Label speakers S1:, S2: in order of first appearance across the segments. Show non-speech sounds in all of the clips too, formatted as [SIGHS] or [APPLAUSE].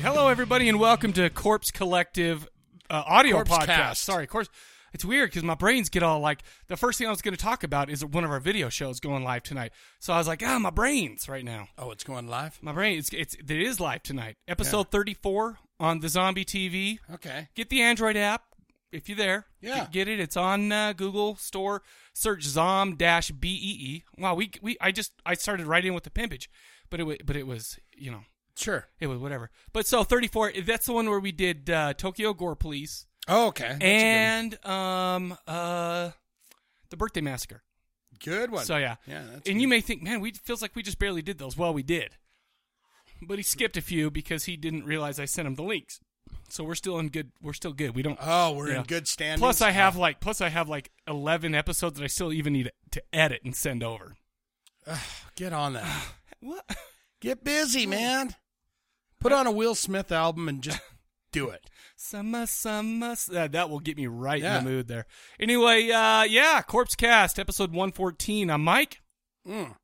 S1: Hello, everybody, and welcome to Corpse Collective uh, audio
S2: Corpse
S1: podcast.
S2: Cast.
S1: Sorry, Corpse. It's weird because my brains get all like the first thing I was going to talk about is one of our video shows going live tonight. So I was like, ah, my brains right now.
S2: Oh, it's going live.
S1: My brain, it's, it's it is live tonight. Episode thirty four on the Zombie TV.
S2: Okay.
S1: Get the Android app if you're there.
S2: Yeah.
S1: Get, get it. It's on uh, Google Store. Search Zom dash B E E. Wow, we we I just I started right in with the pimpage, but it wa- but it was you know
S2: Sure.
S1: it was whatever. But so 34, that's the one where we did uh, Tokyo Gore Police
S2: Oh, okay. That's a
S1: and um uh the Birthday Massacre.
S2: good, one. Good one.
S1: So yeah,
S2: Yeah. That's
S1: and you may think, man, we feels like we just barely did those. Well, we did, but he skipped a few because he didn't realize I sent him the links. So we're still in good. We're still good. We don't.
S2: oh, we're
S1: yeah.
S2: in good standing.
S1: plus, I have like plus I have like 11 episodes that I still even need to edit and send over.
S2: Oh, Get on that.
S1: [SIGHS] What?
S2: Get busy,
S1: Hmm.
S2: man. Put on a Will Smith album and
S1: [LAUGHS]
S2: just do it.
S1: Summer, summer. s- That, that will get me right
S2: Yeah.
S1: in the mood there. Anyway, uh, yeah, Corpse Cast, episode 114. I'm Mike.
S2: Mm.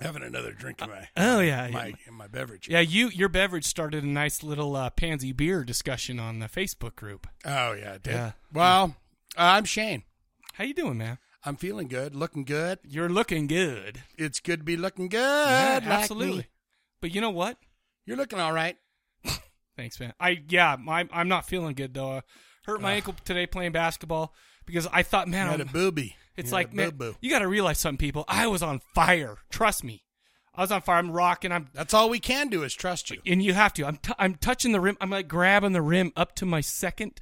S2: Having another drink in my
S1: Oh, yeah.
S2: my in my beverage.
S1: Yeah, you your beverage started a nice little uh, pansy beer discussion on the Facebook group.
S2: Oh yeah. It did.
S1: Yeah.
S2: Well, I'm Shane.
S1: How you doing, man?
S2: I'm feeling good, looking good.
S1: You're looking good.
S2: It's good to be looking good.
S1: Yeah,
S2: like me.
S1: absolutely. But you know what?
S2: You're looking all right.
S1: Thanks, man. I yeah, my, I'm not feeling good though. I hurt my ankle today playing basketball because I thought, man,
S2: You had a
S1: I'm-
S2: booby.
S1: It's
S2: You had
S1: like,
S2: a
S1: man,
S2: boo-boo.
S1: you got to realize something, people. I was on fire. Trust me, I was on fire. I'm rocking. I'm
S2: That's all we can do is trust you.
S1: and you have to. I'm t- I'm touching the rim. I'm like grabbing the rim up to my second.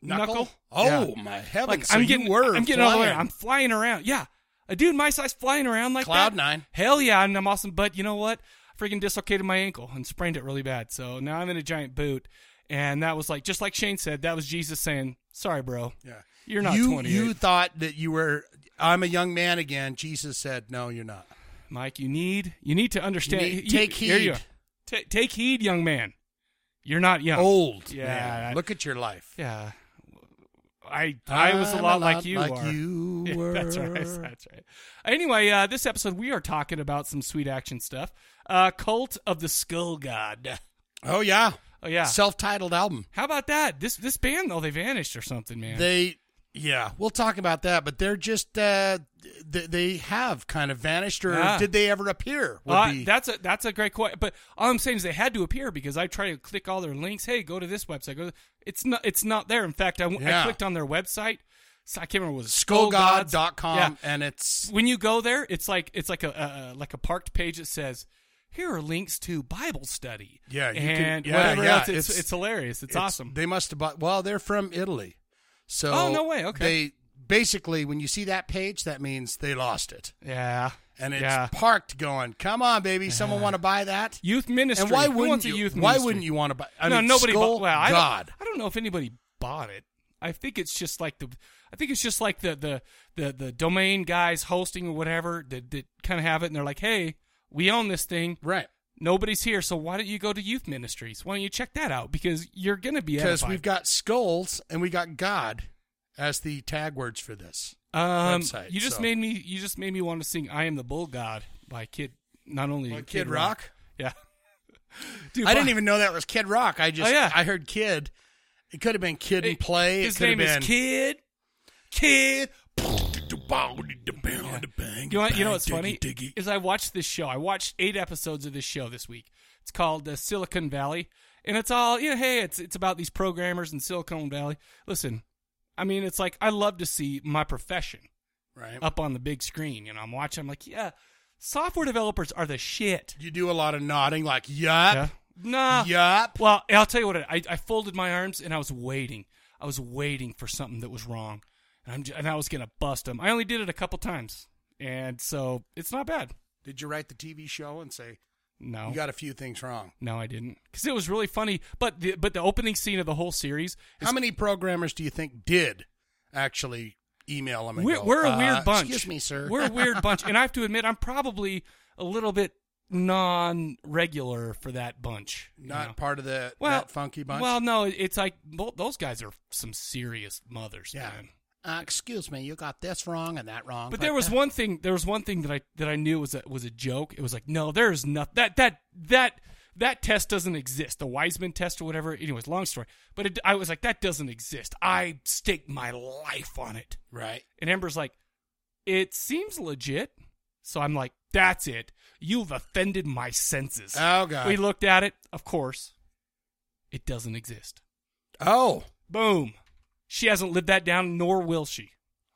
S1: Knuckle?
S2: Oh
S1: Yeah.
S2: my heavens!
S1: like
S2: So
S1: I'm
S2: you
S1: getting,
S2: were
S1: I'm getting all the way.
S2: flying.
S1: I'm flying around. Yeah, a dude my size flying around like
S2: Cloud
S1: that.
S2: nine.
S1: Hell yeah, and I'm awesome. But you know what? Freaking dislocated my ankle and sprained it really bad. So now I'm in a giant boot, and that was like just like Shane said. That was Jesus saying, "Sorry, bro,
S2: Yeah.
S1: you're not
S2: you,
S1: 28,
S2: You thought that you were. I'm a young man again. Jesus said, "No, you're not."
S1: Mike. You need you need to understand.
S2: need-
S1: You-
S2: take
S1: here you
S2: heed.
S1: are. Ta- take heed, young man. You're not young.
S2: Old.
S1: Yeah,
S2: man.
S1: that-
S2: Look at your life.
S1: Yeah. I I was a
S2: I'm
S1: lot like you
S2: like
S1: are.
S2: you
S1: [LAUGHS] Yeah,
S2: were.
S1: that's right. That's right. Anyway, uh, this episode we are talking about some sweet action stuff. Uh, Cult of the Skull God.
S2: Oh yeah.
S1: Oh yeah.
S2: Self-titled album.
S1: How about that? This this band though they vanished or something, man.
S2: They. Yeah, we'll talk about that, but they're just uh, they, they have kind of vanished, or
S1: Yeah.
S2: did they ever appear? Would
S1: Uh,
S2: be-
S1: that's a that's a great question. But all I'm saying is they had to appear because I try to click all their links. Hey, go to this website. Go. To, it's not it's not there. In fact, I, w- I
S2: Yeah.
S1: clicked on their website. So I can't remember what it was Skull Gods.
S2: skullgod.com,
S1: Yeah.
S2: and it's
S1: when you go there, it's like it's like a, a like a parked page that says, "Here are links to Bible study."
S2: Yeah, you can-
S1: and
S2: yeah,
S1: whatever
S2: yeah,
S1: else. It's, it's
S2: it's-
S1: hilarious. It's, awesome.
S2: They must have bought. Well, they're from Italy, so
S1: Oh, no way, okay.
S2: They basically, when you see that page, that means they lost it,
S1: yeah,
S2: and it's
S1: yeah.
S2: parked. Going, come on, baby, someone want to buy that?
S1: youth ministry.
S2: And why
S1: Who
S2: wouldn't
S1: wants
S2: you?
S1: A youth
S2: why
S1: ministry?
S2: wouldn't you want to buy? I
S1: no,
S2: mean,
S1: nobody.
S2: Skull
S1: bought, well, I
S2: God.
S1: Don't, I don't know if anybody bought it. I think it's just like the. I think it's just like the the the, the domain guys hosting or whatever that, that kind of have it, and they're like, "Hey, we own this thing.
S2: Right,
S1: Nobody's here, so why don't you go to youth ministries? Why don't you check that out? Because you're gonna be
S2: because
S1: edified."
S2: we've got skulls and we got God as the tag words for this.
S1: Um,
S2: website,
S1: you just
S2: so.
S1: made me. You just made me want to sing "I Am the Bull God" by Kid. Not only
S2: Kid, Rock.
S1: [LAUGHS] Yeah, dude.
S2: I
S1: why-
S2: didn't even know that was Kid Rock. I just,
S1: Oh, yeah.
S2: I heard Kid. It could have been Kid and
S1: Hey,
S2: Play. It
S1: His
S2: could have
S1: name is
S2: been-
S1: Kid. Kid. You know, what- you know what's funny is I watched this show. I watched eight episodes of this show this week. It's called uh, Silicon Valley, and it's all you know. Hey, it's it's about these programmers in Silicon Valley. Listen, I mean, it's like I love to see my profession
S2: Right.
S1: Uh, up on the big screen. You know, I'm watching. I'm like, yeah, Software developers are the shit.
S2: You do a lot of nodding, like yup,
S1: Nah.
S2: yup.
S1: Well, I'll tell you what. I, I folded my arms and I was waiting. I was waiting for something that was wrong, and I'm j- and I was gonna bust them. I only did it a couple times, and so it's not bad.
S2: Did you write the TV show and say
S1: No.
S2: you got a few things wrong?
S1: No, I didn't, because it was really funny. But the but the opening scene of the whole series. Is,
S2: How many programmers do you think did actually email them? And
S1: We're,
S2: go,
S1: we're a
S2: "Uh,
S1: weird bunch.
S2: Excuse me, sir.
S1: [LAUGHS] We're a weird bunch, and I have to admit, I'm probably a little bit non-regular for that bunch. you
S2: not
S1: know?
S2: part of the
S1: well,
S2: that funky bunch.
S1: Well, no, it's like well, those guys are some serious mothers,
S2: Yeah.
S1: man.
S2: uh, excuse me, you got this wrong and that wrong.
S1: But there was one thing. There was one thing that I that I knew was a was a joke. It was like, no, there is nothing. That that that that test doesn't exist. The Wiseman test or whatever. Anyways, long story. But it, I was like, that doesn't exist. I staked my life on it.
S2: right.
S1: And Amber's like, it seems legit. So I'm like, that's it. You've offended my senses.
S2: Oh god.
S1: we looked at it. Of course, it doesn't exist.
S2: oh.
S1: Boom. She hasn't lived that down, nor will she.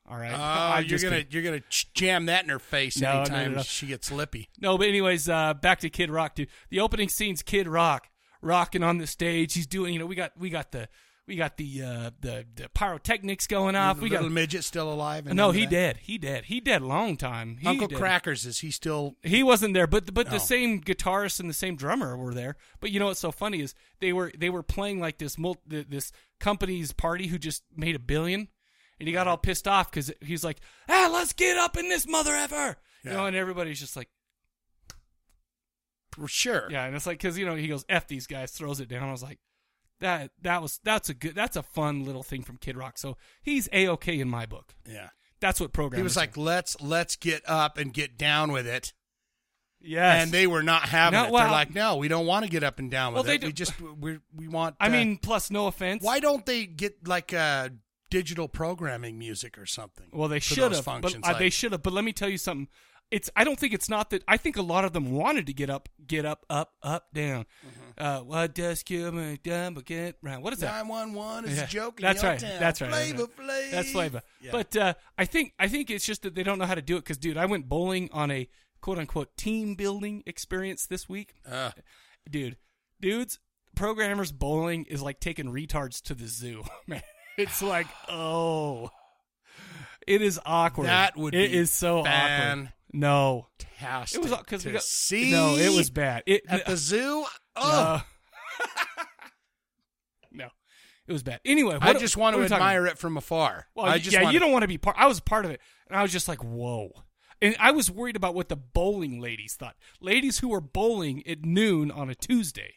S1: All right.
S2: Oh,
S1: I'm
S2: you're
S1: just
S2: gonna
S1: kidding.
S2: you're gonna ch- jam that in her face
S1: No, no, no,
S2: anytime
S1: no.
S2: she gets lippy.
S1: No, but anyways, uh, back to Kid Rock, dude. The opening scene's Kid Rock rocking on the stage. He's doing, you know, we got we got the we got the uh, the the pyrotechnics going off.
S2: Is the
S1: We
S2: little
S1: got
S2: midget still alive? and
S1: no,
S2: none of
S1: he
S2: that?
S1: dead, he dead, he dead. Long time. He
S2: Uncle
S1: dead.
S2: Crackers is he still?
S1: He wasn't there, but but
S2: No.
S1: the same guitarist and the same drummer were there. But you know what's so funny is they were they were playing like this mul- th- this company's party who just made a billion, and he got all pissed off because he's like, "Ah, let's get up in this mother ever," you know,
S2: Yeah.
S1: and everybody's just like,
S2: Sure.
S1: yeah, and it's like because you know he goes f these guys, throws it down. I was like, that that was that's a good that's a fun little thing from Kid Rock. So he's a okay in my book.
S2: Yeah.
S1: That's what program
S2: He was like, let's let's get up and get down with it.
S1: yes,
S2: And they were not having
S1: No,
S2: it. They're
S1: well-
S2: like, no, we don't want to get up and down with
S1: Well, they
S2: it.
S1: do-
S2: We just we we want.
S1: I
S2: uh,
S1: mean, plus no offense.
S2: why don't they get like uh, digital programming music or something?
S1: Well, they
S2: for
S1: should
S2: those
S1: have, but
S2: functions,
S1: uh,
S2: like-
S1: they should have. But let me tell you something. It's. I don't think it's not that. I think a lot of them wanted to get up, get up, up, up, down.
S2: Mm-hmm.
S1: Uh, what does Cuba done but get round? What is that?
S2: Nine one one is
S1: Yeah.
S2: a joke. in
S1: That's
S2: your
S1: right.
S2: town.
S1: That's right.
S2: Flavor
S1: That's right. That's flavor.
S2: Yeah.
S1: But uh, I think I think it's just that they don't know how to do it. Because dude, I went bowling on a quote unquote team building experience this week.
S2: Uh,
S1: Dude, dudes, programmers bowling is like taking retards to the zoo. [LAUGHS] Man, it's like oh, it is awkward.
S2: That would
S1: It is
S2: be
S1: so awkward.
S2: fan-
S1: No,
S2: fantastic.
S1: it was because
S2: to
S1: we got
S2: see.
S1: no. It was bad. It
S2: at the zoo. Oh,
S1: [LAUGHS] no. Uh, no, it was bad. Anyway,
S2: I
S1: what-
S2: just want
S1: what
S2: to
S1: are we talking about?
S2: admire it from afar.
S1: Well,
S2: I just
S1: yeah,
S2: want
S1: you don't want to be part. I was part of it, and I was just like, whoa. And I was worried about what the bowling ladies thought. Ladies who were bowling at noon on a Tuesday.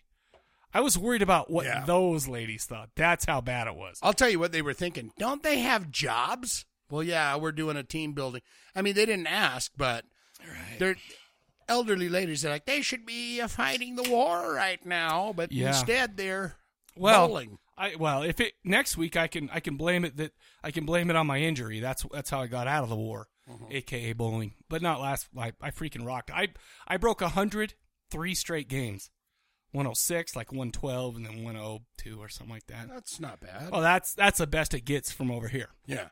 S1: I was worried about what
S2: Yeah.
S1: those ladies thought. That's how bad it was.
S2: I'll tell you what they were thinking. Don't they have jobs? Well, yeah, we're doing a team building. I mean, they didn't ask, but they're elderly ladies. They're like, they should be uh, fighting the war right now, but
S1: Yeah.
S2: instead they're
S1: Well,
S2: bowling.
S1: I well, if it next week, I can I can blame it that I can blame it on my injury. That's that's how I got out of the war, aka bowling. But not last. I, I freaking rocked. I I broke a hundred three straight games, one hundred six, like one twelve, and then one hundred two or something like that.
S2: That's not bad.
S1: Oh, that's that's the best it gets from over here.
S2: yeah.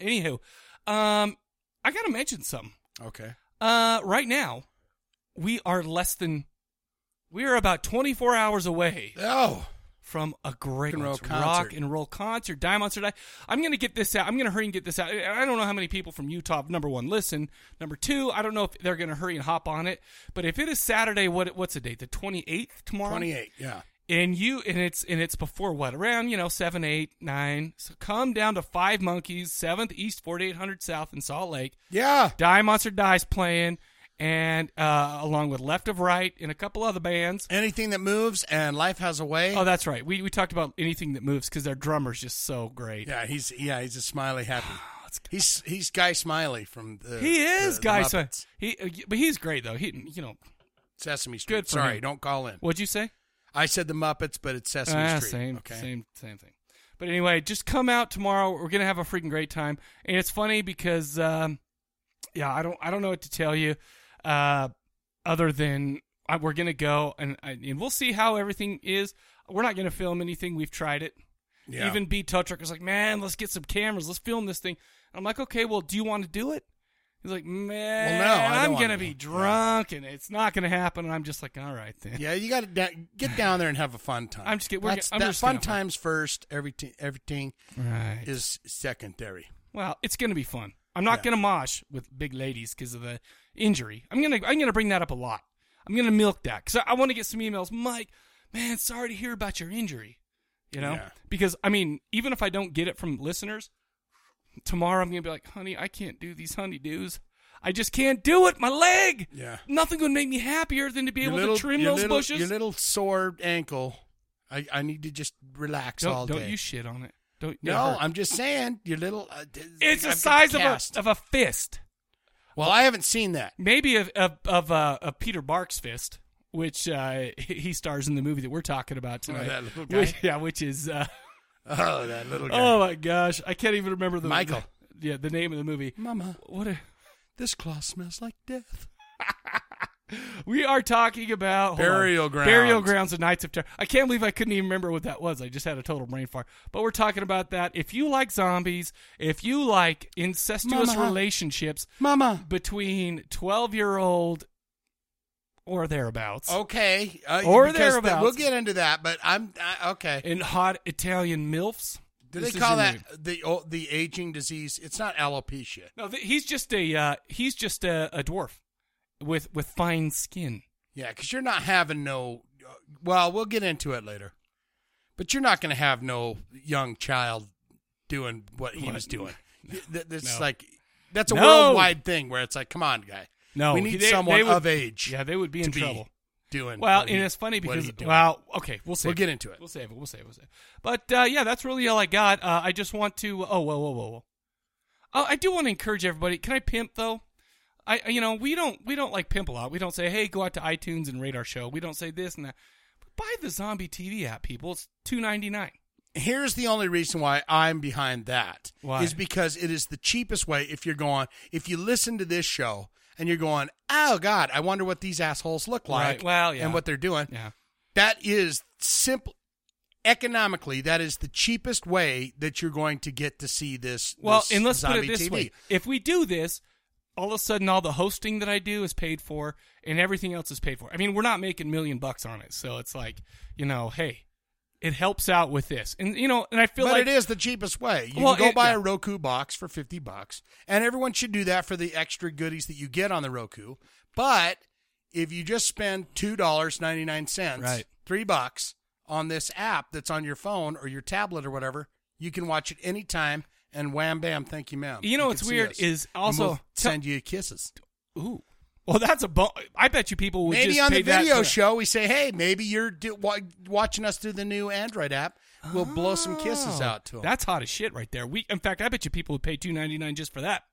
S1: Anywho, um, I gotta mention something.
S2: Okay.
S1: Uh, right now, we are less than we are about 24 hours away
S2: Oh,
S1: from a
S2: Rock
S1: great
S2: and roll
S1: rock
S2: concert.
S1: and roll concert. Dime on die. I'm gonna get this out. I'm gonna hurry and get this out. I I don't know how many people from Utah. Number one, listen. Number two, I don't know if they're gonna hurry and hop on it. But if it is Saturday, what what's the date? The 28th tomorrow.
S2: 28. Yeah.
S1: and you and it's and it's before what around you know seven eight nine so come down to five monkeys seventh east 4800 south in salt lake
S2: Yeah.
S1: die monster dies playing and uh, along with left of right and a couple other bands
S2: Anything that moves and life has a way.
S1: oh that's right we, we talked about anything that moves because their drummer's just so great
S2: yeah, he's yeah, he's a smiley
S1: [SIGHS]
S2: happy.
S1: It's-
S2: He's he's Guy Smiley from the
S1: he is
S2: the- the
S1: guys uh,
S2: Muppets.
S1: he uh, but he's great though he you know
S2: Sesame Street.
S1: Good for
S2: Sorry,
S1: him.
S2: don't call in.
S1: what'd you say
S2: I said the Muppets, but it's Sesame
S1: Ah,
S2: Street.
S1: Same,
S2: okay.
S1: same, same thing. But anyway, just come out tomorrow. We're gonna have a freaking great time, and it's funny because, um, yeah, I don't, I don't know what to tell you, uh, other than I, we're gonna go and I- and we'll see how everything is. We're not gonna film anything. We've tried it.
S2: Yeah.
S1: Even B Tow Truck was like, man, let's get some cameras. Let's film this thing. I'm like, okay, well, do you want to do it? He's like, man,
S2: Well, no, I don't
S1: I'm
S2: wanna
S1: gonna
S2: go."
S1: be drunk, and it's not gonna happen. And I'm just like, all right then.
S2: Yeah, you got to da- get down there and have a fun time.
S1: I'm just get- we're
S2: That's-
S1: get- I'm
S2: that
S1: just
S2: fun
S1: gonna have
S2: times first. Everything, everything
S1: Right.
S2: is secondary.
S1: Well, it's gonna be fun. I'm not
S2: Yeah.
S1: gonna mosh with big ladies because of the injury. I'm gonna I'm gonna bring that up a lot. I'm gonna milk that because I, I want to get some emails. Mike, man, sorry to hear about your injury. You know,
S2: Yeah.
S1: because I mean, even if I don't get it from listeners, tomorrow I'm gonna be like, honey, I can't do these honey doos. I just can't do it. My leg.
S2: Yeah.
S1: Nothing would make me happier than to be
S2: Your
S1: able
S2: little-
S1: to trim
S2: your
S1: those
S2: little-
S1: bushes.
S2: Your little sore ankle. I, I need to just relax
S1: don't
S2: all
S1: don't
S2: day.
S1: you shit on it. Don't it
S2: no,
S1: hurt.
S2: I'm just saying your little. Uh, d-
S1: It's the
S2: I've got
S1: size of a
S2: cast.
S1: of a fist.
S2: Well, I haven't seen that.
S1: maybe of of of, uh, of Peter Bark's fist, which uh, he stars in the movie that we're talking about
S2: Oh,
S1: tonight.
S2: that little
S1: Which,
S2: guy.
S1: yeah, which is uh,
S2: Oh, that little guy.
S1: oh my gosh, I can't even remember the
S2: Michael.
S1: the- yeah, the name of the movie.
S2: Mama,
S1: What a,
S2: this cloth smells like death.
S1: we are talking about hold on.
S2: Burial grounds.
S1: Burial grounds and Knights of Terror. I can't believe I couldn't even remember what that was. I just had a total brain fart. But we're talking about that. If you like zombies, if you like incestuous
S2: Mama.
S1: relationships
S2: Mama.
S1: between twelve year old or thereabouts.
S2: Okay. Uh,
S1: Or
S2: because the-
S1: thereabouts.
S2: we'll get into that, but I'm uh, okay.
S1: and hot Italian milfs.
S2: Do
S1: This
S2: they
S1: is
S2: call
S1: your
S2: that
S1: name.
S2: the oh, the aging disease? It's not alopecia.
S1: No, th- he's just a uh, he's just a, a dwarf with with fine skin.
S2: Yeah, because you're not having no. uh, Well, we'll get into it later. But you're not going to have no young child doing what he
S1: What?
S2: was
S1: [LAUGHS]
S2: doing. Th- That's
S1: No.
S2: like that's a
S1: No.
S2: worldwide thing where it's like, come on, guy.
S1: No,
S2: we need
S1: they-
S2: someone
S1: they would-
S2: of age.
S1: Yeah, they would be
S2: to
S1: in
S2: be
S1: trouble.
S2: doing.
S1: Well,
S2: what he-
S1: and it's funny
S2: what he
S1: because
S2: doing.
S1: well, okay, we'll save
S2: we'll
S1: it.
S2: get into it.
S1: We'll save it. We'll save it. We'll save it. But uh, yeah, that's really all I got. Uh, I just want to. Oh, whoa, whoa, whoa, whoa. Oh, I do want to encourage everybody. Can I pimp though? I, I- you know, we don't we don't like pimp a lot. We don't say, hey, go out to iTunes and rate our show. We don't say this and that. But buy the Zombie TV app, people. It's two ninety nine.
S2: Here's the only reason why I'm behind that is
S1: Why?
S2: because it is the cheapest way. If you're going, if you listen to this show and you're going, oh God, I wonder what these assholes look like.
S1: Right, well, yeah.
S2: and what they're doing.
S1: Yeah.
S2: That is simple. Economically, that is the cheapest way that you're going to get to see this.
S1: Well,
S2: this
S1: and let's put it
S2: zombie
S1: this
S2: TV.
S1: way: if we do this, all of a sudden, all the hosting that I do is paid for, and everything else is paid for. I mean, we're not making million bucks on it, so it's like, you know, hey, it helps out with this, and you know, and I feel
S2: But
S1: like
S2: it is the cheapest way. You
S1: Well,
S2: can go
S1: it-
S2: buy
S1: yeah.
S2: a Roku box for 50 bucks, and everyone should do that for the extra goodies that you get on the Roku. But if you just spend $2.99,
S1: Right.
S2: 3 bucks on this app that's on your phone or your tablet or whatever, you can watch it anytime and wham bam, thank you ma'am.
S1: You know what's
S2: can see
S1: weird
S2: us.
S1: is
S2: And
S1: also-
S2: we'll send you kisses.
S1: ooh, well, that's a bon- I bet you people would
S2: maybe
S1: just
S2: on
S1: pay
S2: the
S1: that
S2: video
S1: for-
S2: show we say, "Hey, maybe you're do- wa- watching us through the new Android app. We'll blow some kisses
S1: Oh,
S2: out to them."
S1: That's hot as shit right there. We, in fact, I bet you people would pay two ninety nine just for that.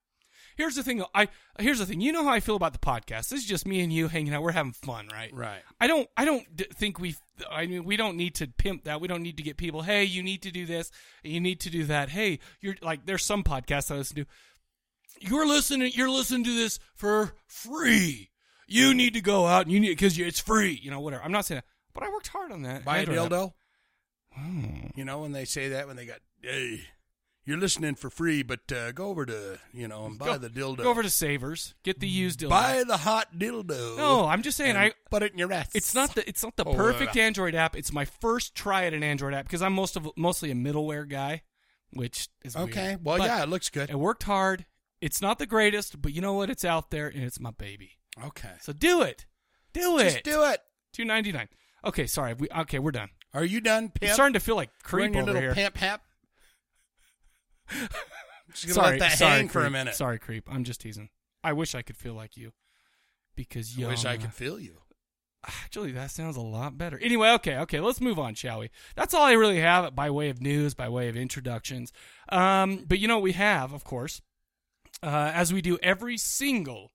S1: Here's the thing. though. I here's the thing. You know how I feel about the podcast. This is just me and you hanging out. We're having fun, right?
S2: right.
S1: I don't. I don't d- think we. I mean, we don't need to pimp that. We don't need to get people. Hey, you need to do this. You need to do that. Hey, you're like. There's some podcasts I listen to. You're listening. You're listening to this for free. You need to go out and you need because it's free. You know, whatever. I'm not saying that, but I worked hard on that.
S2: Buy
S1: I
S2: a
S1: don't know.
S2: dildo.
S1: Hmm.
S2: You know when they say that when they got, "Hey, you're listening for free, but uh, go over to you know and buy
S1: Go-
S2: the dildo.
S1: Go over to Savers. Get the used dildo.
S2: buy the hot dildo.
S1: no, I'm just saying.
S2: and
S1: I.
S2: put it in your ass.
S1: It's not the. It's not the
S2: Oh,
S1: perfect
S2: yeah.
S1: Android app. It's my first try at an Android app because I'm most of mostly a middleware guy, which is weird.
S2: okay. Well,
S1: But-
S2: yeah, it looks good.
S1: I worked hard. It's not the greatest, but you know what? It's out there, and it's my baby.
S2: Okay,
S1: So do it, do
S2: just
S1: it.
S2: do it.
S1: Two ninety nine. Okay, sorry. We okay. We're done.
S2: Are you done,
S1: I'm
S2: pimp?
S1: starting to feel like
S2: Wearing
S1: creep
S2: your
S1: over
S2: little
S1: here.
S2: pimp
S1: [LAUGHS]
S2: hap. Just gonna
S1: sorry,
S2: let that
S1: sorry,
S2: hang for a
S1: creep.
S2: minute.
S1: Sorry, creep. I'm just teasing. I wish I could feel like you, because
S2: I
S1: you
S2: wish I could feel you.
S1: Actually, that sounds a lot better. Anyway, okay, okay, let's move on, shall we? That's all I really have by way of news, by way of introductions. Um, but you know what we have, of course, uh, as we do every single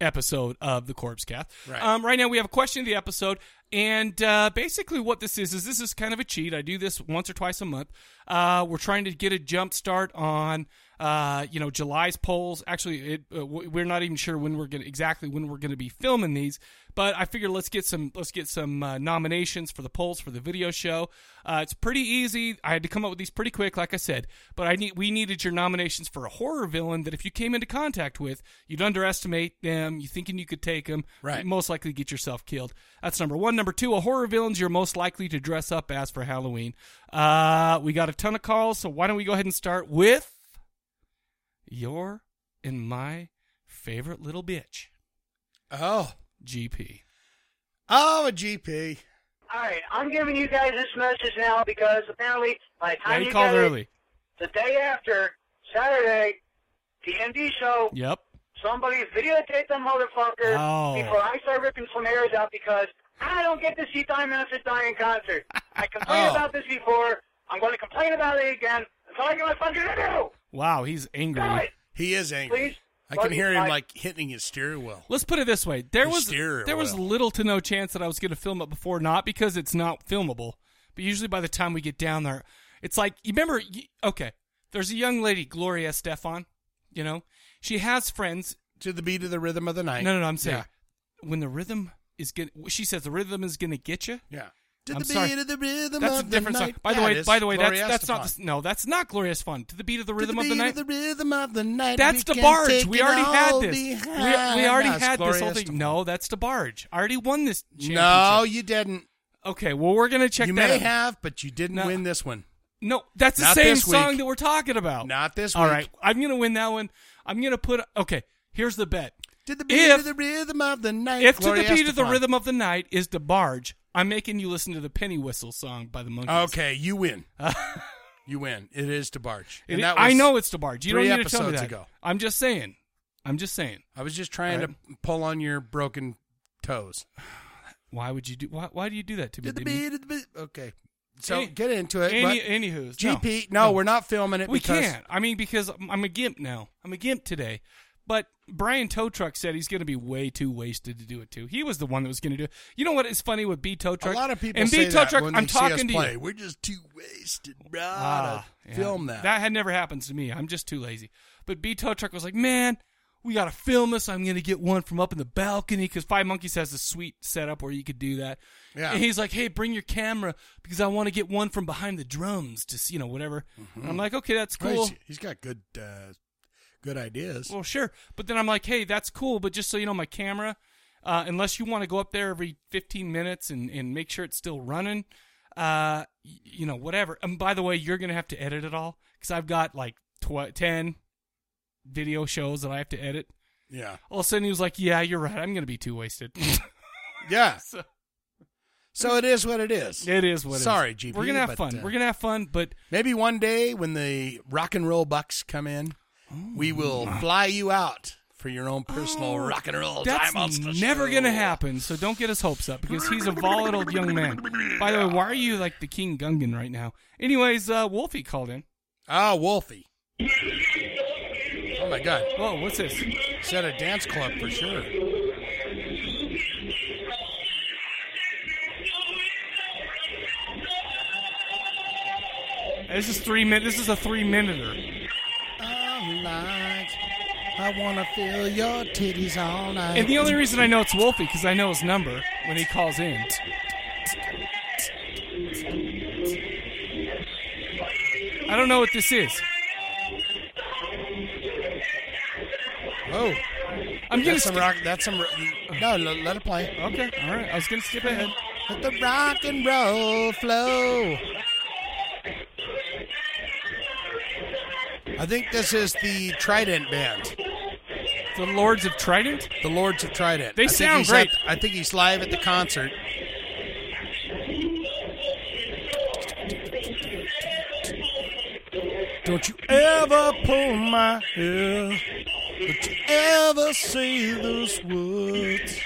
S1: episode of the Corpse Cath.
S2: Right.
S1: Um, right now, we have a question of the episode, and uh, basically, what this is is this is kind of a cheat. I do this once or twice a month. Uh, we're trying to get a jump start on. Uh, you know, July's polls. Actually, it, uh, w- we're not even sure when we're gonna exactly when we're gonna be filming these, But I figured let's get some let's get some uh, nominations for the polls for the video show. Uh, it's pretty easy. I had to come up with these pretty quick, like I said. But I need we needed your nominations for a horror villain that if you came into contact with, you'd underestimate them. You thinking you could take them,
S2: Right.
S1: You'd most likely get yourself killed. That's number one. Number two, a horror villains you're most likely to dress up as for Halloween. Uh, we got a ton of calls, so why don't we go ahead and start with your and my favorite little bitch,
S2: Oh,
S1: GP.
S2: oh, a GP.
S3: All right, I'm giving you guys this message now because apparently by the
S1: Yeah,
S3: time
S1: he
S3: you
S1: called
S3: get it,
S1: early.
S3: the day after Saturday, the ND show,
S1: Yep.
S3: somebody videotape them motherfuckers
S1: Oh.
S3: before I start ripping some hairs out because I don't get to see Diamond Minutes at Dying concert. I
S2: [LAUGHS]
S3: complained
S2: Oh.
S3: about this before. I'm going to complain about it again until I get my fucking review.
S1: Wow, he's
S3: Do
S1: angry.
S3: it,
S2: He is angry.
S3: please.
S2: I can hear him
S3: I-
S2: like hitting his steering wheel.
S1: Let's put it this way: there
S2: The
S1: was
S2: steering
S1: there was
S2: wheel.
S1: little to no chance that I was going to film it before, not because it's not filmable, but usually by the time we get down there, it's like you remember. y- Okay, there's a young lady, Gloria Stefan. You know, she has friends.
S2: To the beat of the rhythm of the night.
S1: No, no, no. I'm saying
S2: Yeah.
S1: when the rhythm is gonna, she says the rhythm is gonna get you.
S2: Yeah. To
S1: I'm
S2: the
S1: sorry.
S2: beat of the rhythm
S1: That's a
S2: of the
S1: different song.
S2: night.
S1: By the
S2: Yeah, it
S1: way,
S2: is.
S1: by the way, that's
S2: Gloria
S1: that's not the,
S2: Estefan.
S1: s- no, that's not glorious fun. To the beat of the
S2: To
S1: rhythm
S2: the
S1: of the
S2: beat
S1: night.
S2: Of the rhythm of the night.
S1: That's
S2: we
S1: the
S2: can
S1: barge.
S2: take
S1: We
S2: it
S1: already had
S2: all
S1: this. We,
S2: behind
S1: we already
S2: us.
S1: had this whole
S2: Gloria
S1: thing.
S2: Estefan.
S1: No, that's the barge. I already won this championship.
S2: No, you didn't.
S1: Okay, well we're gonna check
S2: you
S1: that.
S2: may
S1: out.
S2: have, but you didn't
S1: No.
S2: win this one.
S1: no, that's the
S2: Not
S1: same
S2: this week.
S1: song that we're talking about.
S2: Not this
S1: All
S2: week.
S1: right, I'm gonna win that one. I'm gonna put. Okay, here's the bet.
S2: To the beat
S1: If-
S2: of the rhythm of the night.
S1: If to the
S2: Gloria
S1: beat of the
S2: Estefan.
S1: rhythm of the night is the barge, I'm making you listen to the penny whistle song by the monkeys.
S2: Okay, you
S1: [LAUGHS]
S2: win. you win. It is to barge.
S1: It-
S2: and that
S1: I
S2: was-
S1: know it's the barge. You
S2: three
S1: don't need to tell me
S2: episodes
S1: that.
S2: ago.
S1: I'm just saying. I'm just saying.
S2: I was just trying
S1: All
S2: to pull on your broken toes.
S1: Why would you do? Why, why do you do that to me?
S2: To the
S1: Diddy?
S2: beat of the beat. Okay. So
S1: Any-
S2: get into it.
S1: Any,
S2: but
S1: anywho's no.
S2: GP, no, we're not filming it
S1: We
S2: because
S1: can't. I mean, because I'm I'm a gimp now. I'm a gimp today. But Brian Tow Truck said he's going to be way too wasted to do it too. He was the one that was going to do it. You know what is funny with B Tow
S2: a
S1: Truck?
S2: lot of people
S1: and
S2: say
S1: B Tow
S2: that
S1: Truck.
S2: when
S1: I'm
S2: they
S1: talking
S2: see us
S1: to
S2: play.
S1: you.
S2: We're just too wasted, bro.
S1: Ah,
S2: to
S1: yeah.
S2: Film that.
S1: That had never happened to me. I'm just too lazy. But B Tow Truck was like, man, we got to film this. I'm going to get one from up in the balcony because Five Monkeys has a sweet setup where you could do that.
S2: Yeah.
S1: And he's like, hey, bring your camera because I want to get one from behind the drums to, s- you know, whatever. And
S2: Mm-hmm.
S1: I'm like, okay, that's
S2: Well,
S1: cool.
S2: he's- he's got good, uh, good ideas.
S1: Well, sure. But then I'm like, hey, that's cool. But just so you know, my camera, uh, unless you want to go up there every 15 minutes and, and make sure it's still running, uh, y- you know, whatever. And by the way, you're going to have to edit it all because I've got like tw- 10 video shows that I have to edit.
S2: yeah,
S1: All of a sudden, he was like, yeah, you're right. I'm going to be too wasted. [LAUGHS]
S2: yeah.
S1: So-
S2: So it is what it is.
S1: it is what it is.
S2: Sorry, GP,
S1: We're going to have
S2: but,
S1: fun.
S2: uh,
S1: We're going to have fun, but
S2: Maybe one day when the rock and roll bucks come in, we will fly you out for your own personal
S1: Oh,
S2: rock and roll.
S1: That's
S2: Time Monster
S1: never
S2: show.
S1: going to happen. So don't get his hopes up because he's a volatile young man. By the way, why are you like the King Gungan right now? Anyways, uh, Wolfie called in.
S2: Ah, Wolfie. Oh my God!
S1: Whoa, what's this?
S2: It's at a dance club for sure.
S1: This is three min. This is a three minuter.
S2: I'm like, I wanna feel your titties all night.
S1: And the only reason I know it's Wolfie because I know his number when he calls in. I don't know what this is.
S2: oh,
S1: I'm gonna
S2: that's some
S1: skip.
S2: rock. That's some. ro- No, let, let it play.
S1: Okay, all right. I was gonna skip ahead.
S2: Let the rock and roll flow. I think this is the Trident band,
S1: The Lords of Trident.
S2: the Lords of Trident.
S1: They
S2: I think
S1: sound
S2: he's
S1: great.
S2: at- I think he's live at the concert. Don't you ever pull my hair. Don't you ever say those words.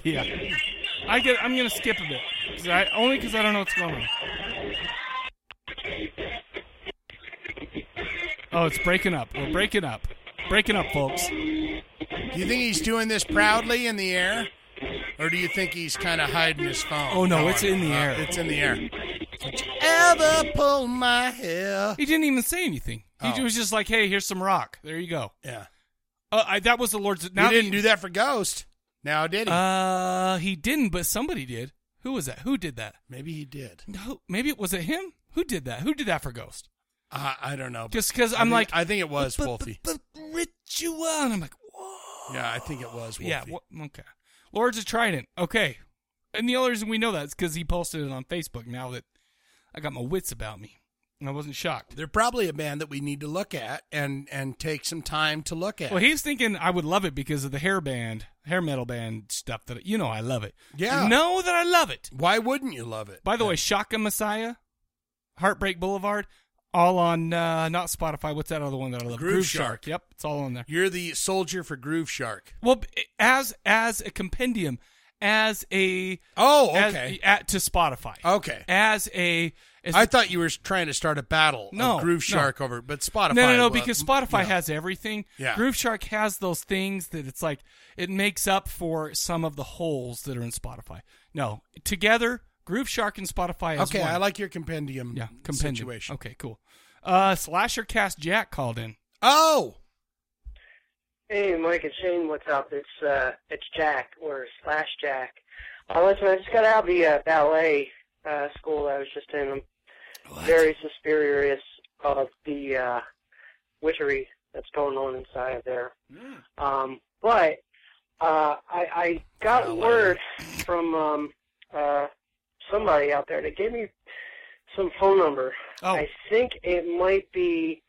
S1: [LAUGHS] yeah. I get. I'm gonna skip a bit. 'Cause I, only because I don't know what's going on. Oh, it's breaking up. We're breaking up. Breaking up, folks.
S2: Do you think he's doing this proudly in the air? Or do you think he's kind of hiding his phone?
S1: Oh, no, it's in the
S2: uh,
S1: air.
S2: It's in the air. Don't you ever pull my hair.
S1: He didn't even say anything. He
S2: Oh.
S1: was just like, "Hey, here's some rock. There you go."
S2: Yeah.
S1: Uh, I, that was the Lord's.
S2: He didn't do that for Ghost. Now did he?
S1: Uh, he didn't, but somebody did. Who was that? Who did that?
S2: Maybe he did.
S1: No, maybe it was it him. Who did that? Who did that for Ghost?
S2: I, I don't know.
S1: Just because
S2: I
S1: I'm
S2: think-
S1: like,
S2: I think it was
S1: but,
S2: Wolfie.
S1: But, but ritual, and I'm like,
S2: Yeah, I think it was. Wolfie.
S1: yeah, wha- okay. Lords of Trident, okay. And the only reason we know that is because he posted it on Facebook. Now that I got my wits about me, and I wasn't shocked.
S2: They're probably a band that we need to look at and and take some time to look at.
S1: Well, he's thinking I would love it because of the hair band, hair metal band stuff that you know I love it.
S2: Yeah.
S1: You know that I love it.
S2: Why wouldn't you love it?
S1: By the way, Shotgun Messiah, Heartbreak Boulevard, all on uh, not Spotify. What's that other one that I love?
S2: Groove Shark.
S1: Yep, it's all on there.
S2: You're the soldier for Groove Shark.
S1: Well, b- as as a compendium, as a
S2: Oh,
S1: as-
S2: okay. Oh,
S1: at, to Spotify.
S2: Okay.
S1: As a as
S2: I thought you were trying to start a battle
S1: No,
S2: of Groove
S1: no.
S2: Shark over, but Spotify.
S1: No, no, no,
S2: well,
S1: because
S2: m-
S1: Spotify
S2: yeah.
S1: has everything.
S2: Yeah.
S1: Groove Shark has those things that it's like it makes up for some of the holes that are in Spotify. No, together, Groove Shark and Spotify. Is
S2: Okay,
S1: one.
S2: I like your compendium.
S1: yeah compendium.
S2: situation.
S1: Okay, cool. Uh, Slasher Cast Jack called in.
S2: Oh,
S3: Hey, Mike and Shane, what's up? It's uh, it's Jack or Slash Jack. Uh, listen, I just got out of the uh, ballet uh, school I was just in. I'm very suspicious of the uh, witchery that's going on inside of there. Um, but uh, I, I got word from um, uh, somebody out there. They gave me some phone number.
S1: Oh.
S3: I think it might be.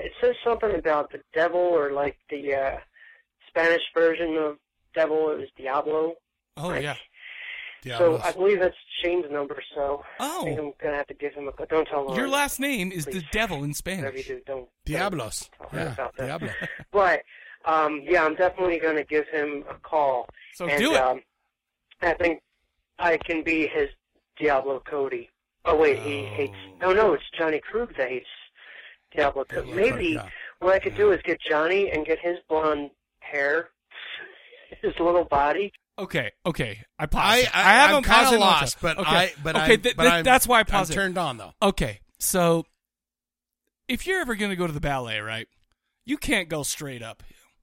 S3: It says something about the devil or like the uh, Spanish version of devil. It was Diablo.
S1: Oh
S3: Right.
S1: yeah.
S3: so I believe that's Shane's number. So I think
S1: Oh,
S3: I'm gonna have to give him a. call. Don't tell him.
S1: your last name is the
S3: Please.
S1: devil in
S3: Whatever you
S1: Spanish.
S3: do, don't.
S2: Diablos.
S3: Don't tell him
S2: Yeah,
S3: about that.
S2: Diablo.
S1: [LAUGHS]
S3: But um, yeah, I'm definitely gonna give him a call.
S1: So
S3: and,
S1: do it.
S3: Um, I think I can be his Diablo Cody. Oh wait, he hates. No, no, it's Johnny Krug that hates Diablo Cody.
S2: Diablo Cody,
S3: Maybe
S2: yeah.
S3: what I could do is get Johnny and get his blonde hair, [LAUGHS] his little body.
S1: Okay, okay. I
S2: I,
S1: paused.
S2: I,
S1: haven't
S2: am kind
S1: paused
S2: of
S1: it long
S2: lost,
S1: time.
S2: but
S1: okay.
S2: I, but
S1: okay,
S2: I'm-
S1: th-
S2: but
S1: th-
S2: I'm-
S1: that's why I
S2: I'm
S1: paused. it.
S2: turned on though.
S1: Okay, so if you're ever going to go to the ballet, right? You can't go straight up.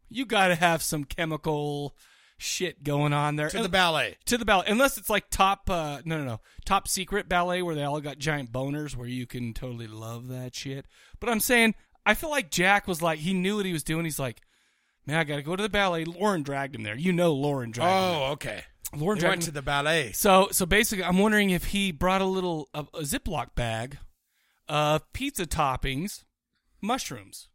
S1: You got to have some chemical shit going on there.
S2: To the ballet.
S1: to the ballet, unless it's like top, uh, no, no, no, top secret ballet where they all got giant boners, where you can totally love that shit. But I'm saying, I feel like Jack was like he knew what he was doing. He's like, man, I got to go to the ballet. Lauren dragged him there. You know, Lauren dragged him.
S2: Oh, okay.
S1: there. Lauren
S2: They
S1: dragged
S2: went
S1: him
S2: to the ballet.
S1: so so basically, I'm wondering if he brought a little a, a Ziploc bag of pizza toppings, mushrooms.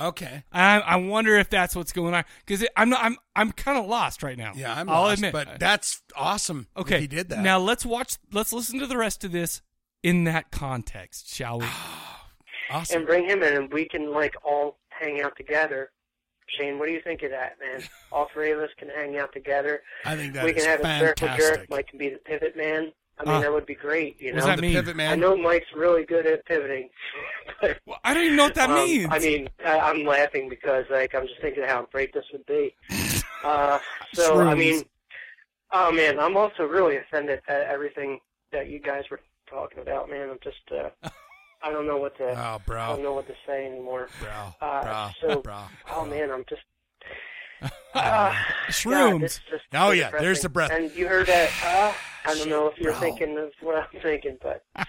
S2: Okay.
S1: I I wonder if that's what's going on because I'm not I'm I'm kind of lost right now.
S2: Yeah, I'm
S1: I'll
S2: lost,
S1: admit. uh,
S2: but that's awesome. that
S1: okay,
S2: he did that.
S1: Now let's watch. Let's listen to the rest of this in that context, shall we?
S2: awesome.
S3: and bring him in, and we can like all hang out together. Shane, what do you think of that,
S1: [LAUGHS]
S3: man? All three of us can hang out together.
S2: I think that
S3: we
S2: is
S3: can have a circle jerk.
S2: fantastic.
S3: Mike can be the pivot man. I mean,
S1: Ah.
S3: that would be great. You
S1: What does
S3: know,
S1: that mean?
S2: The pivot
S3: I
S2: man.
S3: know Mike's really good at pivoting. [LAUGHS] but,
S1: Well, I don't even know what that
S3: um,
S1: means.
S3: I mean, I, I'm laughing because like I'm just thinking how great this would
S1: [LAUGHS]
S3: be. Uh, so I
S1: Shrooms.
S3: mean, oh man, I'm also really offended at everything that you guys were talking about, man. I'm just,
S1: [LAUGHS]
S3: uh, I don't know what to,
S2: Oh, bro.
S3: I don't know what to say anymore.
S2: Bro,
S3: Uh,
S2: bro,
S3: so,
S2: bro,
S3: oh
S2: bro.
S3: man, I'm
S2: [LAUGHS]
S3: just. Uh, God,
S1: Shrooms.
S3: this is just
S2: Oh, yeah, there's the
S3: depressing.
S2: breath.
S3: And you heard that? Uh, I don't know
S2: [SIGHS]
S3: if you're
S2: Bro.
S3: thinking of what I'm thinking, but
S2: [LAUGHS] I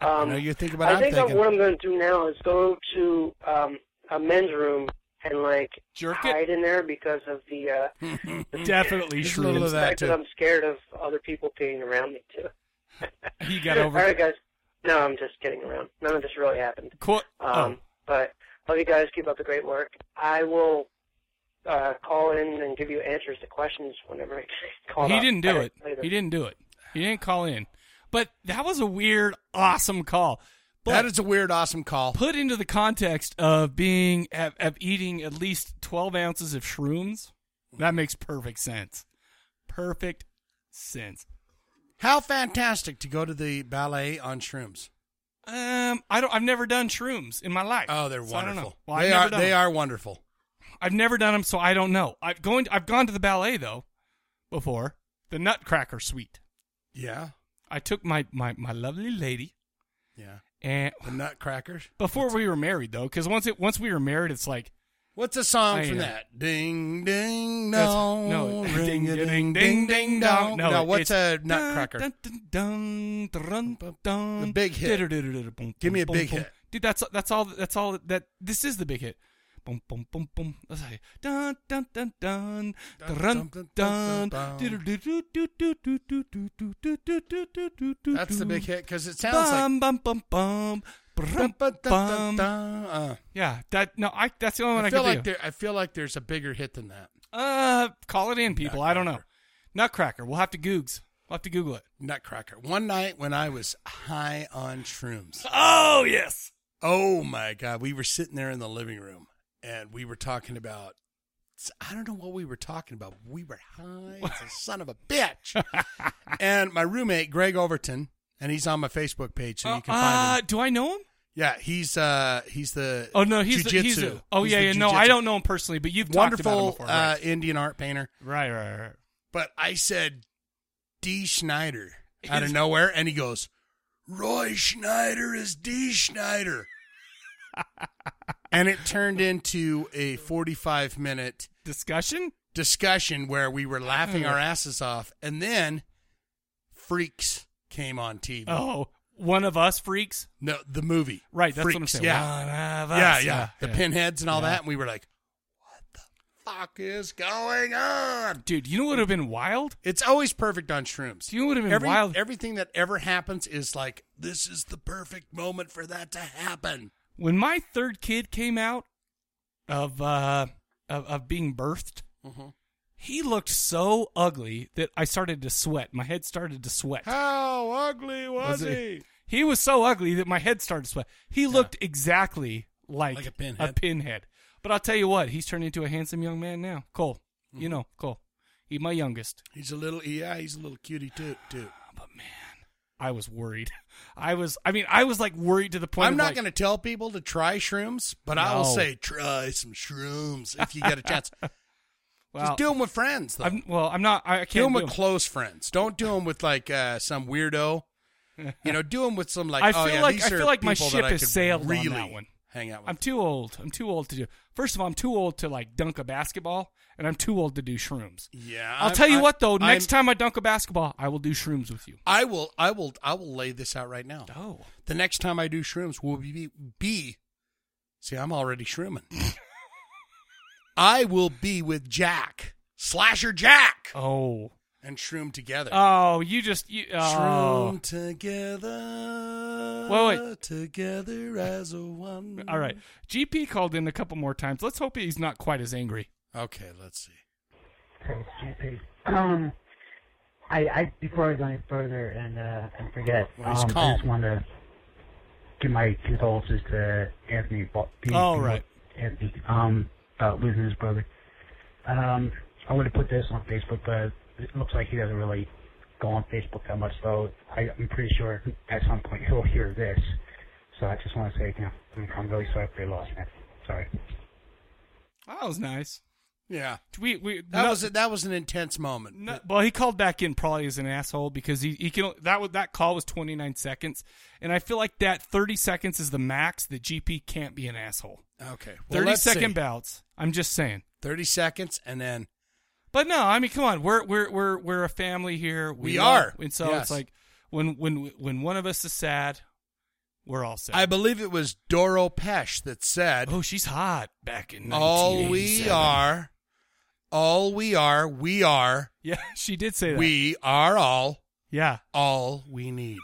S3: um,
S2: know you think about
S3: I
S2: I'm
S3: think
S2: thinking.
S3: what I'm going to do now is go to um, a men's room and like
S1: Jerk it.
S3: hide in there because of the uh,
S1: Definitely
S2: Just a little
S1: shrooms.
S2: of that
S3: fact that
S2: too.
S3: I'm scared of other people being around me too.
S1: He got
S3: All
S1: over.
S3: right, guys. No, I'm just kidding around. None of this really happened.
S1: Qu- oh,
S3: Um, But love you guys. Keep up the great work. I will uh, call in and give you answers to questions whenever [LAUGHS] I call.
S1: he
S3: up.
S1: didn't do
S3: Later-
S1: it.
S3: later.
S1: He didn't do it. He didn't call in. But that was a weird, awesome call. But
S2: That is a weird, awesome call.
S1: put into the context of being of, of eating at least 12 ounces of shrooms that makes perfect sense perfect sense
S2: How fantastic to go to the ballet on shrooms.
S1: um i don't i've never done shrooms in my life
S2: Oh, they're
S1: so I don't know.
S2: wonderful.
S1: Well, I've
S2: they
S1: never
S2: are.
S1: done
S2: They
S1: them.
S2: are wonderful.
S1: i've never done them so i don't know i've going i've gone to the ballet though before the nutcracker suite
S2: Yeah,
S1: i took my my, my lovely lady
S2: yeah.
S1: and
S2: The Nutcrackers.
S1: [SIGHS] before we were married though because once it once we were married it's like
S2: What's a song
S1: I
S2: from
S1: know.
S2: that? Ding ding
S1: That's-
S2: dong.
S1: no,
S2: ring
S1: ding,
S2: a
S1: ding, ding, ding, dong.
S2: No,
S1: No,
S2: what's a
S1: it's-
S2: nutcracker?
S1: Dun, dun, dun, dun, dun.
S2: The big hit.
S1: Ditter-ditter-ditter-boom,
S2: Give me a
S1: boom,
S2: big
S1: boom.
S2: hit.
S1: dude. That's that's all. That's all. That this is the big hit. Boom, boom, boom, boom. Let's say dun, dun, dun, dun, dun,
S2: dun, dun,
S1: dun,
S2: dun.
S1: ditter-ditter-ditter-ditter-ditter-ditter-ditter-ditter-ditter-ditter-ditter-ditter.
S2: That's the big hit because it sounds like.
S1: Bum, bum, bum, bum, brum,
S2: Dun, dun, dun,
S1: bum.
S2: dun. Uh,
S1: Yeah, that no, I. That's the only one
S2: I
S1: I
S2: feel
S1: can
S2: like
S1: do.
S2: there. I feel like there's a bigger hit than that.
S1: Uh, call it in, people. I don't know. Nutcracker. We'll have to googs. We'll have to Google it.
S2: Nutcracker. One night when I was high on shrooms.
S1: Oh yes.
S2: Oh my god, we were sitting there in the living room and we were talking about I don't know what we were talking about. We were high as
S1: [LAUGHS]
S2: a son of a bitch. and my roommate Greg Overton, and he's on my Facebook page, so you can
S1: uh,
S2: find him.
S1: do I know him?
S2: Yeah, he's uh he's the
S1: Oh no, he's the, he's
S2: jujitsu.
S1: the, oh
S2: He's
S1: yeah,
S2: the
S1: yeah no,
S2: jujitsu.
S1: I don't know him personally, but you've
S2: wonderful
S1: talked about him before.
S2: uh, Indian art painter.
S1: right. right, right, right.
S2: But I said D
S1: [LAUGHS]
S2: Schneider out of
S1: Is-
S2: nowhere, and he goes, Roy Schneider is D
S1: [LAUGHS]
S2: Schneider. and it turned into a 45 minute
S1: Discussion.
S2: discussion where we were laughing our asses off. And then Freaks came on TV.
S1: Oh, one of us freaks.
S2: No, the movie.
S1: Right, that's what I'm
S2: Freaks,
S1: saying.
S2: Yeah.
S1: One of us.
S2: Yeah, yeah. The
S1: yeah.
S2: pinheads and all
S1: Yeah.
S2: that. And we were like, what the fuck is going on?
S1: Dude, you know what would have been wild?
S2: It's always perfect on shrooms.
S1: Do you know what would have been
S2: Every,
S1: wild?
S2: Everything that ever happens is like this is the perfect moment for that to happen.
S1: when my third kid came out of uh of, of being birthed
S2: Mm-hmm.
S1: he looked so ugly that i started to sweat my head started to sweat
S2: How ugly was,
S1: Was
S2: he?
S1: it- he was so ugly that my head started to sweat he looked exactly like,
S2: Like a pinhead.
S1: pinhead. but i'll tell you what he's turned into a handsome young man now cole
S2: Mm-hmm.
S1: you know cole he's my youngest
S2: He's a little yeah, he's a little cutie toot toot.
S1: i was worried [LAUGHS] i was i mean i was like worried to the point
S2: I'm
S1: of,
S2: not
S1: like,
S2: going to tell people to try shrooms, but I will
S1: No.
S2: say try some shrooms if you get a chance.
S1: [LAUGHS] well,
S2: Just do them with friends though.
S1: I'm, well i'm not i, I
S2: do
S1: can't
S2: them
S1: do
S2: with
S1: 'em.
S2: close friends. Don't do them with like uh, some weirdo. You know, do them with some like.
S1: I
S2: oh,
S1: feel
S2: yeah,
S1: like-
S2: these
S1: I
S2: are
S1: feel like my
S2: people that
S1: ship
S2: I
S1: has
S2: could
S1: sailed on
S2: really
S1: that one.
S2: Hang out with.
S1: I'm too old. I'm too old to do. First of all, I'm too old to like dunk a basketball, and I'm too old to do shrooms.
S2: yeah,
S1: I'll
S2: I'm-
S1: tell you
S2: I'm-
S1: what, though.
S2: I'm-
S1: next time I dunk a basketball, I will do shrooms with you.
S2: I will, I will, I will lay this out right now.
S1: Oh,
S2: The next time I do shrooms will be, be see, I'm already
S1: [LAUGHS]
S2: shrooming. I will be with Jack, Slasher Jack,
S1: oh,
S2: and shroom together.
S1: oh! You just you. Oh.
S2: Shroom together.
S1: Wait, wait.
S2: Together as a one.
S1: All right. GP called in a couple more times. Let's hope he's not quite as angry.
S2: Okay, let's see.
S4: Thanks, JP. Um, I, I before I go any further and uh, and forget,
S2: Well, he's
S4: um,
S2: calm.
S4: I just want to give my condolences to Anthony. Bo- P-
S1: All right.
S4: Anthony, um, about losing his brother. Um, I would have put this on Facebook, but it looks like he doesn't really go on Facebook that much. So I, I'm pretty sure at some point he'll hear this. So I just want to say, you know, I'm, I'm really sorry for your loss, man. Sorry.
S1: That was nice.
S2: Yeah,
S1: We we
S2: that
S1: no-
S2: was a, that was an intense moment.
S1: No, well, he called back in probably as an asshole because he, he can that was that call was 29 seconds, and I feel like that 30 seconds is the max that GP can't be an asshole.
S2: Okay, well,
S1: 30
S2: let's see.
S1: second bouts. I'm just saying.
S2: Thirty seconds, and then
S1: But no, I mean, come on, we're we're we're we're a family here.
S2: We
S1: love-
S2: are.
S1: and so
S2: Yes.
S1: it's like when when when one of us is sad, we're all sad.
S2: I believe it was Doro Pesh that said,
S1: oh, she's hot back in
S2: all Oh, we
S1: 1987.
S2: are all we are we are
S1: Yeah, [LAUGHS] she did say that.
S2: we are all
S1: yeah.
S2: all we need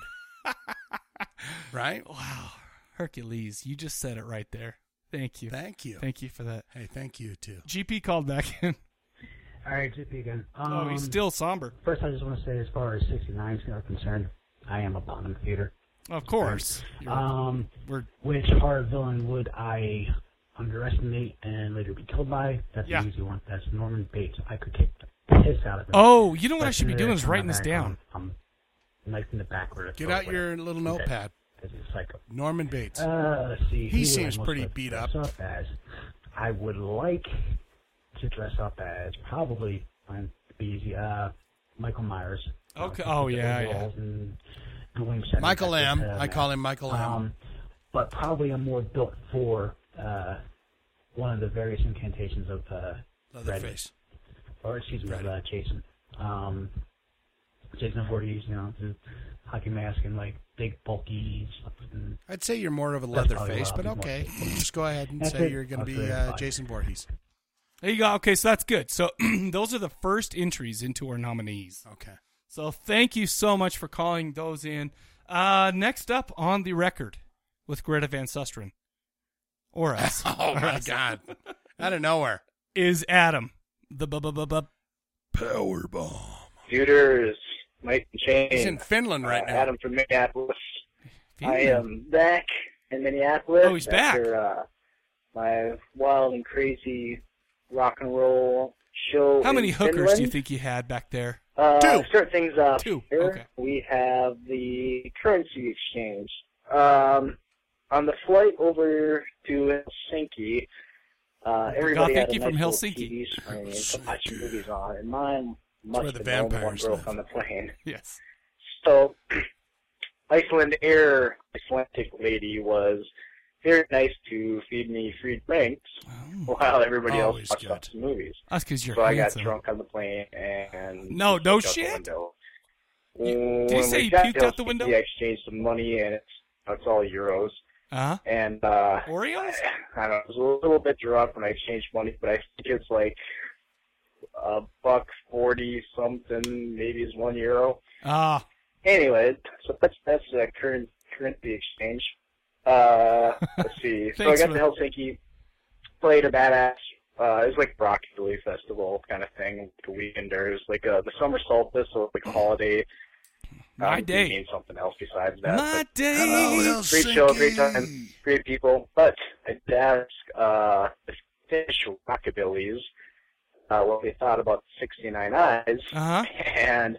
S2: right
S1: Wow, Hercules, you just said it right there. Thank you.
S2: thank you
S1: Thank you for that.
S2: hey thank you too
S1: GP called back in. [LAUGHS]
S4: All right, JP again. Um,
S1: Oh, he's still somber.
S4: First, I just want to say, as far as 69 are concerned, I am a Bonham Theater.
S1: Of course.
S4: Um,
S1: We're
S4: which horror villain would I underestimate and later be killed by? That's
S1: Yeah.
S4: an easy one. That's Norman Bates. I could kick the piss out of him.
S1: Oh, you know what I
S4: But
S1: should be
S4: as
S1: doing
S4: soon
S1: is
S4: as I
S1: writing
S4: come
S1: this
S4: back,
S1: down.
S4: I'm, I'm knifed in the back or
S2: get out your little notepad
S4: Because he's a psycho.
S2: norman bates
S4: Uh, let's see.
S2: He
S4: who would I
S2: seems
S4: most
S2: pretty
S4: like to
S2: beat
S4: dress
S2: up.
S4: as? I would like to dress up as probably um, it'd be easy, uh, Michael Myers. Uh,
S1: Okay. Oh yeah, yeah.
S2: michael lamb i call him michael lamb
S4: Um, but probably I'm more built for uh, one of the various incantations of uh, Freddy.
S2: Leatherface.
S4: or excuse me,
S2: Right.
S4: uh, Jason. Um, Jason Voorhees, you know, the hockey mask and like big bulky stuff. And
S2: I'd say you're more of a
S4: That's probably
S2: Leatherface,
S4: why
S2: but
S4: I'm more-
S2: okay. Just go ahead and
S4: That's
S2: say
S4: it.
S2: you're going to
S4: That's
S2: be
S4: it.
S2: uh,
S4: Fine.
S2: Jason Voorhees.
S1: There you go. Okay, so that's good. So [CLEARS THROAT] those are the first entries into our nominees.
S2: Okay.
S1: So thank you so much for calling those in. Uh, next up on the record with Greta Van Susteren,
S2: [LAUGHS]
S1: or us,
S2: Oh my God! [LAUGHS] Out of nowhere.
S1: is Adam the bu- bu- bu- bu-
S2: Power bomb.
S5: Computers, Mike and Shane.
S2: He's in Finland right
S5: Uh,
S2: now.
S5: Adam from Minneapolis. I
S1: Finland.
S5: am back in Minneapolis.
S1: Oh, he's back.
S5: after, Uh, my wild and crazy rock and roll show.
S1: How
S5: in
S1: many hookers do you
S5: Finland.
S1: think you had back there?
S5: Uh,
S2: Two.
S5: to Start things off.
S1: Two,
S5: Here
S1: okay.
S5: We have the currency exchange. Um, on the flight over to Helsinki, uh, everybody
S1: God,
S5: had
S1: thank
S5: a
S1: you
S5: nice
S1: from
S5: little
S1: Helsinki.
S5: TV screen to watch movies on, and mine must
S2: where
S5: have
S2: the
S5: been the only one
S2: vampires
S5: broke
S2: live.
S5: on the plane.
S1: Yes.
S5: So, [CLEARS THROAT] Iceland Air Icelandic lady was very nice to feed me free drinks while everybody
S2: Always
S5: else watched
S2: good.
S5: lots of movies.
S1: That's because you're
S5: so I got
S1: handsome.
S5: drunk on the plane and
S1: No,
S5: puked
S1: no
S5: out the
S1: shit?
S5: window.
S1: You- did you
S5: When
S1: say
S5: we
S1: you
S5: got
S1: puked
S5: to
S1: out the
S5: Helsinki,
S1: window?
S5: I exchanged some money and it's, it's all euros.
S1: Uh-huh.
S5: And uh, [LAUGHS]
S1: Oreos?
S5: [SIGHS] I don't know, I was a little bit drunk when I exchanged money, but I think it's like a buck forty something, maybe it's one euro.
S1: Ah,
S5: Anyway, so that's that's the current currency exchange.
S1: [LAUGHS]
S5: Uh, let's see. so I
S1: Thanks
S5: got to
S1: for-
S5: Helsinki, played a badass. Uh, it was like rock Rockably Festival kind of thing, the weekenders, like uh, the summer solstice, so it's like a holiday.
S1: my
S5: um,
S1: day.
S5: Means something else besides that. but-
S1: My
S2: Hello,
S1: day.
S2: Helsinki.
S5: great show, great time, great people. But I did ask uh, the Finnish rockabillys uh, what they thought about 69 Eyes,
S1: Uh-huh.
S5: and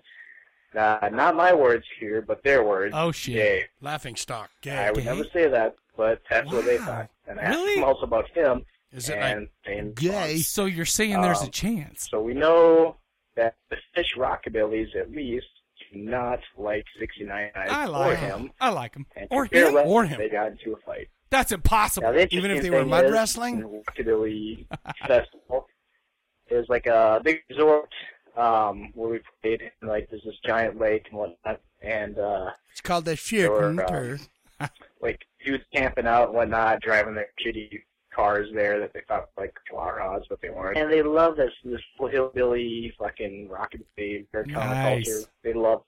S5: uh, not my words here, but their words.
S1: Oh, shit.
S5: Gay.
S2: Laughing stock.
S5: I
S2: Gay.
S5: would
S1: Gay?
S5: never say that, but that's what they
S1: Wow.
S5: thought. And I asked
S1: Really?
S5: them also about him,
S2: Is it like
S5: and they
S2: gay?
S1: So you're saying there's a
S5: Um,
S1: chance.
S5: So we know that the Finnish rockabillys, at least, do not like 69 Eyes
S1: I
S5: or
S1: like
S5: him.
S1: him. I like him.
S5: And
S1: Or
S5: to their
S1: him.
S5: left,
S2: or him.
S5: They got into a fight.
S1: That's
S5: Now,
S1: impossible.
S5: the
S2: Even if
S5: interesting
S2: they were
S5: thing
S2: mud
S5: is,
S2: wrestling?
S5: in Rockabilly Festival is like a big resort um, where we played. And, like there's this giant lake and whatnot, and uh,
S2: It's called the
S5: Or,
S2: shooting
S5: uh,
S2: tour.
S5: like dudes camping out and whatnot, driving their shitty cars there that they thought were, like Claras, but they weren't. And they love this this hillbilly fucking rockabilly their kind
S1: Nice.
S5: of culture. They love.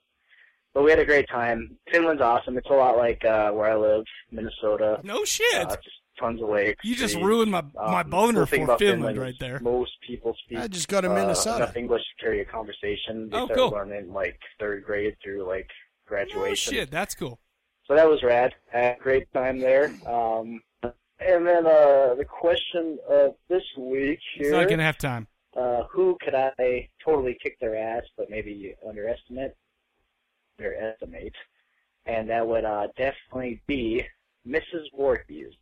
S5: But we had a great time. Finland's awesome. It's a lot like uh, where I live, Minnesota.
S1: No shit.
S5: Uh, just tons of lakes.
S1: you just
S5: trees.
S1: ruined my,
S5: Um,
S1: my boner
S5: the thing
S1: for
S5: about
S1: Finland
S5: is
S1: right there.
S5: Most people speak.
S2: I just go to
S5: uh,
S2: Minnesota.
S5: enough English to carry a conversation. They
S1: Oh,
S5: start
S1: cool.
S5: learning like third grade through like
S1: Oh,
S5: graduation.
S1: shit. That's cool.
S5: So that was rad. I had a great time there. Um, and then uh, the question of this week
S1: He's
S5: here:
S1: not going to have time.
S5: uh, Who could I totally kick their ass, but maybe underestimate? Underestimate, and that would uh, definitely be Mrs. Voorhees.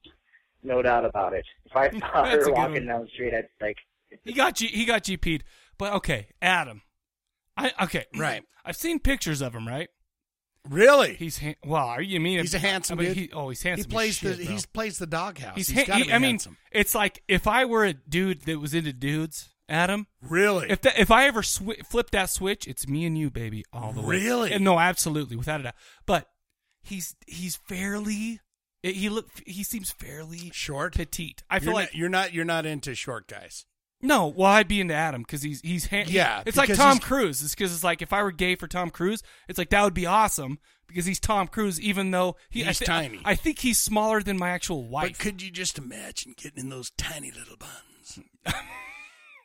S5: No doubt about it.
S1: [LAUGHS]
S5: If I saw
S1: That's a
S5: her
S1: good
S5: walking
S1: one.
S5: down the street, I'd be like,
S1: He got G- he got GP'd. But okay, Adam. I okay.
S2: [CLEARS THROAT] Right.
S1: I've seen pictures of him, right?
S2: Really?
S1: He's ha- well, are you mean
S2: He's a handsome
S1: I mean,
S2: dude.
S1: He, oh, he's handsome.
S2: he
S1: as
S2: plays
S1: shit,
S2: the
S1: bro.
S2: he plays the doghouse.
S1: he's
S2: he's
S1: ha-
S2: got to
S1: he-
S2: be
S1: I mean,
S2: handsome.
S1: it's like if I were a dude that was into dudes, Adam.
S2: Really?
S1: If that if I ever swi flip that switch, it's me and you, baby, all the way.
S2: Really?
S1: And no, absolutely, without a doubt. But he's he's fairly he look he seems fairly
S2: short.
S1: petite. I feel
S2: you're
S1: like
S2: not, you're not you're not into short guys.
S1: No, well, I'd be into Adam because he's he's ha-
S2: Yeah,
S1: It's like
S2: because
S1: Tom
S2: he's-
S1: Cruise. It's because it's like if I were gay for Tom Cruise, it's like that would be awesome because he's Tom Cruise. Even though he, I
S2: He's
S1: thi-
S2: tiny.
S1: I think he's smaller than my actual wife.
S2: But could you just imagine getting in those tiny little
S1: [LAUGHS]
S2: buns?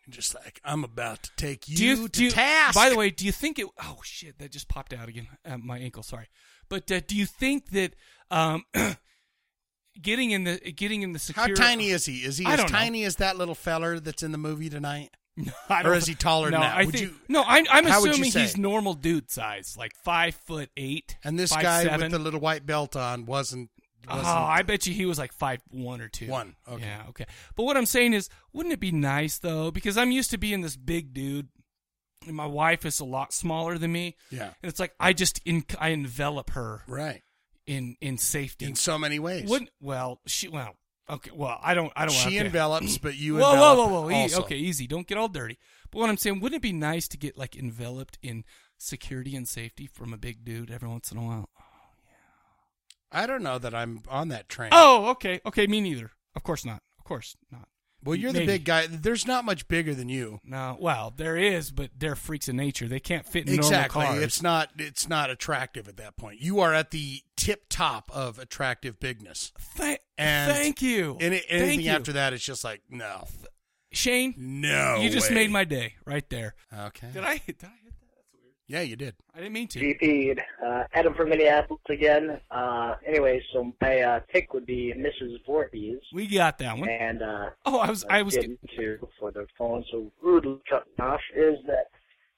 S2: just like I'm about to take you,
S1: do you,
S2: to
S1: do you,
S2: task.
S1: By the way, do you think it? Oh shit, that just popped out again. Uh, my ankle, sorry. But uh, do you think that um, [CLEARS THROAT] getting in the getting in the
S2: how
S1: security?
S2: tiny
S1: [LAUGHS]
S2: is he? Is he
S1: I
S2: as
S1: don't know.
S2: tiny as that little feller that's in the movie tonight?
S1: I
S2: Or
S1: don't-
S2: is he taller
S1: no,
S2: than that?
S1: I
S2: Would
S1: think,
S2: you-
S1: no, I'm, I'm
S2: how would you
S1: assuming he's
S2: say?
S1: normal dude size, like five foot eight.
S2: And this
S1: five
S2: guy
S1: seven.
S2: with the little white belt on wasn't.
S1: Oh,
S2: wasn't
S1: I bet you he was like five one or two.
S2: One, okay.
S1: Yeah, okay. But what I'm saying is, wouldn't it be nice though? Because I'm used to being this big dude, and my wife is a lot smaller than me.
S2: Yeah.
S1: And it's like I just in, I envelop her
S2: Right.
S1: in in safety.
S2: In so many ways.
S1: Wouldn't well she well Okay, well, I don't. I don't.
S2: She
S1: have to-
S2: envelops, but you
S1: Whoa, whoa,
S2: envelop
S1: whoa, whoa! E-
S2: also.
S1: okay, easy. Don't get all dirty. But what I'm saying, wouldn't it be nice to get like enveloped in security and safety from a big dude every once in a while? Oh,
S2: I don't know that I'm on that train.
S1: Oh, okay, okay. Me neither. Of course not. Of course not.
S2: well, you're the
S1: Maybe.
S2: big guy. There's not much bigger than you.
S1: No, well, there is, but they're freaks of nature. They can't fit in
S2: exactly.
S1: normal cars.
S2: It's not. It's not attractive at that point. You are at the tip top of attractive bigness.
S1: Th-
S2: and
S1: thank you.
S2: Any,
S1: Thank
S2: anything
S1: you.
S2: after that, it's just like no,
S1: Shane,
S2: no.
S1: you just
S2: way.
S1: made my day right there.
S2: Okay.
S1: Did I? Did I hit that?
S2: Yeah, you did.
S1: I didn't mean to.
S5: GP, uh, Adam from Minneapolis again. Uh, anyway, so my uh, pick would be Mrs. Voorhees,
S1: We got that one.
S5: and uh,
S1: Oh, I was. I was.
S5: getting to before the phone so rudely cut me off is that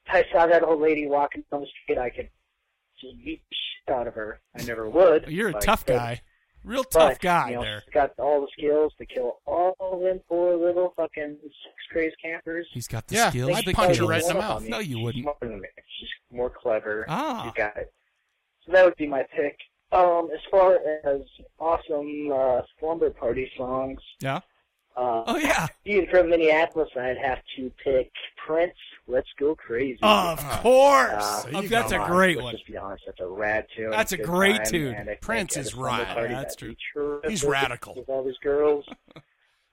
S5: I saw that old lady walking down the street. I could just beat the shit out of her. I never would.
S1: Oh, You're a
S5: but I
S1: tough
S5: could.
S1: guy. Real
S5: But,
S1: tough guy
S5: you know,
S1: there.
S5: she's Got all the skills to kill all of them poor little fucking six crazy campers.
S1: He's got the
S2: Yeah,
S1: skills.
S2: I'd
S1: the
S2: punch her
S1: kills.
S2: right in the
S5: One
S2: mouth.
S5: of them.
S1: No, you
S5: She's
S1: wouldn't.
S5: smarter than me. She's more clever.
S1: Ah.
S5: You got it. So that would be my pick. Um, as far as awesome uh, slumber party songs,
S1: Yeah.
S5: uh,
S1: Oh
S5: [LAUGHS]
S1: yeah.
S5: being from Minneapolis, I'd have to pick Prince. Let's go crazy.
S1: Of
S2: Ah.
S5: uh,
S1: course.
S2: There
S1: Of-
S2: you
S1: that's
S2: go.
S1: Oh, a great
S5: Let's
S1: one.
S5: just be honest, that's a rad tune.
S1: That's a
S5: Good
S1: great
S5: time,
S1: tune.
S5: and I think
S2: Prince
S5: at a
S2: is
S5: slumber
S2: rad.
S5: party,
S1: Yeah, that's
S5: that'd be
S2: He's
S5: terrific
S2: radical.
S5: With all these girls,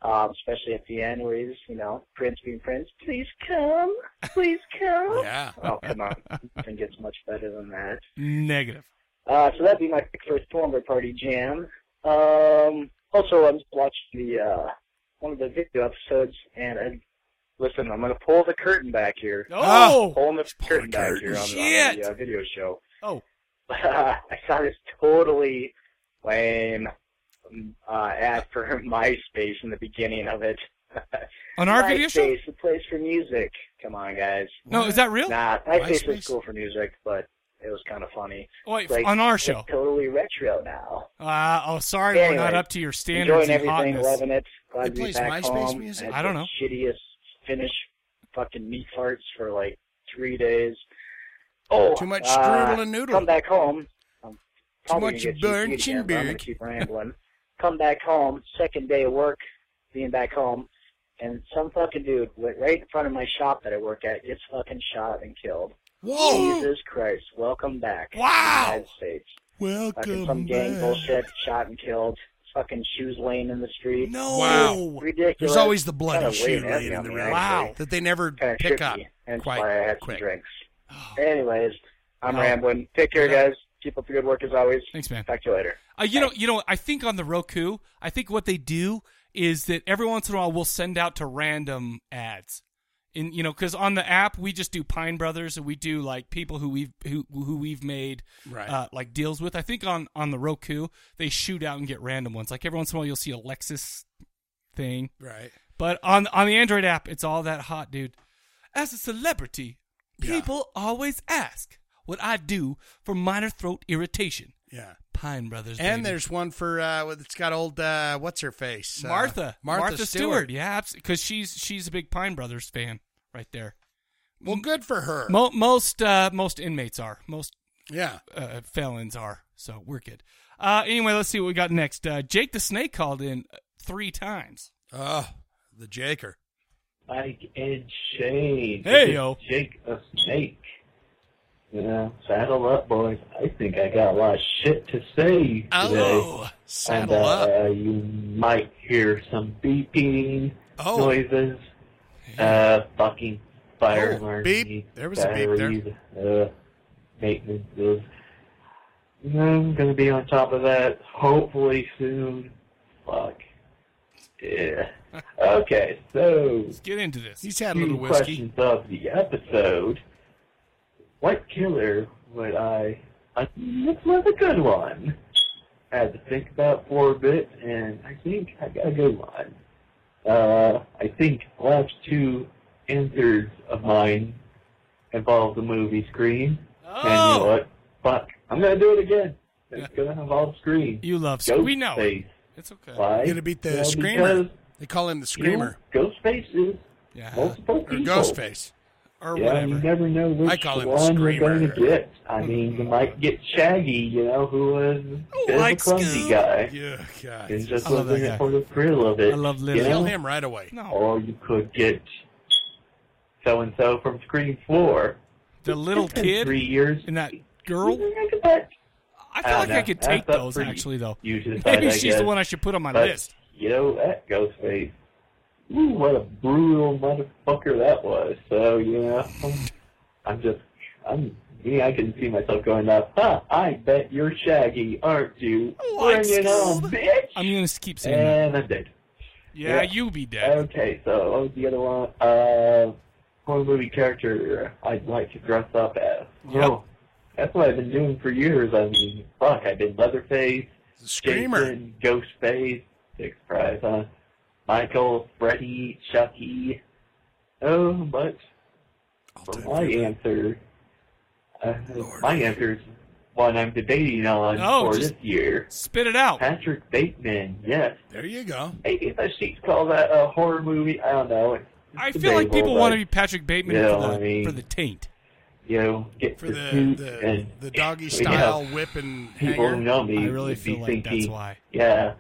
S5: um, especially at the end where he's, you know, Prince being Prince. Please come, please come.
S2: Yeah.
S5: Oh,
S1: [LAUGHS]
S5: come on. Nothing gets much better than that.
S1: Negative.
S5: Uh, so that'd be my pick for a slumber party jam. Um, also, I just watched the uh, one of the video episodes, and I, listen, I'm gonna pull the curtain back here.
S1: Oh.
S5: Pulling the
S2: pull the
S5: curtain back
S2: curtain.
S5: here on, on
S1: Shit.
S5: the uh, video show.
S1: Oh.
S5: [LAUGHS] I saw this totally lame um, uh, ad for [LAUGHS] MySpace in the beginning of it. [LAUGHS]
S1: On our
S5: MySpace,
S1: video show?
S5: the place for music. Come on, guys.
S1: No, is that real?
S5: Nah, MySpace
S2: MySpace?
S5: was cool for music, but it was kind of funny.
S1: Wait,
S5: Like,
S1: on our
S5: it's
S1: show.
S5: Totally retro now.
S1: Uh, oh, sorry, we're
S5: Anyway,
S1: not up to your standards
S5: Enjoying
S1: and
S5: everything,
S1: hotness.
S5: loving it. Glad
S2: It
S5: to be
S2: plays
S5: back
S2: MySpace
S5: home.
S2: music?
S5: Had
S1: I don't
S5: the
S1: know.
S5: Shittiest Finnish fucking meat farts for like three days. Oh,
S2: Too much
S5: uh,
S2: strudel and noodle.
S5: Come back home. I'm probably
S2: much
S5: gonna get you beat again, but I'm gonna
S2: Birchenberg.
S5: keep rambling. come back home. Second day of work, being back home, and some fucking dude went right in front of my shop that I work at. Gets fucking shot and killed.
S2: Whoa.
S5: Jesus Christ! Welcome back. to the
S2: Wow.
S5: United States. Fucking some
S2: Welcome
S5: gang
S2: back.
S5: bullshit, shot and killed. Fucking shoes laying in the street.
S1: No.
S2: Wow.
S5: Ridiculous.
S2: There's always the
S5: Kinda
S2: bloody shoe
S5: weird,
S2: laying in
S5: hasn't
S2: the
S5: it,
S2: road.
S1: Wow.
S2: That they never
S5: Kinda
S2: pick
S5: trippy,
S2: up
S5: And
S2: quite
S5: why I had
S2: quick.
S5: some drinks. Anyways, I'm
S1: Oh. No.
S5: rambling. Take care, guys. Keep up the good work as always.
S1: Thanks, man.
S5: Talk to you later.
S1: Uh, you know, you know. I think on the Roku, I think what they do is that every once in a while we'll send out to random ads, in you know, because on the app we just do Pine Brothers and we do like people who we've who who we've made
S2: Right.
S1: uh, like deals with. I think on on the Roku they shoot out and get random ones. Like every once in a while you'll see a Lexus thing,
S2: Right.
S1: but on on the Android app it's all that hot dude. As a celebrity,
S2: Yeah.
S1: people always ask what I do for minor throat irritation.
S2: Yeah.
S1: Pine Brothers,
S2: And
S1: baby.
S2: there's one for uh, with- it's got old uh, what's her face Uh,
S1: Martha.
S2: Martha,
S1: Stewart. Yeah, because she's she's a big Pine Brothers fan right there.
S2: Well, good for her.
S1: Mo- most uh, most inmates are. Most
S2: yeah.
S1: uh, felons are. So we're good. Uh, anyway, let's see what we got next. Uh, Jake the Snake called in uh, three times.
S2: Oh, the Jaker.
S6: Mike and
S1: Hey,
S6: Shane. This is
S1: yo.
S6: Jake the Snake. Yeah, saddle up, boys. I think I got a lot of shit to say today.
S2: Oh, saddle
S6: and, uh,
S2: up.
S6: You might hear some beeping
S2: Oh.
S6: noises. Uh, fucking fire
S2: Oh,
S6: alarm.
S2: beep. There was a beep there.
S6: there. Uh, maintenance is. I'm gonna be on top of that hopefully soon. Fuck.
S2: [LAUGHS]
S6: Yeah. Okay, so
S1: Let's get into this.
S2: He's had a
S6: two
S2: little whiskey.
S6: questions of the episode. What killer would I? I this was a good one. I had to think about for a bit, and I think I got a good one. Uh, I think last two answers of mine involved the movie Scream. And you know
S1: Oh!
S6: what? Fuck. I'm gonna do it again. It's gonna involve Scream.
S1: You love. We know it.
S6: Ghostface.
S1: It's okay.
S6: Why?
S2: You're gonna beat the
S6: Well,
S2: screamer.
S6: because,
S2: They call him the
S6: you know,
S2: Screamer
S6: Ghostface is
S1: Yeah.
S6: multiple
S2: or
S6: people.
S2: Ghostface.
S1: or
S6: yeah,
S1: whatever.
S6: you never know which
S2: I call him the
S6: one you're
S2: screamer.
S6: going to get. I mean, you might get Shaggy, you know, who was a bit of a
S1: like
S6: clumsy
S1: Scoob.
S6: guy
S2: Yeah, God.
S6: and just
S1: I love
S6: was in
S1: that guy.
S6: it for the thrill of it.
S1: I love
S6: you
S1: Lily.
S2: Kill
S6: know?
S2: him right away.
S1: No,
S6: Or you could get so and so from Scream Floor.
S1: the little
S6: It's been
S1: kid
S6: Three years.
S1: and that
S6: You
S1: girl.
S6: think I could bet?
S1: I feel
S6: don't
S1: like
S6: know.
S1: I could take
S6: Uh, That's up
S1: those
S6: for you.
S1: actually, though.
S6: You decide,
S1: [LAUGHS] Maybe
S6: I
S1: she's
S6: guess.
S1: the one I should put on my
S6: But,
S1: list.
S6: You know, that Ghostface. Ooh, what a brutal motherfucker that was. So, you know, I'm just, I'm, me, I can see myself going up, huh, I bet you're Shaggy, aren't you?
S1: Like
S6: Bring it on,
S1: Scoob.
S6: bitch!
S1: I'm gonna keep saying that.
S6: And I'm dead.
S1: Yeah,
S6: yeah.
S1: you be dead.
S6: Okay, so what was the other one? Uh, horror movie character I'd like to dress up as.
S1: Yep.
S6: Oh, that's what I've been doing for years. I mean, fuck, I've been Leatherface,
S2: Screamer.
S6: Jason, Ghostface, Six Prize, huh? uh, Michael, Freddy, Chucky. Oh, but for my answer, uh, my answer's one I'm debating on
S1: Oh,
S6: for
S1: just-
S6: this year.
S1: Spit it out.
S6: Patrick Bateman, yes.
S2: There you go.
S6: Maybe the sheets call that a horror movie. I don't know. It's
S1: I feel like
S6: debatable,
S1: people
S6: but,
S1: want to be Patrick Bateman
S6: Yeah,
S1: for the
S6: I mean-
S1: for the taint.
S6: you know get
S2: For
S6: the,
S2: the
S6: suit
S2: the,
S6: and
S2: the doggy
S6: yeah,
S2: style whip and
S6: people who
S2: hanger.
S6: know me
S1: I really
S6: would be
S1: feel like that's
S6: thinking,
S1: why.
S6: Yeah,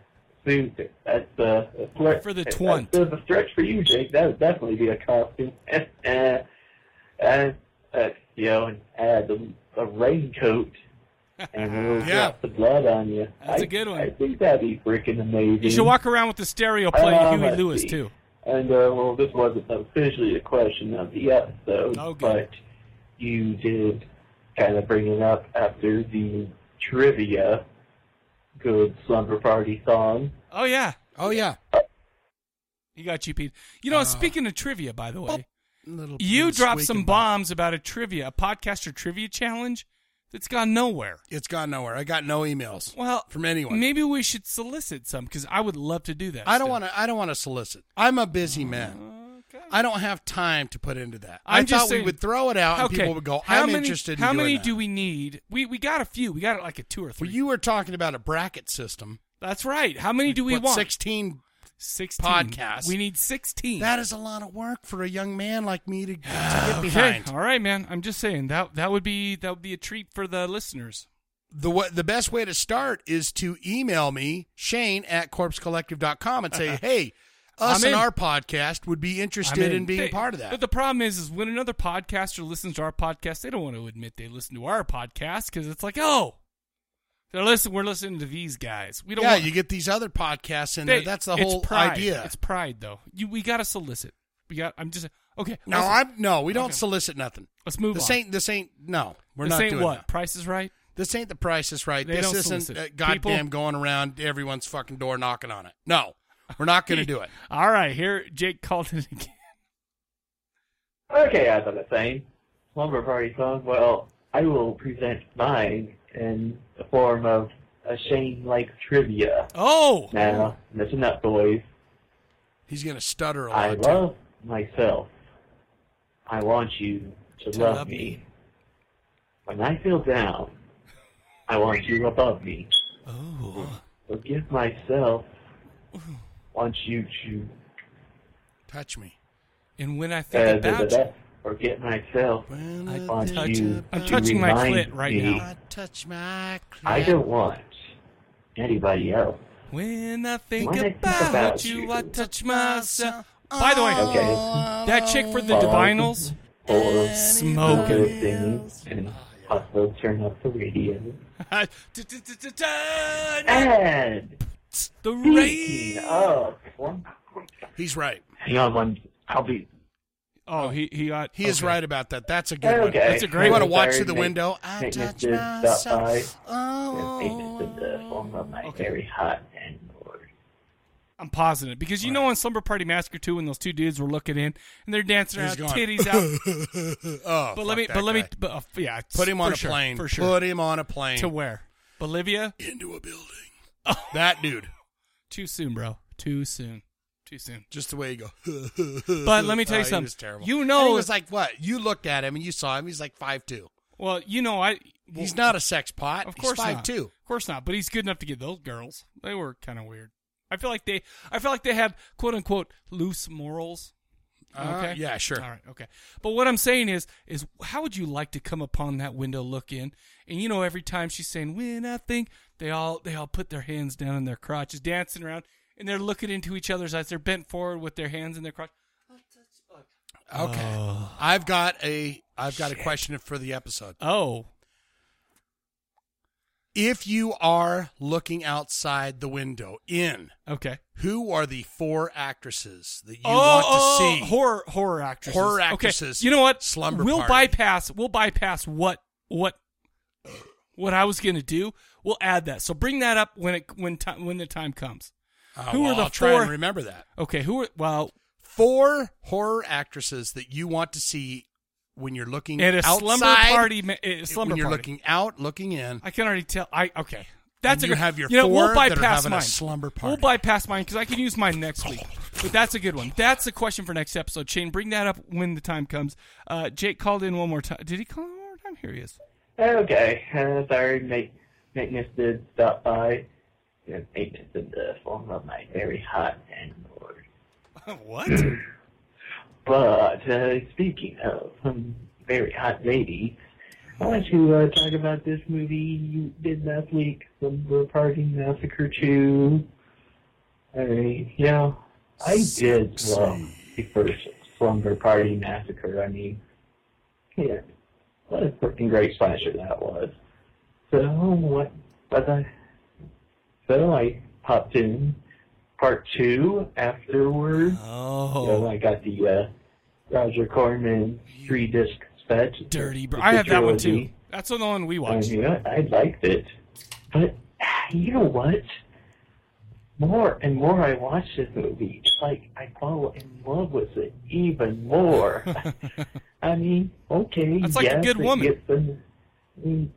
S6: suit. That's the that's what-
S1: For the
S6: that's
S1: twant.
S6: the- the stretch for you, Jake. That would definitely be a costume. [LAUGHS] and uh, uh, you know, and add the a raincoat. And
S1: [LAUGHS]
S6: we'll
S2: Yeah.
S6: drop the blood on you.
S1: That's
S6: I-
S1: a good one.
S6: I think that'd be freaking amazing.
S1: You should walk around with the stereo playing
S6: Uh,
S1: Huey
S6: let's
S1: Lewis
S6: Mm-hmm. see.
S1: too.
S6: And uh, well, this wasn't officially a question of the episode,
S1: Okay.
S6: but you did kind of bring it up after the trivia good slumber party song.
S1: Oh yeah,
S2: Oh yeah.
S1: you got you, Pete. You know,
S6: Oh.
S1: speaking of trivia, by the way,
S2: Little,
S1: you
S2: little
S1: dropped
S2: squeaking
S1: some
S2: box.
S1: bombs about a trivia, a podcaster trivia challenge that's gone nowhere.
S2: It's gone nowhere. I got no emails.
S1: Well,
S2: from anyone.
S1: Maybe we should solicit some because I would love to do that.
S2: I don't want to. I don't want to solicit. I'm a busy man.
S1: to.
S2: I don't have time to put into that. i
S1: I'm
S2: thought
S1: just
S2: we
S1: saying-
S2: would throw it out and
S1: okay.
S2: people would go.
S1: how
S2: I'm
S1: many,
S2: interested. in
S1: How
S2: doing
S1: many
S2: that."
S1: do we need? We we got a few. We got like a two or three.
S2: Well, you were talking about a bracket system.
S1: That's right. How many do we
S2: What,
S1: want?
S2: Sixteen.
S1: sixteen
S2: podcasts.
S1: We need sixteen.
S2: That is a lot of work for a young man like me
S1: [SIGHS]
S2: to, to get
S1: okay.
S2: behind.
S1: All right, man. I'm just saying that that would be that would be a treat for the listeners.
S2: the wa- the best way to start is to email me shane at corpsecollective.com and
S1: [LAUGHS]
S2: say hey us and
S1: I'm in.
S2: our podcast would be interested in, being
S1: they-
S2: part of that
S1: But the problem is, is when another podcaster listens to our podcast, they don't want to admit they listen to our podcast because it's like, oh, they're listen, we're listening to these guys. We don't.
S2: yeah
S1: want,
S2: you get these other podcasts in
S1: they-
S2: there that's the
S1: it's
S2: whole
S1: pride.
S2: idea
S1: It's pride, though. You, we gotta solicit. We got. I'm just okay.
S2: no
S1: let's,
S2: i'm no we don't
S1: Okay.
S2: solicit nothing
S1: let's move
S2: this
S1: on.
S2: ain't this ain't no we're
S1: this
S2: not
S1: ain't
S2: doing
S1: what
S2: that.
S1: Price is Right.
S2: this ain't the price is right
S1: They
S2: this
S1: don't
S2: isn't
S1: solicit.
S2: uh,
S1: People-
S2: goddamn going around everyone's fucking door knocking on it no we're not going to do it
S1: All right, here Jake called it again.
S6: Okay, I thought the same slumber party song. Well, I will present mine in the form of a Shane Lake trivia.
S1: [LAUGHS] Oh,
S6: Now, listen up, boys.
S2: he's going to stutter a lot
S6: I
S2: too.
S6: love myself. I want you to,
S1: To
S6: love,
S1: love
S6: me.
S1: me.
S6: When I feel down, I want you above me.
S1: oh,
S6: Forgive myself. Want you to
S2: touch me
S1: and when I
S6: uh,
S1: think
S6: da- da-
S1: about
S6: da-
S1: you,
S6: forget myself.
S2: When
S1: I
S6: Want
S2: think
S1: touch-
S6: you
S2: about
S1: I'm
S6: to
S1: touching my
S6: remind
S1: clit right
S6: me.
S1: now.
S2: I touch my
S6: I
S2: clit.
S6: don't want anybody else.
S1: when I think
S6: When I think
S1: about,
S6: about
S1: you,
S6: you.
S1: I touch myself. By the way,
S6: Okay.
S1: that chick for the
S2: [LAUGHS]
S6: Or-
S1: Divinals,
S6: Or
S1: smoking.
S6: those things
S1: Ah,
S6: and also turn up the radio.
S1: the
S6: And
S1: rain.
S6: speaking of, one-
S2: He's right.
S6: hang on one. I'll be
S1: Oh, he he got.
S2: He is
S1: okay.
S2: right about that. That's a good
S6: Okay.
S2: one.
S1: That's a great
S2: you want to
S1: one.
S2: watch
S6: Sorry,
S2: through the
S6: Nick-
S2: window? I
S6: Nick
S2: touch
S6: did stop by.
S2: myself. Oh,
S6: in the form of my very hot and Lord.
S1: I'm positive because you know on Slumber Party Massacre two when those two dudes were looking in and they're dancing
S2: he's
S1: around,
S2: gone.
S1: titties
S2: [LAUGHS]
S1: out.
S2: oh,
S1: But let me,
S2: fuck
S1: but
S2: that
S1: let me,
S2: guy.
S1: but, uh, yeah,
S2: put him on
S1: for
S2: a
S1: sure,
S2: plane.
S1: for sure.
S2: Put him on a plane
S1: To where? Bolivia?
S2: into a building.
S1: [LAUGHS]
S2: That dude,
S1: Too soon, bro. Too soon. Too soon.
S2: just the way he go. [LAUGHS]
S1: But let me tell you
S2: Oh, he
S1: something.
S2: was terrible.
S1: You
S2: And
S1: know-
S2: he was like what? You looked at him and you saw him. He's like five two.
S1: Well, you know I.
S2: He's not a sex pot.
S1: Of course
S2: he's five
S1: not.
S2: two.
S1: Of course not. But he's good enough to get those girls. They were kind of weird. I feel like they. I feel like they had quote unquote loose morals.
S2: Uh,
S1: okay.
S2: yeah, sure.
S1: All right. Okay. But what I'm saying is, is how would you like to come upon that window, look in, and you know, every time she's saying "when I think," they all they all put their hands down in their crotches, dancing around, and they're looking into each other's eyes. They're bent forward with their hands in their crotch.
S2: Okay.
S1: Uh,
S2: I've got a I've got a question for the episode.
S1: Oh.
S2: If you are looking outside the window in,
S1: okay,
S2: who are the four actresses that you
S1: Oh,
S2: want
S1: oh,
S2: to see?
S1: horror horror actresses.
S2: Horror
S1: Okay,
S2: actresses.
S1: You know what?
S2: Slumber
S1: We'll
S2: party.
S1: bypass. We'll bypass what what what I was gonna do. We'll add that. So bring that up when it when time when the time comes.
S2: Uh, well, I'll try and remember that.
S1: Okay, who are well
S2: four horror actresses that you want to see when you're looking
S1: At a
S2: outside,
S1: slumber party ma- at a slumber
S2: when you're
S1: party.
S2: looking out, looking in.
S1: I can already tell. I okay.
S2: And
S1: That's a
S2: you
S1: good-
S2: have your
S1: you know,
S2: four
S1: we'll
S2: that are
S1: bypass
S2: having a
S1: mine.
S2: slumber
S1: We'll
S2: party.
S1: bypass mine because I can use mine next week. But that's a good one. That's the question for next episode. Shane, bring that up when the time comes. Uh, Jake called in one more time. Did he call in one more time? Here he is.
S6: Okay, uh, sorry, mate. Maintenance did stop by. Yeah, Maintenance did the form of my very hot landlord.
S1: what?
S6: But uh, speaking of um, very hot lady, I want to uh, talk about this movie you did last week, Slumber Party Massacre 2. I mean, you know, I did love the first Slumber Party Massacre. I mean, yeah, what a freaking great slasher that was. So what? But I, so I popped in part two afterwards.
S1: Oh,
S6: you know, I got the uh, Roger Corman three disc set.
S1: Dirty bro.
S6: It's
S1: I
S6: a
S1: have that one
S6: trilogy.
S1: too. That's the one we
S6: I
S1: watched.
S6: mean, I, I liked it, but ah, you know what? More and more I watch this movie, it's like I fall in love with it
S1: [LAUGHS]
S6: even more. I mean, okay,
S1: That's like a
S6: yes,
S1: good
S6: it
S1: woman.
S6: Gets in, I mean,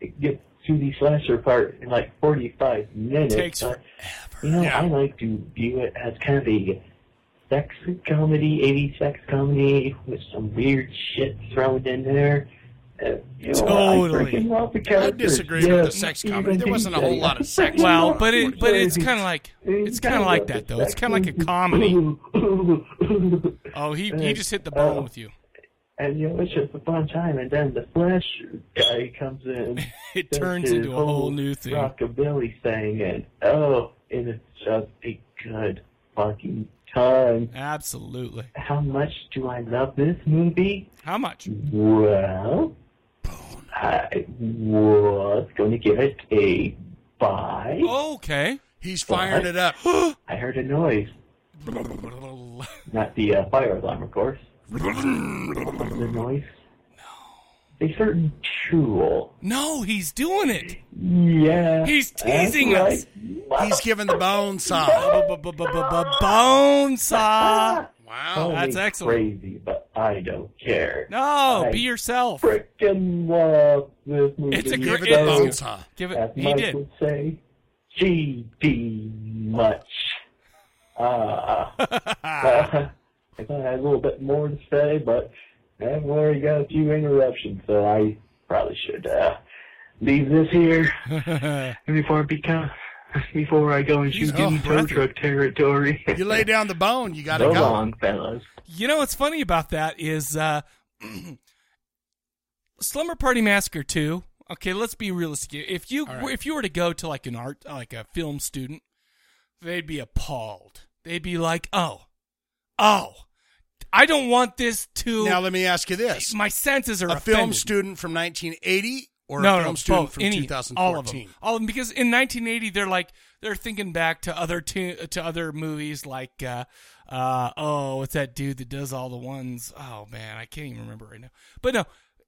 S6: it gets to the slasher part in like forty-five minutes.
S1: Takes
S6: but, You know,
S2: Yeah.
S6: I like to view it as kind of a sex comedy, 80s sex comedy with some weird shit thrown in there. Uh, you know,
S1: Totally.
S6: I freaking love the characters.
S2: disagree with the sex comedy.
S6: even
S2: There wasn't a whole
S6: today.
S2: lot of sex
S1: Well, but it but it's kind of like it's kind of like that though. It's kind of like a comedy. Oh, he he just hit the bone with you.
S6: And you know, it's just a fun time. And then the flash guy
S1: [LAUGHS]
S6: comes in.
S1: It
S6: does
S1: turns
S6: his
S1: into a whole new thing.
S6: Rockabilly thing, and oh, and it's just a good fucking time.
S1: Absolutely.
S6: How much do I love this movie?
S1: How much?
S6: Mm. Well, I was going to give it a five.
S1: Oh. Okay.
S2: He's firing
S6: What?
S2: it
S1: [GASPS]
S2: up.
S6: I heard a noise. Not the uh, fire alarm, of course. the noise. No. A certain tool.
S1: No, he's doing it.
S6: Yeah.
S1: He's teasing
S6: that's right.
S2: He's giving the bone saw.
S1: Bone saw.
S2: Wow.
S6: Call me
S1: Oh, That's excellent.
S6: Crazy, but I don't care.
S1: No,
S6: I
S1: be yourself.
S6: Freaking love this movie.
S1: It's a
S2: Give
S1: great-
S2: it the
S6: so,
S2: bone saw.
S1: Give
S6: As
S1: it. He
S6: Mike
S1: did.
S6: would say, GD much. Ah. [LAUGHS] Uh, I thought I had a little bit more to say, but I've already got a few interruptions, so I probably should uh, leave this here
S1: [LAUGHS]
S6: before it become before I go into
S2: all
S6: Jimmy Tow
S2: breathy.
S6: Truck territory.
S2: You lay
S6: [LAUGHS]
S2: down the bone, you got to
S6: so
S2: go.
S6: long, fellas.
S1: You know what's funny about that is uh [CLEARS THROAT] Slumber Party Massacre 2. Okay, let's be realistic. If you
S2: All right.
S1: if you were to go to like an art like a film student, they'd be appalled. They'd be like, "Oh. Oh. I don't want this to
S2: Now let me ask you this:
S1: my senses are
S2: a film
S1: offended.
S2: student from 1980 or
S1: no,
S2: a
S1: no,
S2: film student
S1: both,
S2: from
S1: any,
S2: 2014?
S1: All of them. All of them. Because in 1980, they're like they're thinking back to other tu- to other movies like uh, uh, oh, what's that dude that does all the ones? Oh man, I can't even remember right now. But no,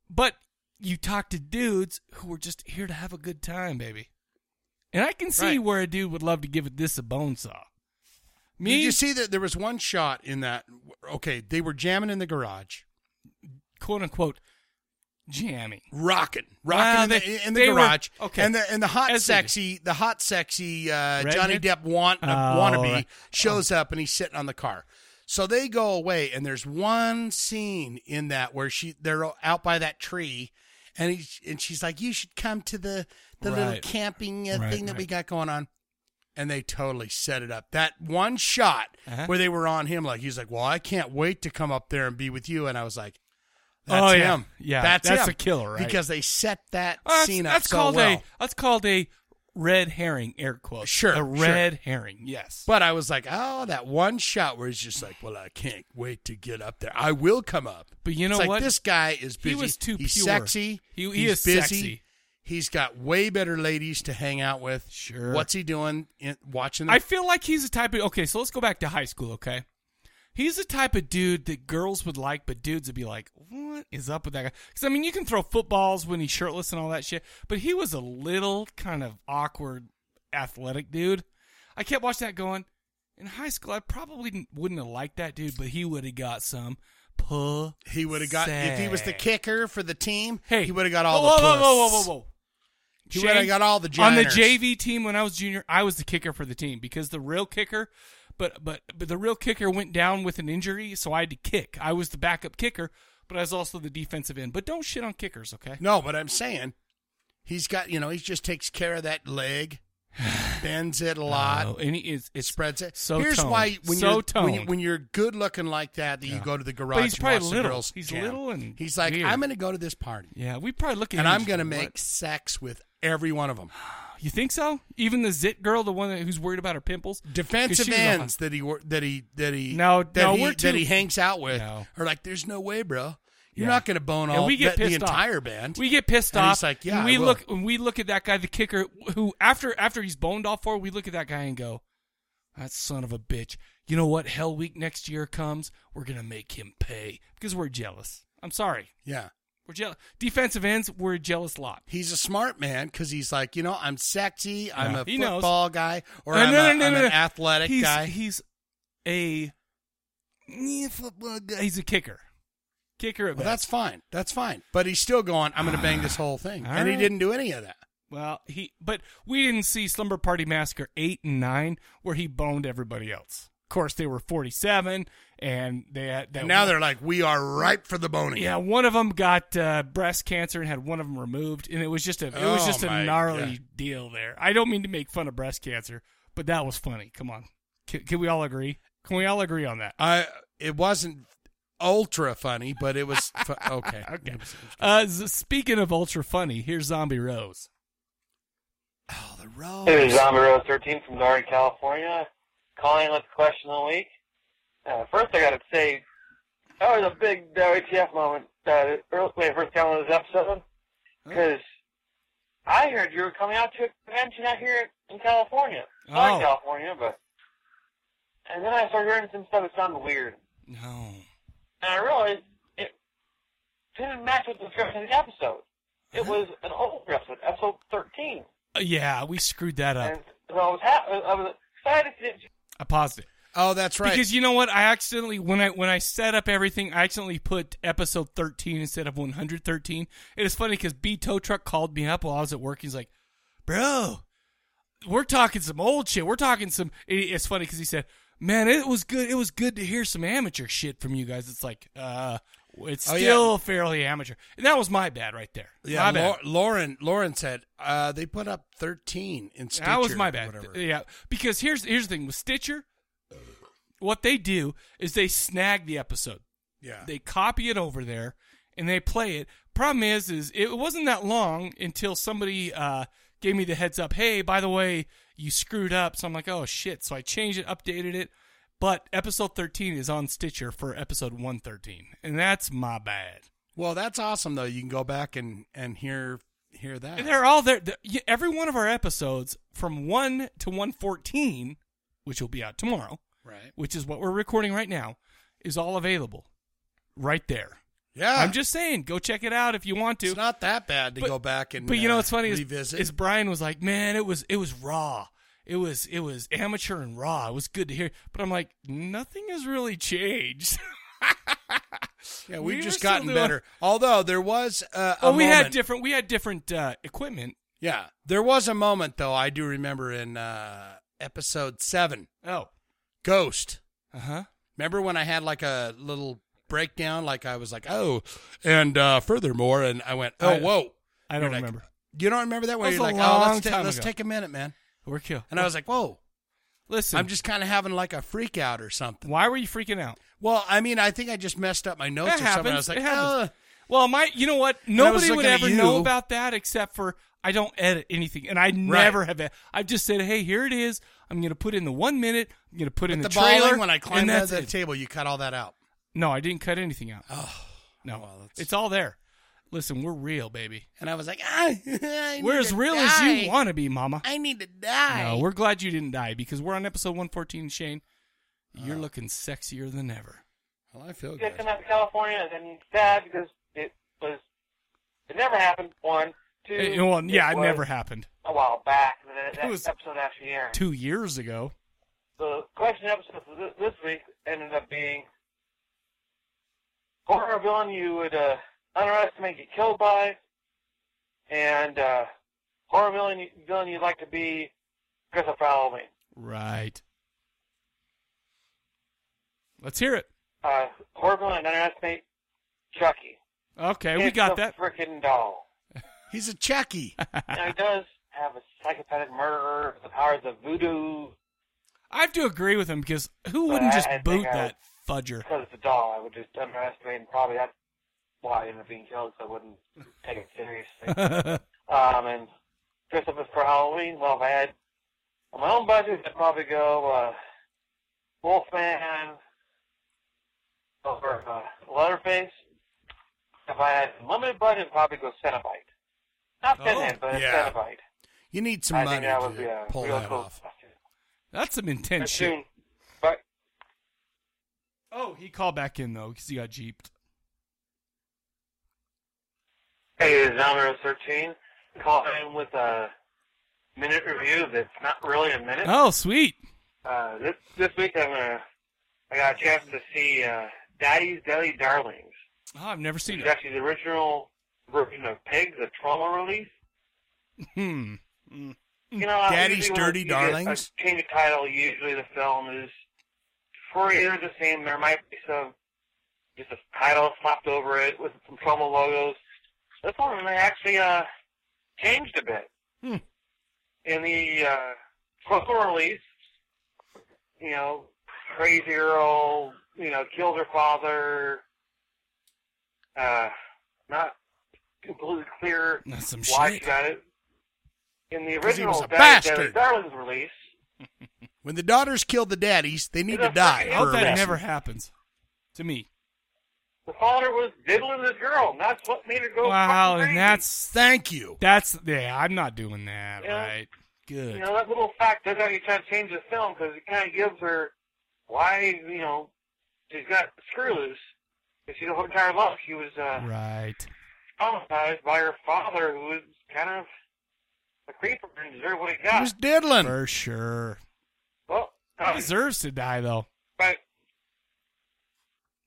S1: but you talk to dudes who were just here to have a good time, baby. And I can see
S2: Right.
S1: where a dude would love to give it this a bone saw. Me,
S2: Did you see that there was one shot in that? Okay, they were jamming in the garage,
S1: quote unquote, jamming.
S2: rocking, rocking
S1: Wow,
S2: in the,
S1: Ah, they-
S2: in the
S1: they were-
S2: garage.
S1: okay.
S2: and the and the hot
S1: As they do.
S2: sexy, the hot sexy uh,
S1: Redhead?
S2: Johnny Depp want uh,
S1: Oh,
S2: wannabe
S1: right. Oh.
S2: shows up and he's sitting on the car. So they go away, and there's one scene in that where she they're out by that tree, and he and she's like, "You should come to the the little
S1: Right.
S2: camping uh,
S1: Right,
S2: thing that we
S1: right.
S2: got going on." and they totally set it up. That one shot
S1: Uh-huh.
S2: where they were on him, like he's like, "Well, I can't wait to come up there and be with you," and I was like, "That's
S1: Oh, yeah.
S2: him,
S1: Yeah,
S2: that's
S1: that's
S2: him.
S1: a killer, right?
S2: Because they set that
S1: Oh, that's,
S2: scene up
S1: that's
S2: so
S1: called
S2: well.
S1: a that's called a red herring, air quotes.
S2: Sure,
S1: a
S2: sure.
S1: red herring. Yes.
S2: But I was like, oh, that one shot where he's just like, well, I can't wait to get up there. I will come up.
S1: But you
S2: It's
S1: know
S2: like,
S1: what?
S2: This guy is
S1: He
S2: busy.
S1: was too
S2: he's
S1: pure.
S2: sexy.
S1: He- he
S2: he's
S1: is
S2: busy.
S1: sexy.
S2: He's got way better ladies to hang out with. Sure. What's he doing? In, watching. The,
S1: I feel like he's the type of okay. So let's go back to high school. Okay, he's the type of dude that girls would like, but dudes would be like, "What is up with that guy?" Because I mean, you can throw footballs when he's shirtless and all that shit, but he was a little kind of awkward, athletic dude. I kept watching that going. In high school, I probably didn't- wouldn't have liked that dude, but he would have got some pussy.
S2: He would have got if he was the kicker for the team.
S1: Hey,
S2: he would have got all
S1: whoa,
S2: the.
S1: whoa, whoa,
S2: puss.
S1: whoa, whoa, whoa.
S2: He would have
S1: Shane,
S2: got all the.
S1: on the
S2: Jiners.
S1: JV team when I was junior. I was the kicker for the team because the real kicker, but but but the real kicker went down with an injury, so I had to kick. I was the backup kicker, but I was also the defensive end. But don't shit on kickers, okay?
S2: No, but I'm saying he's got, you know, he just takes care of that leg, [SIGHS] bends it a lot,
S1: and he is it
S2: spreads it.
S1: so
S2: Here's
S1: toned.
S2: why when
S1: So
S2: you're when, you,
S1: toned.
S2: when you're good looking like that, that you
S1: Yeah.
S2: go to the
S1: But
S2: garage.
S1: he's
S2: and
S1: probably
S2: watch the
S1: little.
S2: girls
S1: He's
S2: jam.
S1: little and
S2: he's like,
S1: weird.
S2: I'm going to go to this party,
S1: Yeah, we probably look at
S2: and
S1: him
S2: I'm
S1: just
S2: going to
S1: go,
S2: make sex with every one of them.
S1: "What?" You think so? Even the zit girl, the one that- who's worried about her pimples, 'Cause
S2: Defensive
S1: she was a-
S2: ends that he wor- that he that he
S1: No,
S2: that
S1: no,
S2: he,
S1: we're
S2: that
S1: too-
S2: he hangs out with
S1: No.
S2: are like, there's no way, bro. You're
S1: Yeah.
S2: not going to bone
S1: And
S2: all
S1: we get
S2: the, the
S1: pissed off.
S2: entire band.
S1: We get pissed
S2: And
S1: off.
S2: he's like, yeah,
S1: and
S2: I
S1: we
S2: will.
S1: look when we look at that guy, the kicker, who after after he's boned all four, we look at that guy and go, "That son of a bitch." You know what? Hell Week next year comes. We're gonna make him pay because we're jealous. I'm sorry,
S2: Yeah.
S1: we're jealous. Defensive ends, we're a jealous lot.
S2: He's a smart man because he's like, you know, I'm sexy. I'm
S1: Yeah.
S2: a
S1: He knows.
S2: football guy, or
S1: Uh,
S2: I'm,
S1: no,
S2: a-
S1: no, no,
S2: I'm
S1: no,
S2: an
S1: no.
S2: athletic
S1: he's,
S2: guy.
S1: He's a eh, football guy. He's a kicker. Kicker at
S2: well,
S1: best.
S2: that's fine. That's fine. But he's still going. I'm going to bang this whole thing,
S1: All
S2: and he
S1: right.
S2: didn't do any of that.
S1: Well, he but we didn't see Slumber Party Massacre eight and nine where he boned everybody else. Of course, they were forty seven, and they had that
S2: And now they're like, we are ripe for the boning.
S1: yeah. One of them got uh, breast cancer and had one of them removed, and it was just a it was
S2: Oh,
S1: just a
S2: my-
S1: gnarly
S2: yeah.
S1: deal there. I don't mean to make fun of breast cancer, but that was funny. Come on, can, can we all agree? Can we all agree on that?
S2: I. It wasn't ultra funny, but it was
S1: [LAUGHS]
S2: fu- okay. okay.
S1: Uh, s- speaking of ultra funny, here's Zombie Rose.
S2: Oh, the road.
S5: Hey, Zombie Rose 13 from Northern California. Calling with the question of the week. Uh, first, I gotta say, that was a big WTF moment uh, early, when I first downloaded this episode. Because I heard you were coming out to a convention out here in California. Northern
S1: Oh.
S5: California, but. And then I started hearing some stuff that sounded weird.
S1: No,
S5: And I realized it didn't match with the description of the episode. It was an old episode, episode 13.
S1: Uh, yeah, we screwed that up.
S5: And so I was, ha- I was excited to
S1: I paused it.
S2: Oh, that's right.
S1: Because you know what? I accidentally when I when I set up everything, I accidentally put episode thirteen instead of one hundred thirteen. It is funny because B Tow Truck called me up while I was at work. He's like, "Bro, we're talking some old shit. We're talking some." it- It's funny because he said, "Man, it was good. It was good to hear some amateur shit from you guys." It's like, uh, it's
S2: Oh, yeah.
S1: still fairly amateur, and that was my bad right there.
S2: yeah,
S1: my bad.
S2: Lau- Lauren. Lauren said uh, they put up 13 in Stitcher.
S1: That was my
S2: or
S1: bad.
S2: Whatever.
S1: Yeah, because here's here's the thing with Stitcher, what they do is they snag the episode.
S2: Yeah.
S1: They copy it over there and they play it. Problem is, is it wasn't that long until somebody uh, gave me the heads up. Hey, by the way, you screwed up. So I'm like, oh shit. So I changed it, updated it. But episode 13 is on Stitcher for episode 113, and that's my bad.
S2: Well, that's awesome though. You can go back and and hear hear that.
S1: And they're all there. The- y- Every one of our episodes from 1 to 114, which will be out tomorrow,
S2: right.
S1: which is what we're recording right now, is all available right there.
S2: Yeah.
S1: I'm just saying, go check it out if you want to.
S2: It's not that bad to go back and
S1: but you know
S2: uh,
S1: what's funny is,
S2: revisit.
S1: is Brian was like, "Man, it was it was raw. It was it was amateur and raw. It was good to hear." But I'm like, nothing has really changed. [LAUGHS]
S2: yeah, we've
S1: we were
S2: just
S1: still
S2: gotten
S1: doing-
S2: better. Although there was uh, a
S1: well, we had
S2: moment-
S1: different we had different uh, equipment.
S2: yeah, there was a moment though I do remember in uh, episode seven,
S1: Oh,
S2: Ghost.
S1: uh huh.
S2: Remember when I had like a little breakdown, like I was like, oh, and uh, furthermore, and I went, oh,
S1: I-
S2: whoa,
S1: I don't
S2: You're like-
S1: remember.
S2: you don't remember that? Where
S1: That
S2: you're
S1: was
S2: like,
S1: a
S2: oh,
S1: long
S2: let's, ta-
S1: time
S2: let's
S1: ago.
S2: take a minute, man.
S1: We're killed.
S2: And I was like, whoa,
S1: Listen.
S2: I'm just kind of having like a freak out or something.
S1: Why were you freaking out?
S2: Well, I mean, I think I just messed up my notes or
S1: It
S2: something. I
S1: happens.
S2: was like,
S1: It happens.
S2: "Oh."
S1: Well, my, you know what?
S2: And I was
S1: Nobody would
S2: looking at
S1: ever know
S2: you.
S1: about that except for I don't edit anything, and I never have. ed- I've just said, "Hey, here it is. I'm going to put in the one minute. I'm going to put in
S2: the,
S1: the,
S2: balling
S1: trailer."
S2: when I
S1: and
S2: climbed out
S1: that's
S2: of the
S1: it.
S2: table, you cut all that out.
S1: No, I didn't cut anything out.
S2: Oh,
S1: no, it's all there. Listen, we're real, baby.
S2: And I was like, ah, [LAUGHS] I
S1: We're
S2: need
S1: as
S2: to
S1: real as
S2: die.
S1: you want to be, Mama.
S2: I need to die.
S1: No, we're glad you didn't die because we're on episode 114, Shane.
S2: Oh.
S1: You're looking sexier than ever.
S2: Well, I feel
S7: Good come out to California and then sad because it was it never happened. One, two.
S1: Eh, well, yeah, it
S7: was
S1: never happened.
S7: A while back, the- that,
S1: It was
S7: episode after year.
S1: Two years ago.
S7: The question episode for thi- this week ended up being horror villain you would uh, underestimate, get killed by, and uh, horror villain you- villain you'd like to be because of Halloween.
S1: Right. Let's hear it.
S7: Uh, horror villain I'd underestimate Chucky.
S1: Okay, we
S7: It's a
S1: got that.
S7: Freaking doll.
S2: He's a
S1: [LAUGHS]
S2: Chucky.
S7: now he does have a psychopathic murderer, the powers of voodoo.
S1: I have to agree with him because who
S7: But
S1: wouldn't
S7: I-
S1: just
S7: I think
S1: boot
S7: I
S1: that fudger?
S7: Because it's a doll, I would just underestimate, and probably that's why I ended up being killed, because I wouldn't take it
S2: [LAUGHS]
S7: seriously. um, and dress up as for Halloween, well, if I had on my own budget, I'd probably go uh, Wolfman over uh, Leatherface. If I had limited budget, I'd probably go Cenobite. Not
S1: Oh,
S7: Pinhead, but
S2: yeah.
S7: a Cenobite.
S2: You need some
S7: I think
S2: money
S7: that would
S2: to
S7: be a
S2: pull
S7: real
S2: that
S7: cool
S2: off.
S1: That's some intense shit.
S7: Soon. But
S1: Oh, he called back in though because he got jeeped.
S7: Hey, it's Domino 13. Call in with a minute review that's not really a minute.
S1: Oh, sweet.
S7: Uh, this this week I'm gonna I got a chance to see uh, Daddy's Deli Darlings.
S1: Oh, I've never seen
S7: It's
S1: it.
S7: actually the original version of Pig, the trauma release.
S1: Hmm.
S7: You know,
S2: Daddy's
S7: usually when
S2: Dirty
S7: you get a
S2: Darlings?
S7: Change of title. Usually the film is for either the same. There might be some just a title slapped over it with some promo logos. This one they actually uh, changed a bit.
S1: Hmm.
S7: In the uh, promo release, you know, crazy girl, you know, killed her father. Uh, not completely clear
S1: That's some
S7: why
S1: shit.
S7: she got it. In the
S2: 'Cause he was
S7: original
S2: a
S7: Daddy Daddy
S2: bastard.
S7: Darlings release,
S2: When the daughters kill the daddies, they need
S7: It's
S2: to
S7: a
S2: die.
S7: freaking
S1: I hope
S2: for a
S1: that
S2: reason.
S1: never happens to me.
S7: the father was diddling this girl, and that's what made her go
S1: Wow,
S7: fucking crazy.
S1: and that's
S2: Thank you.
S1: that's yeah. I'm not doing that.
S7: Yeah.
S1: Right.
S7: you
S1: Good.
S7: know that little fact. That's how you try to change the film because it kind of gives her why you know she's got screw loose. Because she the whole entire life she was uh,
S1: Right.
S7: traumatized by her father, who was kind of a creeper and deserved what he
S2: He
S7: got.
S2: was diddling.
S1: For sure.
S7: well,
S1: He
S7: um,
S1: deserves to die though.
S7: but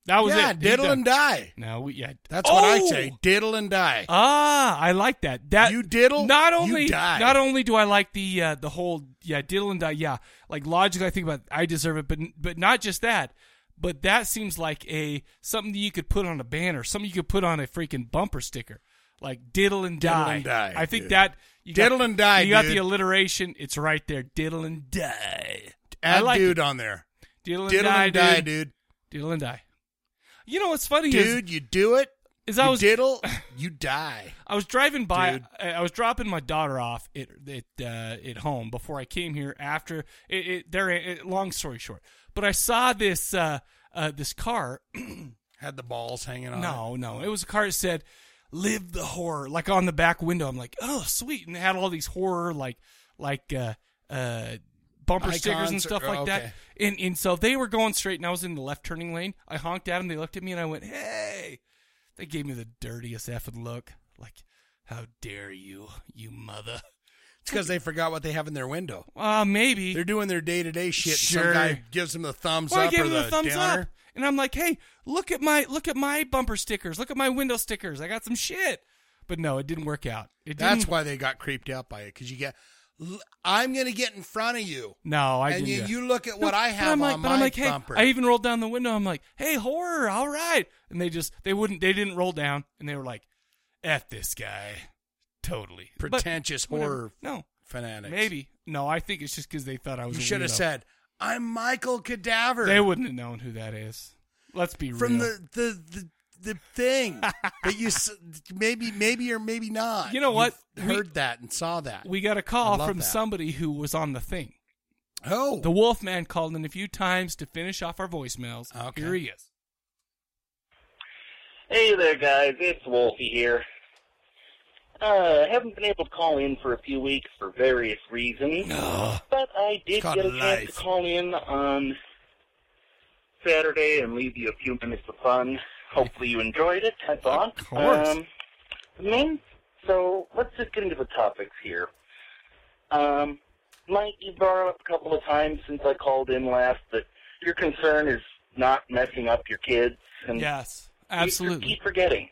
S1: That was
S2: yeah,
S1: it. He
S2: diddle
S1: done.
S2: and die.
S1: No, we, yeah.
S2: That's what I
S1: Oh!
S2: say. Diddle and die.
S1: Ah, I like that. That
S2: You diddle,
S1: Not
S2: you
S1: only
S2: die.
S1: not only do I like the uh, the whole yeah diddle and die yeah like logically I think about I deserve it but but not just that but that seems like a something that you could put on a banner something you could put on a freaking bumper sticker like diddle and
S2: Diddle
S1: die
S2: and die,
S1: I think
S2: dude.
S1: that you got-
S2: Diddle and die,
S1: you got
S2: dude.
S1: the alliteration it's right there diddle and die I
S2: Add
S1: like
S2: dude on there.
S1: it. diddle and
S2: Diddle
S1: die
S2: and die,
S1: dude.
S2: dude.
S1: diddle and die you know what's funny is
S2: Dude, you do it.
S1: is I
S2: You
S1: was
S2: diddle, you die.
S1: I was driving by.
S2: Dude.
S1: I, I was dropping my daughter off at at, uh, at home before I came here. After it, it there. It, long story short, but I saw this uh, uh, this car. [CLEARS THROAT]
S2: Had the balls hanging on. it.
S1: No, no, it was a car that said "Live the horror" like on the back window. I'm like, oh, sweet, and it had all these horror like like uh, uh, bumper stickers and
S2: Icons or-
S1: stuff like
S2: oh,
S1: that.
S2: okay.
S1: And and so they were going straight, and I was in the left turning lane. I honked at them. They looked at me, and I went, hey. They gave me the dirtiest effing look. Like, how dare you, you mother? [LAUGHS]
S2: It's because they forgot what they have in their window.
S1: Uh, maybe.
S2: They're doing their day to day shit.
S1: Sure.
S2: Some guy gives them the thumbs
S1: Well, I
S2: up
S1: gave
S2: or
S1: him
S2: the,
S1: the thumbs
S2: downer.
S1: up, and I'm like, "Hey, look at my look at my bumper stickers, look at my window stickers. I got some shit." But no, it didn't work out. It
S2: That's
S1: didn't-
S2: why they got creeped out by it because you get. "L- I'm gonna get in front of you,
S1: No, I
S2: and
S1: didn't.
S2: you,
S1: do that.
S2: you look at what
S1: No,
S2: I
S1: but
S2: have
S1: I'm like,
S2: on
S1: but
S2: my
S1: I'm like, hey,
S2: bumper.
S1: I even rolled down the window. I'm like, "Hey, horror, all right." And they just they wouldn't they didn't roll down, and they were like, "F this guy." Totally But
S2: Pretentious
S1: whatever.
S2: horror
S1: No,
S2: fanatics.
S1: Maybe. No, I think it's just because they thought I was.
S2: You
S1: a
S2: should have
S1: weirdo.
S2: said, "I'm Michael Cadaver."
S1: They wouldn't have known who that is. Let's be
S2: from
S1: real.
S2: the the the. The
S1: [LAUGHS]
S2: thing that you s- maybe maybe or maybe not.
S1: You know what?
S2: You've heard that and saw that.
S1: we got a
S2: I
S1: call
S2: love
S1: from
S2: that.
S1: somebody who was on the thing.
S2: Oh,
S1: the Wolfman called in a few times to finish off our voicemails. Here he is.
S8: Hey there, guys. It's Wolfie here. Uh, haven't been able to call in for a few weeks for various reasons, but I did
S9: It's called
S8: get a chance
S9: life.
S8: to call in on Saturday and leave you a few minutes of fun. Hopefully you enjoyed it, I thought. Of
S9: course.
S8: Um, I mean, so let's just get into the topics here. Um, Mike, you brought up a couple of times since I called in last that your concern is not messing up your kids. And
S1: Yes,
S8: you
S1: absolutely.
S8: keep forgetting.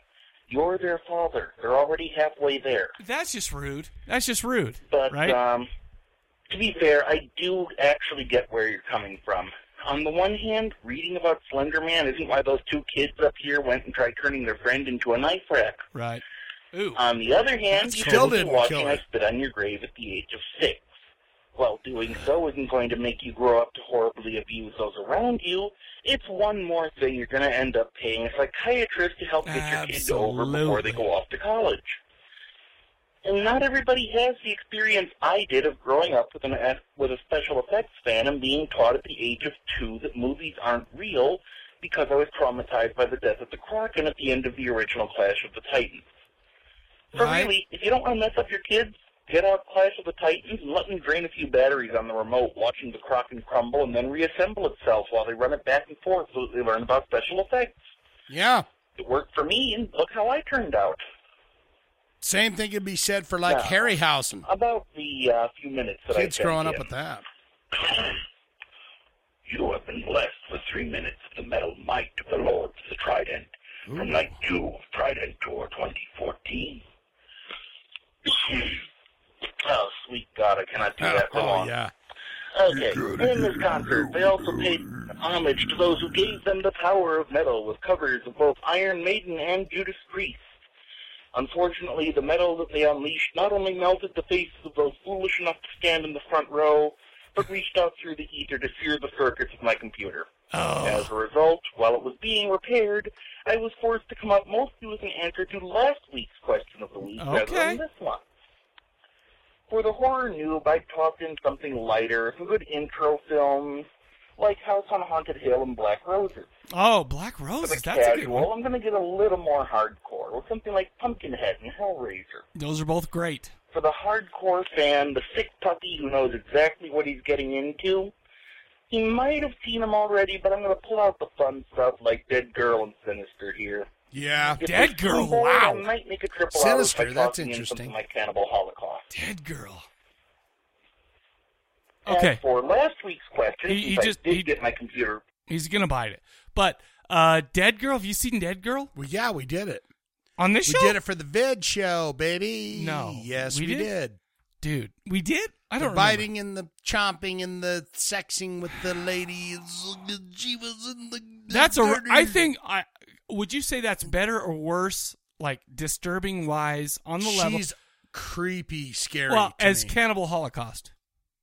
S8: You're their father. They're already halfway there.
S1: That's just rude. That's just rude.
S8: But
S1: right?
S8: um, to be fair, I do actually get where you're coming from. On the one hand, reading about Slender Man isn't why those two kids up here went and tried turning their friend into a knife rack.
S1: Right. Ooh.
S8: On the other hand, you
S1: Still
S8: told me
S1: didn't
S8: watching
S1: kill
S8: I
S1: her.
S8: spit on your grave at the age of six. While doing so isn't going to make you grow up to horribly abuse those around you, it's one more thing you're going to end up paying a psychiatrist to help get your kid over before they go off to college. And not everybody has the experience I did of growing up with an with a special effects fan and being taught at the age of two that movies aren't real because I was traumatized by the death of the Kraken at the end of the original Clash of the Titans. So really, if you don't want to mess up your kids, get out Clash of the Titans and let them drain a few batteries on the remote, watching the Kraken crumble and then reassemble itself while they run it back and forth so that they learn about special effects.
S2: Yeah.
S8: It worked for me, and look how I turned out.
S2: Same thing could be said for like
S8: Now,
S2: Harryhausen.
S8: About the uh, few minutes that
S2: Kids
S8: I
S2: growing up with that.
S10: You have been blessed with three minutes of the metal might of the Lords of the Trident from night two of Trident Tour 2014.
S8: [CLEARS THROAT] Oh, sweet God, I cannot
S2: [LAUGHS]
S8: do that for long.
S2: Oh, yeah.
S8: Okay, in this concert, they also paid homage to those who gave them the power of metal with covers of both Iron Maiden and Judas Priest. Unfortunately, the metal that they unleashed not only melted the faces of those foolish enough to stand in the front row, but reached out through the ether to sear the circuits of my computer. As a result, while it was being repaired, I was forced to come up mostly with an answer to last week's question of the week rather
S9: Okay.
S8: than this one. For the horror noob, I tossed in something lighter, some good intro films, like House on Haunted Hill and Black Roses.
S1: Oh, Black
S8: For the
S1: Roses. That's a good
S8: casual,
S1: one.
S8: I'm going to get a little more hardcore with something like Pumpkinhead and Hellraiser.
S1: Those are both great.
S8: For the hardcore fan, the sick puppy who knows exactly what he's getting into, he might have seen him already, but I'm going to pull out the fun stuff like Dead Girl and Sinister here.
S2: Yeah.
S8: If
S2: Dead
S8: it's
S2: girl.
S8: too bold,
S2: Wow.
S8: I might make a triple
S2: Sinister,
S8: hour by
S2: that's
S8: tossing in
S2: interesting.
S8: something like Cannibal Holocaust.
S1: Dead Girl.
S8: As
S1: Okay.
S8: for last week's question,
S1: He- he
S8: since
S1: just-
S8: I did get my computer.
S1: He's gonna bite it. But uh, Dead Girl. Have you seen Dead Girl?
S2: Well, yeah, we did it
S1: on this
S2: we
S1: show.
S2: did it for the vid show, baby.
S1: No,
S2: Yes,
S1: we
S2: we,
S1: did?
S2: did?
S1: Dude, we did? I don't
S2: the biting and the chomping and the sexing with the ladies. She was in the.
S1: That's a.
S2: dirty-
S1: I think. I would you say that's better or worse? Like disturbing wise on the level.
S2: She's creepy, scary.
S1: Well,
S2: to
S1: as
S2: me.
S1: Cannibal Holocaust.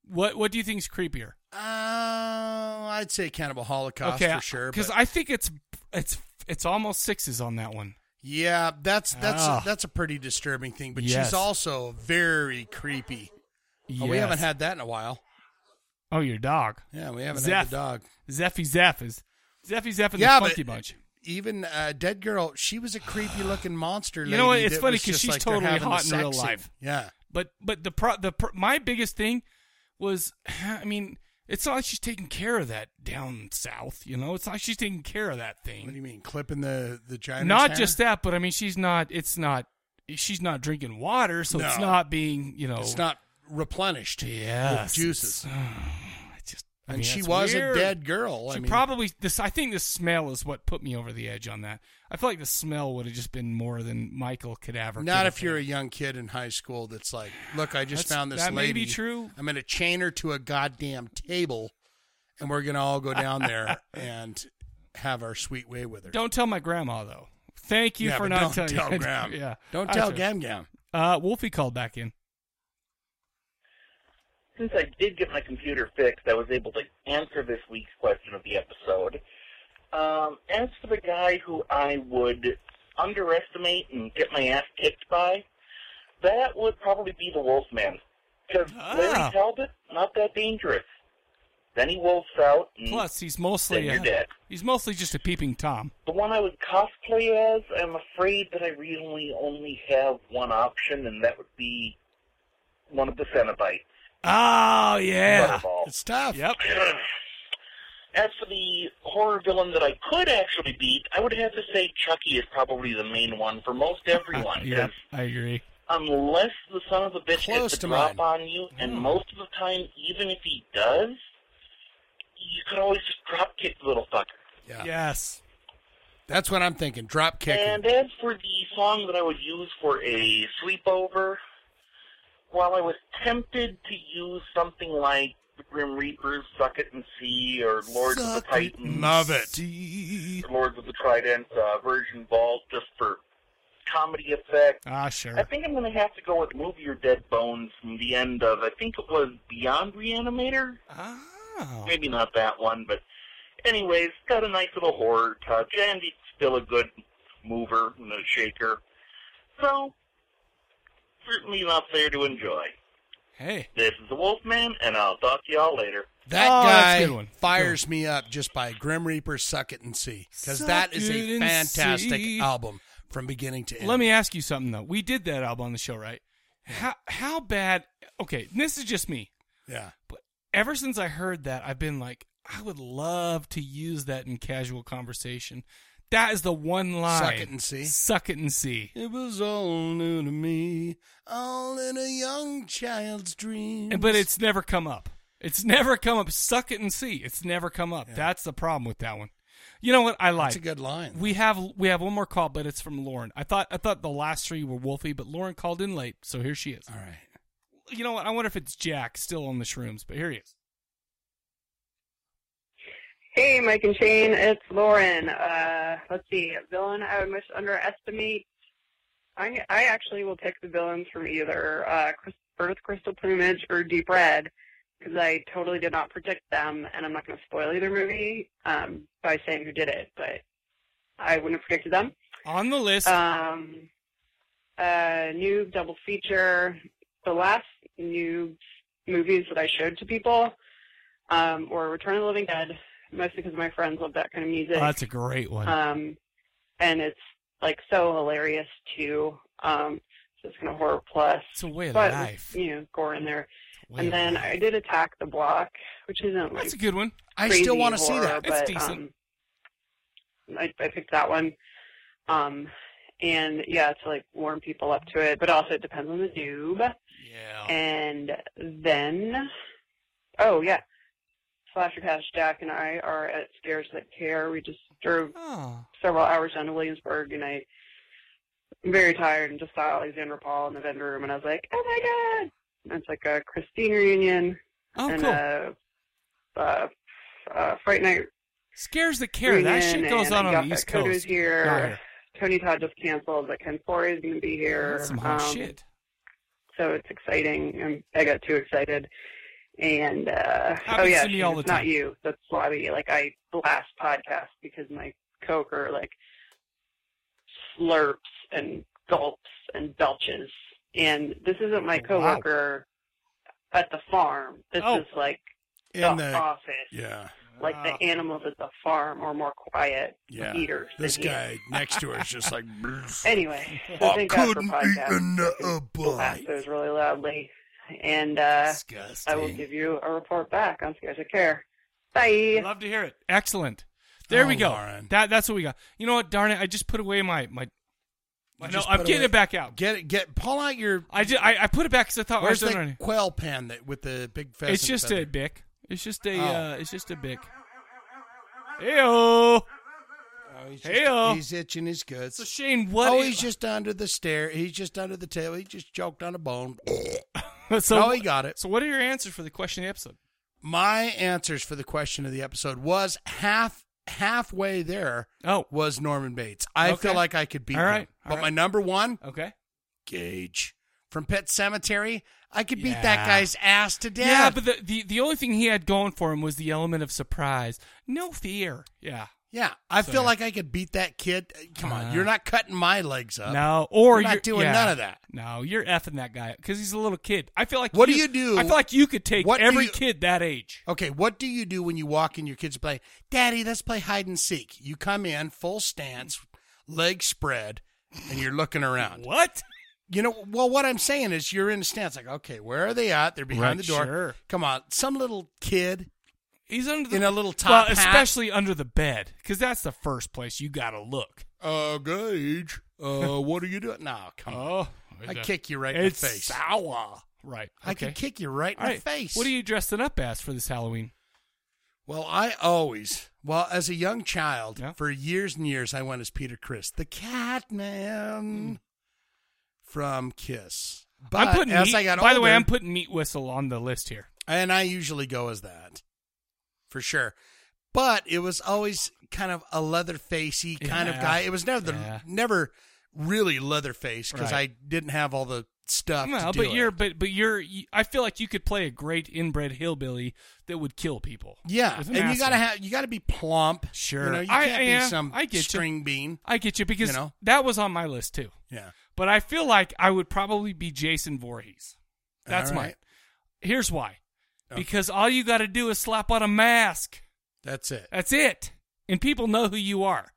S1: What What do you think is creepier?
S2: Uh, I'd say Cannibal Holocaust for sure.
S1: Because
S2: but-
S1: I think it's it's it's almost sixes on that one.
S2: Yeah, that's that's
S1: Ah.
S2: that's a pretty disturbing thing. But
S1: Yes.
S2: she's also very creepy. Oh, we
S1: Yes.
S2: haven't had that in a while.
S1: Oh, your dog.
S2: Yeah, we haven't had the dog.
S1: Zeffy Zeff is Zeffy Zeff and
S2: yeah,
S1: the Funky
S2: but
S1: Bunch.
S2: even uh, Dead Girl, she was a creepy
S1: [SIGHS]
S2: looking monster.
S1: You know what?
S2: lady
S1: It's
S2: that
S1: funny
S2: was just
S1: because she's
S2: like they're
S1: totally
S2: having
S1: hot
S2: the
S1: in real
S2: sex
S1: life.
S2: scene. Yeah,
S1: But but the pro the pro, my biggest thing was, [SIGHS] I mean, it's not like she's taking care of that down south. You know, it's not like she's taking care of that thing. What
S2: do you mean, clipping the the giant?
S1: Not just that, but I mean, she's not. It's not. She's not drinking water, so it's
S2: No.
S1: not being. You know,
S2: It's not replenished.
S1: Yes,
S2: with juices.
S1: [SIGHS] I
S2: and
S1: mean,
S2: she
S1: that's
S2: was
S1: weird.
S2: a dead girl.
S1: She
S2: I mean,
S1: probably this. I think the smell is what put me over the edge on that. I feel like the smell would have just been more than Michael Cadaver.
S2: Not
S1: could
S2: if
S1: have
S2: you're a young kid in high school that's like, look, I just
S1: That's-
S2: found this
S1: that may
S2: lady.
S1: be true.
S2: I'm going to chain her to a goddamn table, and we're going to
S1: [LAUGHS]
S2: all go down there and have our sweet way with her.
S1: been. Don't tell my grandma though. Thank you
S2: Yeah, but
S1: for not
S2: don't
S1: telling. [LAUGHS]
S2: tell Gram.
S1: yeah,
S2: Don't
S1: I
S2: tell
S1: should-
S2: Gam Gam.
S1: Uh, Wolfie called back in.
S8: since I did get my computer fixed, I was able to answer this week's question of the episode. Um, as for the guy who I would underestimate and get my ass kicked by, that would probably be the Wolfman. Because Larry Talbot, not that dangerous. Then he wolfs out. And
S1: Plus, he's mostly
S8: Then you're
S1: a-
S8: dead.
S1: he's mostly just a peeping tom.
S8: The one I would cosplay as, I'm afraid that I really only have one option, and that would be one of the Cenobites.
S1: Oh yeah,
S8: Butterball.
S1: it's tough. Yep.
S8: [CLEARS THROAT] As for the horror villain that I could actually beat, I would have to say Chucky is probably the main one for most
S2: [LAUGHS]
S8: everyone. 'cause
S1: Yep, I agree.
S8: Unless the son of a bitch
S1: Close
S8: gets a
S1: to
S8: drop
S1: mine.
S8: on you,
S2: Mm.
S8: and most of the time, even if he does, you could always just drop kick the little fucker.
S1: Yes.
S2: That's what I'm thinking. Drop kick.
S8: And as for the song that I would use for a sleepover, while I was tempted to use something like the Grim Reapers, Suck It and See, or Lords of the Titans,
S2: Love it.
S8: or Lords of the Trident, uh, Virgin Vault, just for comedy effect,
S1: Ah, sure.
S8: I think I'm going to have to go with Move Your Dead Bones from the end of, I think it was Beyond Reanimator?
S1: Oh.
S8: Maybe not that one, but anyways, got a nice little horror touch, and it's still a good mover and a shaker. So, certainly not there to enjoy.
S1: Hey.
S8: This is the Wolfman, and I'll talk to y'all later.
S2: That
S1: Oh, that's a
S2: guy
S1: good one.
S2: fires me up just by Grim Reaper Suck It and See because
S1: Suck
S2: that is
S1: it
S2: a
S1: and
S2: fantastic
S1: see.
S2: album from beginning to end.
S1: Let me ask you something though. We did that album on the show, right? How how bad? Okay, this is just me.
S2: Yeah.
S1: But ever since I heard that, I've been like, I would love to use that in casual conversation. That is the one line.
S2: Suck it and see.
S1: Suck it and see.
S2: It was all new to me, all in a young child's dream.
S1: And- But it's never come up. It's never come up. Suck it and see. It's never come up. That's the problem with that one. You know what I like?
S2: That's a good line.
S1: We have we have one more call, but it's from Lauren. I thought I thought the last three were Wolfie, but Lauren called in late, so here she is. All
S2: right.
S1: You know what? I wonder if it's Jack still on the shrooms, but here he is.
S9: Hey, Mike and Shane, it's Lauren. Uh, let's see, villain I would most underestimate. I, I actually will pick the villains from either uh, Chris- Earth Crystal Plumage or Deep Red because I totally did not predict them, and I'm not going to spoil either movie um, by saying who did it, but I wouldn't have predicted them.
S1: On the list.
S9: Um, uh, noob double feature. The last noob movies that I showed to people um, were Return of the Living Dead, mostly because my friends love that kind of music.
S1: Oh, that's a great one.
S9: Um, and it's like so hilarious too. Um, so it's kind of horror plus.
S1: It's a way of
S9: but,
S1: life.
S9: You know, gore in there.
S1: way
S9: And
S1: of
S9: then I did Attack the Block, which isn't like
S1: That's a good one.
S9: I still crazy wanna see horror, that. but, It's decent. um, I, I picked that one. Um, and yeah, to like warm people up to it, but also it depends on the noob. Oh.
S1: Yeah.
S9: And then, oh yeah, Slasher Cash Jack and I are at Scares That Care. We just drove
S1: Oh,
S9: several hours down to Williamsburg, and I, I'm very tired and just saw Alexander Paul in the vendor room, and I was like, oh my god! And it's like a Christine reunion
S1: Oh,
S9: and
S1: cool.
S9: a, uh, uh, Fright Night
S1: Scares the care. That
S9: reunion,
S1: shit goes
S9: and
S1: on on
S9: Gus
S1: the East
S9: Dakota is
S1: Coast.
S9: here.
S1: Go ahead.
S9: Tony Todd just canceled, but Ken Forey is going to be here. Um,
S1: That's some hot shit.
S9: So it's exciting. Um, I got too excited. And uh, oh
S1: to
S9: yeah,
S1: me
S9: Shane,
S1: all the
S9: it's not
S1: time.
S9: you. That's Slobby. Like I blast podcasts because my coker like slurps and gulps and belches. And this isn't my coworker at the farm. This
S2: Oh.
S9: is like
S2: In
S9: the,
S2: the-
S9: office.
S2: Yeah.
S9: Like the animals at the farm are more quiet
S2: Yeah.
S9: eaters. than
S2: This
S9: you.
S2: guy next to her is just like. [LAUGHS]
S9: Anyway, so
S2: I
S9: thank God for
S2: couldn't eat
S9: podcasts.
S2: another
S9: blast those really loudly, and uh, I will give you a report back on Scares of Care. Bye.
S1: Love to hear it. Excellent. There
S9: Oh,
S1: we go.
S9: Lauren.
S1: That that's what we got. You know what? Darn it! I just put away my my.
S2: You
S1: No,
S2: just
S1: I'm
S2: put
S1: getting
S2: away-
S1: it back out.
S2: Get it. Get pull out your.
S1: I did. I, I put it back because I thought I
S2: Where's
S1: was done
S2: the
S1: running.
S2: quail pan that with the big pheasant?
S1: It's just
S2: feather?
S1: a bick. It's just a.
S2: Oh.
S1: Uh, it's just a bick.
S2: Oh,
S1: Heyo.
S2: he's just-
S1: Heyo.
S2: He's itching his guts. So
S1: Shane, what
S2: Oh,
S1: is- [LAUGHS]
S2: he's just under the stair. He's just under the table. He just choked on a bone.
S1: so
S2: no, he got it.
S1: So, what are your answers for the question of the episode?
S2: My answers for the question of the episode was half halfway there.
S1: Oh,
S2: was Norman Bates. I
S1: Okay.
S2: feel like I could beat
S1: All right.
S2: him.
S1: All
S2: But
S1: right.
S2: my number one,
S1: okay,
S2: Gage from Pet Cemetery. I could beat that guy's ass to death.
S1: Yeah, but the, the the only thing he had going for him was the element of surprise. No fear. Yeah.
S2: Yeah, I
S1: So,
S2: feel
S1: yeah.
S2: like I could beat that kid. Come on,
S1: Uh,
S2: you're not cutting my legs up.
S1: No, or
S2: you're not doing
S1: yeah.
S2: none of that.
S1: No, you're effing that guy because he's a little kid. I feel like
S2: What do you do?
S1: I feel like you could take
S2: What do
S1: every
S2: you- Oh,
S1: kid that age.
S2: Okay, what do you do when you walk in your kids play? Daddy, let's play hide and seek. You come in full stance, legs spread, and you're looking around.
S1: what?
S2: You know, well, what I'm saying is you're in a stance like, okay, where are they at? They're behind
S1: Right,
S2: the door.
S1: sure.
S2: Come on, some little kid.
S1: He's under
S2: in a little
S1: well,
S2: top hat.
S1: especially under the bed because that's the first place you gotta look.
S2: Uh, Gage,
S1: [LAUGHS]
S2: uh, what are you doing? No, come
S1: Oh,
S2: on. Oh, I
S1: it's a-
S2: kick you right in the
S1: it's
S2: face.
S1: sour. Right.
S2: I could kick you right in
S1: All
S2: the
S1: right.
S2: face.
S1: What are you dressing up as for this Halloween?
S2: Well, I always, well, as a young child, for years and years, I went as Peter Chris, the cat man from Kiss. But
S1: Hmm. I'm putting
S2: as
S1: meat,
S2: I got
S1: by the way,
S2: older-
S1: I'm putting meat whistle on the list here.
S2: and I usually go as that for sure. But it was always kind of a leather facey kind of
S1: Yeah.
S2: guy. It was never the
S1: Yeah.
S2: never really leather face because
S1: Right.
S2: I didn't have all the stuff. to
S1: Well,
S2: do
S1: but
S2: it.
S1: you're but but you're. you- I feel like you could play a great inbred hillbilly that would kill people.
S2: yeah,
S1: With
S2: and you
S1: mask
S2: gotta
S1: on.
S2: have you gotta be plump.
S1: Sure,
S2: you know you
S1: I,
S2: can't
S1: yeah,
S2: be some
S1: I get you.
S2: string bean.
S1: I get you because
S2: you know
S1: that was on my list too.
S2: yeah.
S1: But I feel like I would probably be Jason Voorhees. That's
S2: All
S1: mine.
S2: right.
S1: Here's why.
S2: Okay.
S1: Because all you got to do is slap on a mask.
S2: That's it.
S1: That's it. And people know who you are.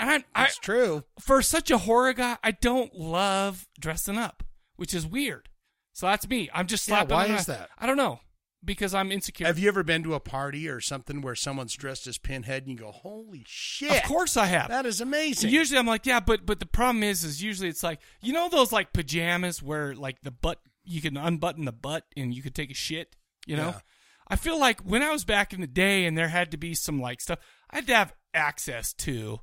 S1: And I'm,
S2: That's true.
S1: For such a horror guy, I don't love dressing up, which is weird. So that's me. I'm just
S2: Yeah,
S1: slapping
S2: why
S1: on a
S2: is
S1: mask.
S2: that?
S1: I don't know. Because I'm insecure.
S2: Have you ever been to a party or something where someone's dressed as Pinhead and you go, "Holy shit!"
S1: Of course I have.
S2: That is amazing.
S1: Usually I'm like, yeah, but but the problem is, is usually it's like you know those like pajamas where like the butt you can unbutton the butt and you could take a shit. You know,
S2: Yeah.
S1: I feel like when I was back in the day and there had to be some like stuff, I had to have access to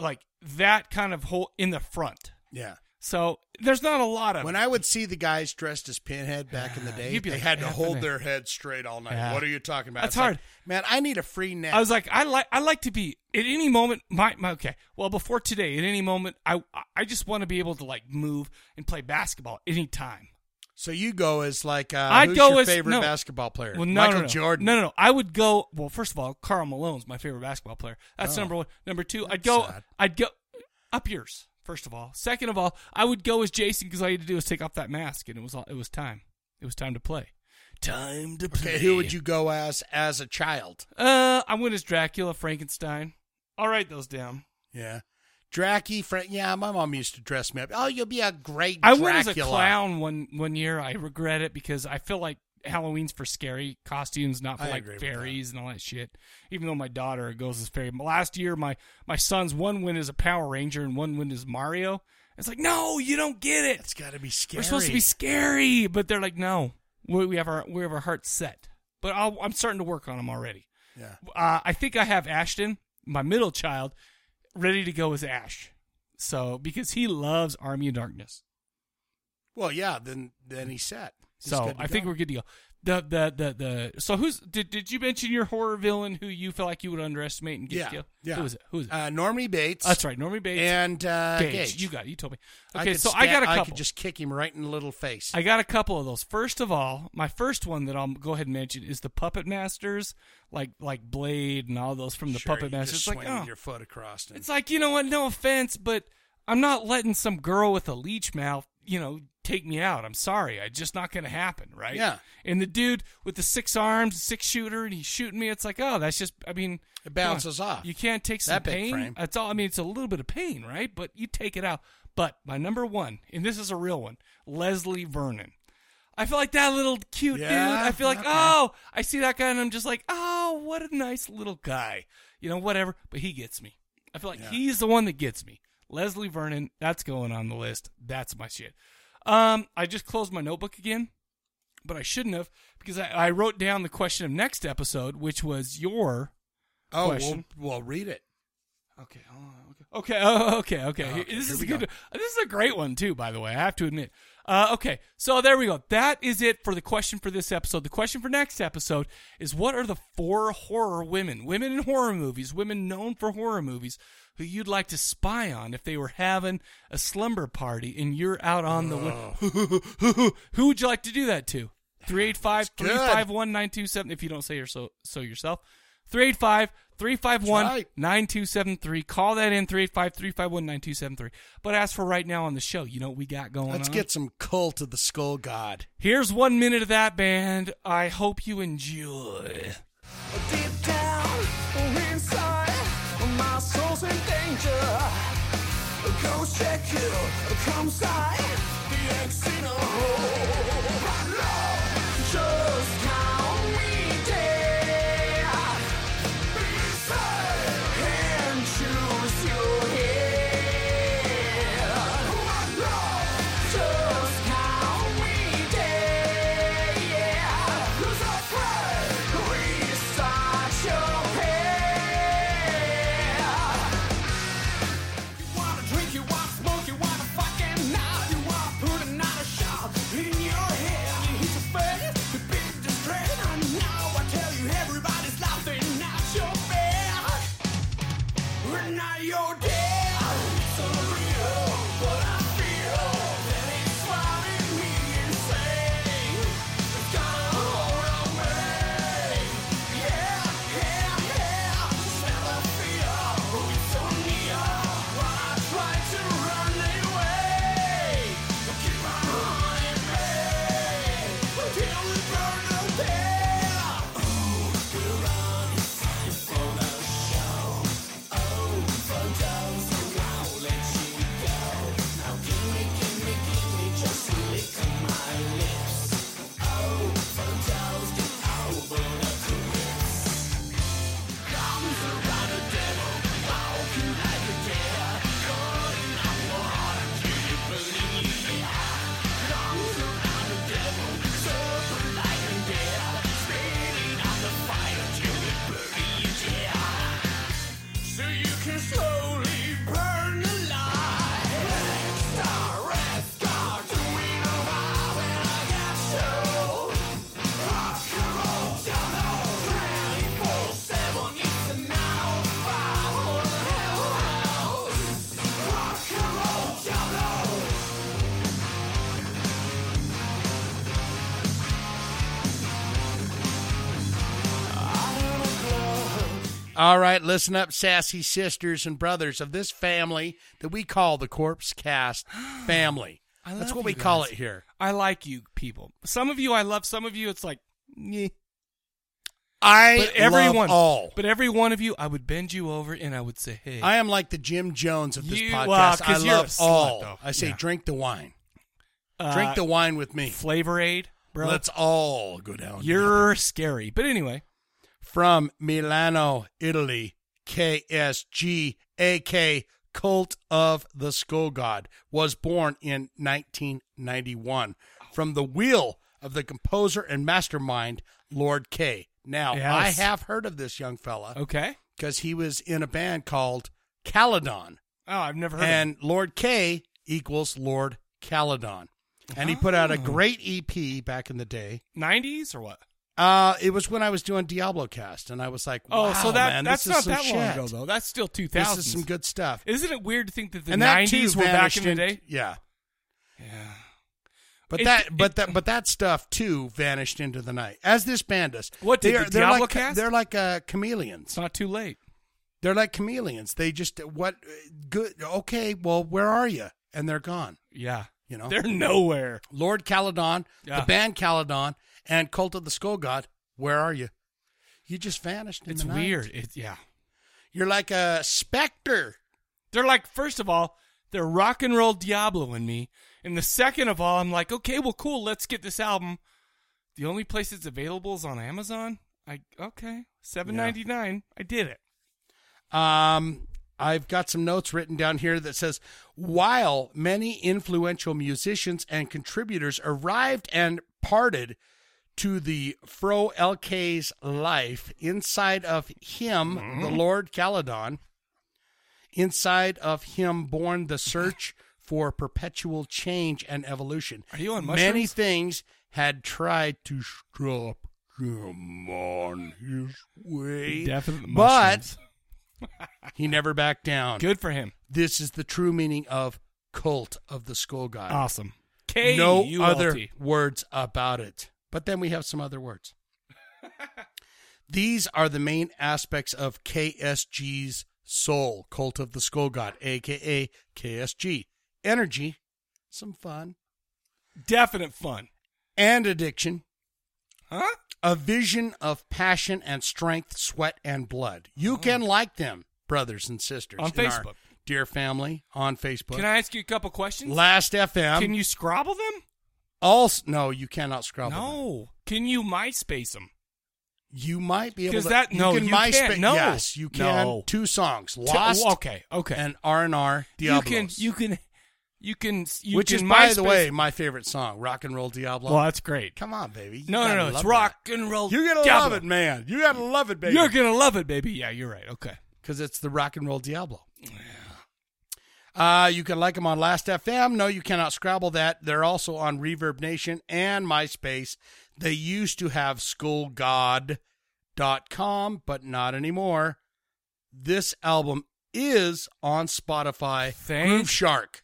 S1: like that kind of hole in the front.
S2: Yeah.
S1: So there's not a lot of
S2: When I would see the guys dressed as Pinhead back in the day,
S1: You'd be
S2: they
S1: like,
S2: had to
S1: "Effing
S2: hold
S1: it."
S2: their head straight all night.
S1: Yeah.
S2: What are you talking about?
S1: That's
S2: It's like,
S1: hard.
S2: man, I need a free neck.
S1: I was like, I like, I like to be at any moment. My, my okay, well, before today, at any moment, I, I just want to be able to like move and play basketball any time.
S2: so you go as like, uh,
S1: I'd
S2: who's
S1: go
S2: your
S1: as
S2: favorite
S1: no.
S2: basketball player?
S1: Well, no,
S2: Michael
S1: no, no.
S2: Jordan.
S1: No, no, no. I would go. Well, first of all, Carl Malone's my favorite basketball player. That's
S2: Oh.
S1: number one. Number two, I'd go.
S2: sad.
S1: I'd go up yours. First of all, second of all, I would go as Jason because all you had to do was take off that mask, and it was all, it was time. It was time to play. Time to play.
S2: Okay, who would you go as as a child?
S1: Uh, I went as Dracula, Frankenstein. I'll write those down.
S2: Yeah. Drackie, Frank. Yeah, my mom used to dress me up. Oh, you'll be a great
S1: I
S2: Dracula.
S1: went as a clown one one year. I regret it because I feel like Halloween's for scary costumes, not for
S2: I
S1: like
S2: agree with
S1: fairies and all that shit. Even though my daughter goes as fairy. Last year, my my son's one went as a Power Ranger and one went as Mario. It's like, no, you don't get it.
S2: It's got to be scary.
S1: We're supposed to be scary, but they're like, no, we, we have our we have our hearts set. But I'll, I'm starting to work on them already.
S2: Yeah.
S1: Uh, I think I have Ashton, my middle child, ready to go as Ash. So because he loves Army of Darkness.
S2: Well, yeah. Then then he set. He's
S1: So
S2: good to
S1: I think
S2: go.
S1: we're good to go. The the the the so who's did did you mention your horror villain who you feel like you would underestimate and get
S2: yeah
S1: killed?
S2: yeah.
S1: Who is it? Who is it? Oh,
S2: Uh, Normie Bates.
S1: That's right, Normie Bates
S2: and uh,
S1: Gage.
S2: Gage.
S1: You got it. you told me.
S2: I
S1: Okay,
S2: could
S1: so I
S2: stab-
S1: got a couple.
S2: I could just kick him right in the little face.
S1: I got a couple of those. First of all, my first one that I'll go ahead and mention is the Puppet Masters, like like Blade and all those from the
S2: Sure,
S1: Puppet
S2: you
S1: Masters.
S2: Just
S1: It's like
S2: swing with
S1: oh,
S2: your foot across. And,
S1: It's like, you know what? No offense, but I'm not letting some girl with a leech mouth, you know, take me out. I'm sorry. It's just not going to happen, right?
S2: Yeah.
S1: And the dude with the six arms, six shooter, and he's shooting me. It's like, oh, that's just, I mean,
S2: It bounces
S1: come on.
S2: off.
S1: oh. You can't take some
S2: That big
S1: pain.
S2: frame.
S1: That's all. I mean, it's a little bit of pain, right? But you take it out. But my number one, and this is a real one, Leslie Vernon. I feel like that little cute
S2: Yeah,
S1: dude. I feel like,
S2: okay.
S1: oh, I see that guy, and I'm just like, oh, what a nice little guy. You know, whatever. But he gets me. I feel like he's the one that gets me. Leslie Vernon, that's going on the list. That's my shit. Um, I just closed my notebook again, but I shouldn't have because I, I wrote down the question of next episode, which was your
S2: oh,
S1: question.
S2: Well, well, read it.
S1: Okay, hold on. Okay, [LAUGHS] okay, oh, okay, okay.
S2: Okay,
S1: This
S2: here
S1: is
S2: we
S1: a good. This is a great one too, by the way. I have to admit. Uh, okay, so there we go. That is it for the question for this episode. The question for next episode is what are the four horror women, women in horror movies, women known for horror movies, who you'd like to spy on if they were having a slumber party and you're out on the win- [LAUGHS] who would you like to do that to? 385 351 927 if you don't say your so, so yourself. 385 351 9273. Call that in 385 351 9273. But as for right now on the show, you know what we got going
S2: Let's
S1: on?
S2: get some cult of the skull god.
S1: Here's one minute of that band. I hope you enjoy.
S6: down inside. My soul's in danger. Go check you. Come side. The exit Just how we dare. And choose your head. Just how we dare. Who's afraid? Restart your head. You wanna drink, you wanna smoke, you wanna fucking knock, you wanna put another shot in your head. You hit your face, you big distract, and now I tell you everybody's laughing at your bed. And now you're dead. It's unreal, but I feel that it's driving me insane. It's gonna hold away. Yeah, yeah, yeah. Just never feel it's so near. When I try to run away, I keep on running away until we burn to death. Oh, we're on fire for the show. Oh, for those who won't let you go. Now give me, give me, give me just a lick of my lips. Oh, for those get over the cliffs. Comes around the devil, walking like a deer. Calling out for harder, do you believe? Comes around the devil, serpent like a deer. Spitting out the fire, do you believe? Yeah. So you can slowly burn alive. Red star, red star, doing a while when I get you. Rock and roll, down the hole. 24-7, it's an hour, five on the hell house. Rock and roll, down the hole.
S2: All right, listen up, sassy sisters and brothers of this family that we call the Corpse
S1: [GASPS]
S2: Cast family.
S1: I
S2: That's
S1: love
S2: what
S1: you
S2: we call
S1: guys.
S2: it here.
S1: I like you people. Some of you I love, some of you it's like, meh.
S2: I
S1: but everyone, all. But every one of you, I would bend you over and I would say, hey.
S2: I am like the Jim Jones of this
S1: You-
S2: podcast.
S1: well,
S2: I
S1: 'cause you're a
S2: love
S1: slut,
S2: all.
S1: though.
S2: I say
S1: Yeah.
S2: drink the wine.
S1: Uh,
S2: drink the wine with me.
S1: Flavor Aid, bro.
S2: Let's all go down.
S1: You're scary. But anyway,
S2: From Milano, Italy, KSG, AK Cult of the Skull God, was born in 1991 from the will of the composer and mastermind Lord K. Now,
S1: Yes. Oh.
S2: I have heard of this young fella.
S1: Okay.
S2: Because he was in a band called Caledon
S1: Oh, I've never heard
S2: and
S1: of
S2: Lord K equals Lord Caledon. And he put out a
S1: Oh.
S2: great EP back in the day.
S1: 90s or what?
S2: Uh, it was when I was doing Diablo Cast, and I was like,
S1: Oh,
S2: wow,
S1: so that
S2: man,
S1: that's
S2: this
S1: not
S2: is some
S1: that long
S2: shit.
S1: ago though. That's still 2000s.
S2: This is some good stuff.
S1: Isn't it weird to think that the
S2: And that, too,
S1: 90s were back
S2: vanished
S1: in the day?
S2: Yeah.
S1: Yeah.
S2: But
S1: It-
S2: that,
S1: it-
S2: but that, but that stuff too vanished into the night, as this band does.
S1: What, did
S2: they are,
S1: the
S2: they're
S1: Diablo
S2: like,
S1: cast?
S2: They're like uh, chameleons.
S1: It's not too late.
S2: They're like chameleons. They just what good? Okay, well, where are you? And they're gone.
S1: Yeah.
S2: You know,
S1: They're nowhere.
S2: Lord Caledon,
S1: Yeah.
S2: the band Caledon, and Cult of the Skull God. Where are you? You just vanished. In
S1: It's
S2: the night.
S1: weird. It, yeah.
S2: You're like a specter.
S1: They're like, first of all, they're rock and roll Diablo in me. And the second of all, I'm like, okay, well, cool. Let's get this album. The only place it's available is on Amazon. I okay, seven ninety nine. I did it.
S2: Um, I've got some notes written down here that says while many influential musicians and contributors arrived and parted to the Fro LK's life inside of him,
S1: Mm-hmm.
S2: the Lord Caledon, inside of him born the search for perpetual change and evolution. Are
S1: you on
S2: Many
S1: mushrooms?
S2: things had tried to stop him on his way.
S1: Definitely
S2: But he never backed down.
S1: Good for him.
S2: This is the true meaning of cult of the skull god.
S1: Awesome.
S2: no
S1: K-U-L-T.
S2: other words about it. But then we have some other words. These are the main aspects of KSG's soul, cult of the skull god, aka KSG. Energy, some fun,
S1: definite fun,
S2: and addiction.
S1: Huh?
S2: A vision of passion and strength, sweat and blood. You can like them, brothers and sisters.
S1: On
S2: in our
S1: Facebook.
S2: dear family, on Facebook.
S1: Can I ask you a couple questions?
S2: Last FM.
S1: Can you scrabble them?
S2: Also, no, you cannot scrabble. them.
S1: No. Can you MySpace them?
S2: You might be able
S1: Because
S2: to.
S1: that-
S2: you
S1: no,
S2: can
S1: you
S2: MySpace.
S1: can't. No.
S2: yes, you can.
S1: No.
S2: Two songs,
S1: Two-
S2: Lost.
S1: okay, okay.
S2: And R and R
S1: You
S2: Diablos.
S1: can. You can. You can. You
S2: which
S1: can
S2: is, by the
S1: MySpace-
S2: way, my favorite song, Rock and Roll Diablo.
S1: Well, that's great.
S2: Come on, baby. You
S1: No, no,
S2: gotta
S1: no. It's
S2: love
S1: rock and roll.
S2: that. You're gonna
S1: Diablo.
S2: love it, man. You gotta love it, baby.
S1: You're gonna love it, baby. Yeah, you're right. Okay.
S2: because it's the Rock and Roll Diablo. Uh, you can like them on Last FM. No, you cannot scrabble that. They're also on Reverb Nation and MySpace. They used to have schoolgod.com, but not anymore. This album is on Spotify. Groove Shark.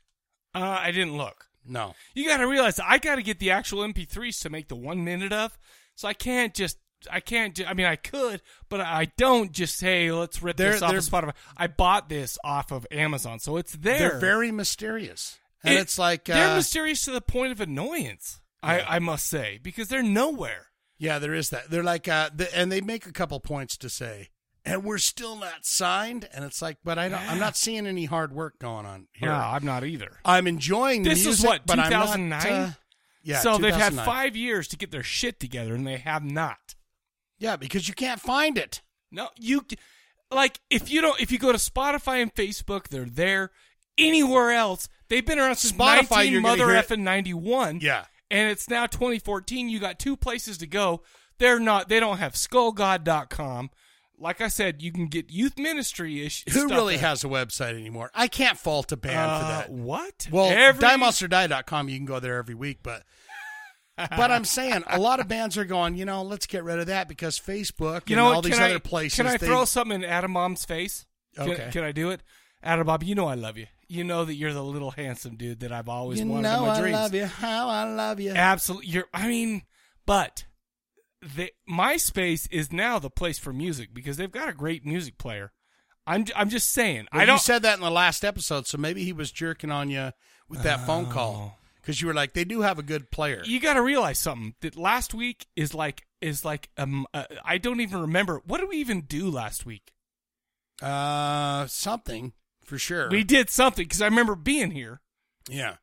S1: Uh, I didn't look.
S2: No.
S1: You got to realize I got to get the actual MP3s to make the one minute of, so I can't just. I can't. Ju- I mean, I could, but I don't just say let's rip
S2: They're-
S1: this off
S2: they're-
S1: of Spotify. I bought this off of Amazon, so it's there.
S2: They're very mysterious. And
S1: It-
S2: it's like. Uh,
S1: they're mysterious to the point of annoyance. I, I must say because they're nowhere.
S2: Yeah, there is that. They're like, uh, th and they make a couple points to say, and we're still not signed. And it's like, but I don't, I'm not seeing any hard work going on here.
S1: No, I'm not either.
S2: I'm enjoying the
S1: This
S2: music,
S1: is what
S2: but I'm not,
S1: 2009.
S2: uh, yeah,
S1: so they've had
S2: 2009.
S1: five years to get their shit together, and they have not.
S2: Yeah, because you can't find it.
S1: No, you c- like if you don't if you go to Spotify and Facebook, they're there. Anywhere else, they've been around since
S2: Spotify,
S1: 19
S2: you're gonna
S1: mother
S2: hear it-
S1: effing 91.
S2: Yeah,
S1: and it's now 2014. You got two places to go. They're not. They don't have SkullGod.com. Like I said, you can get youth ministry ish.
S2: Who
S1: stuff
S2: really
S1: there.
S2: has a website anymore? I can't fault a band for
S1: Uh,
S2: that.
S1: What?
S2: Well,
S1: Every-
S2: diemonsterdie.com, you can go there every week, but but I'm saying a lot of bands are going, you know, let's get rid of that because Facebook and
S1: You know what?
S2: all these
S1: Can I-
S2: other places.
S1: Can I
S2: they-
S1: throw something in Adam Mom's face? Can,
S2: Okay.
S1: Can I do it? Adam Bob, you know I love you. You know that you're the little handsome dude that I've always
S2: you
S1: wanted in
S2: know
S1: my
S2: I
S1: dreams.
S2: love you, how I love you.
S1: Absolutely. You're. I mean, but the MySpace is now the place for music because they've got a great music player. I'm. I'm just saying.
S2: Well,
S1: I don't.
S2: You said that in the last episode, so maybe he was jerking on you with that phone call because you were like, "They do have a good player."
S1: Oh. you got to realize something that last week is like is like um uh, I don't even remember what did we even do last week.
S2: Uh, something for sure.
S1: We did something because I remember being here,
S2: yeah.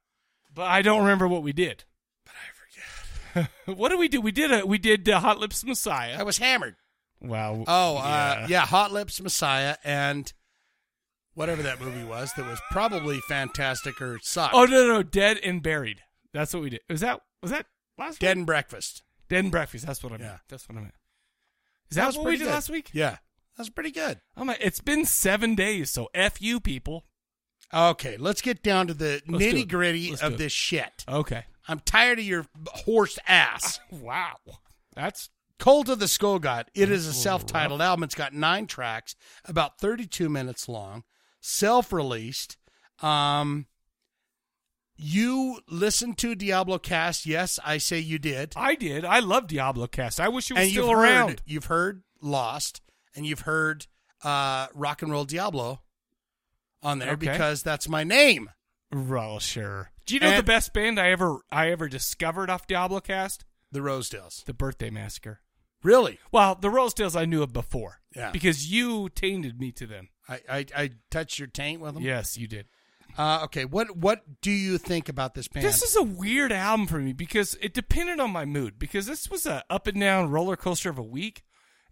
S1: but I don't remember what we did. But I forget. [LAUGHS] what did we do? We did a we did uh, Hot Lips Messiah.
S2: I was hammered.
S1: Wow.
S2: Oh, uh, yeah, Hot Lips Messiah and whatever that movie was that was probably fantastic or sucked.
S1: Oh no no dead and buried. That's what we did. Was that was that last
S2: Dead
S1: week?
S2: and Breakfast.
S1: Dead and breakfast. That's what I meant. That's what I meant. Is that,
S2: was
S1: what we
S2: pretty
S1: did
S2: good.
S1: last week?
S2: Yeah, that's pretty good.
S1: Oh my! It's been seven days, so f you people.
S2: Okay, let's get down to the
S1: Let's do it.
S2: nitty gritty
S1: Let's do
S2: of
S1: it.
S2: this shit.
S1: Okay.
S2: I'm tired of your b- horse ass.
S1: Wow. That's
S2: Cold of the Skull God. It is a
S1: That's a
S2: self titled album. It's got nine tracks, about 32 minutes long, self released. Um, you listened to Diablo Cast. Yes, I say you did.
S1: I did. I love Diablo Cast. I wish it was
S2: and
S1: still
S2: you've heard-
S1: around.
S2: you've heard Lost and you've heard uh, Rock and Roll Diablo on there
S1: Okay.
S2: because that's my name.
S1: Well, sure. Do you know the
S2: And-
S1: best band I ever I ever discovered off Diablo Cast?
S2: The Rosedales.
S1: The Birthday Massacre.
S2: Really?
S1: Well, the Rosedales I knew of before.
S2: Yeah.
S1: Because you tainted me to them.
S2: I, I, I touched your taint with them.
S1: Yes, you did.
S2: Uh, okay. What What do you think about this band?
S1: This is a weird album for me because it depended on my mood. Because this was a up and down roller coaster of a week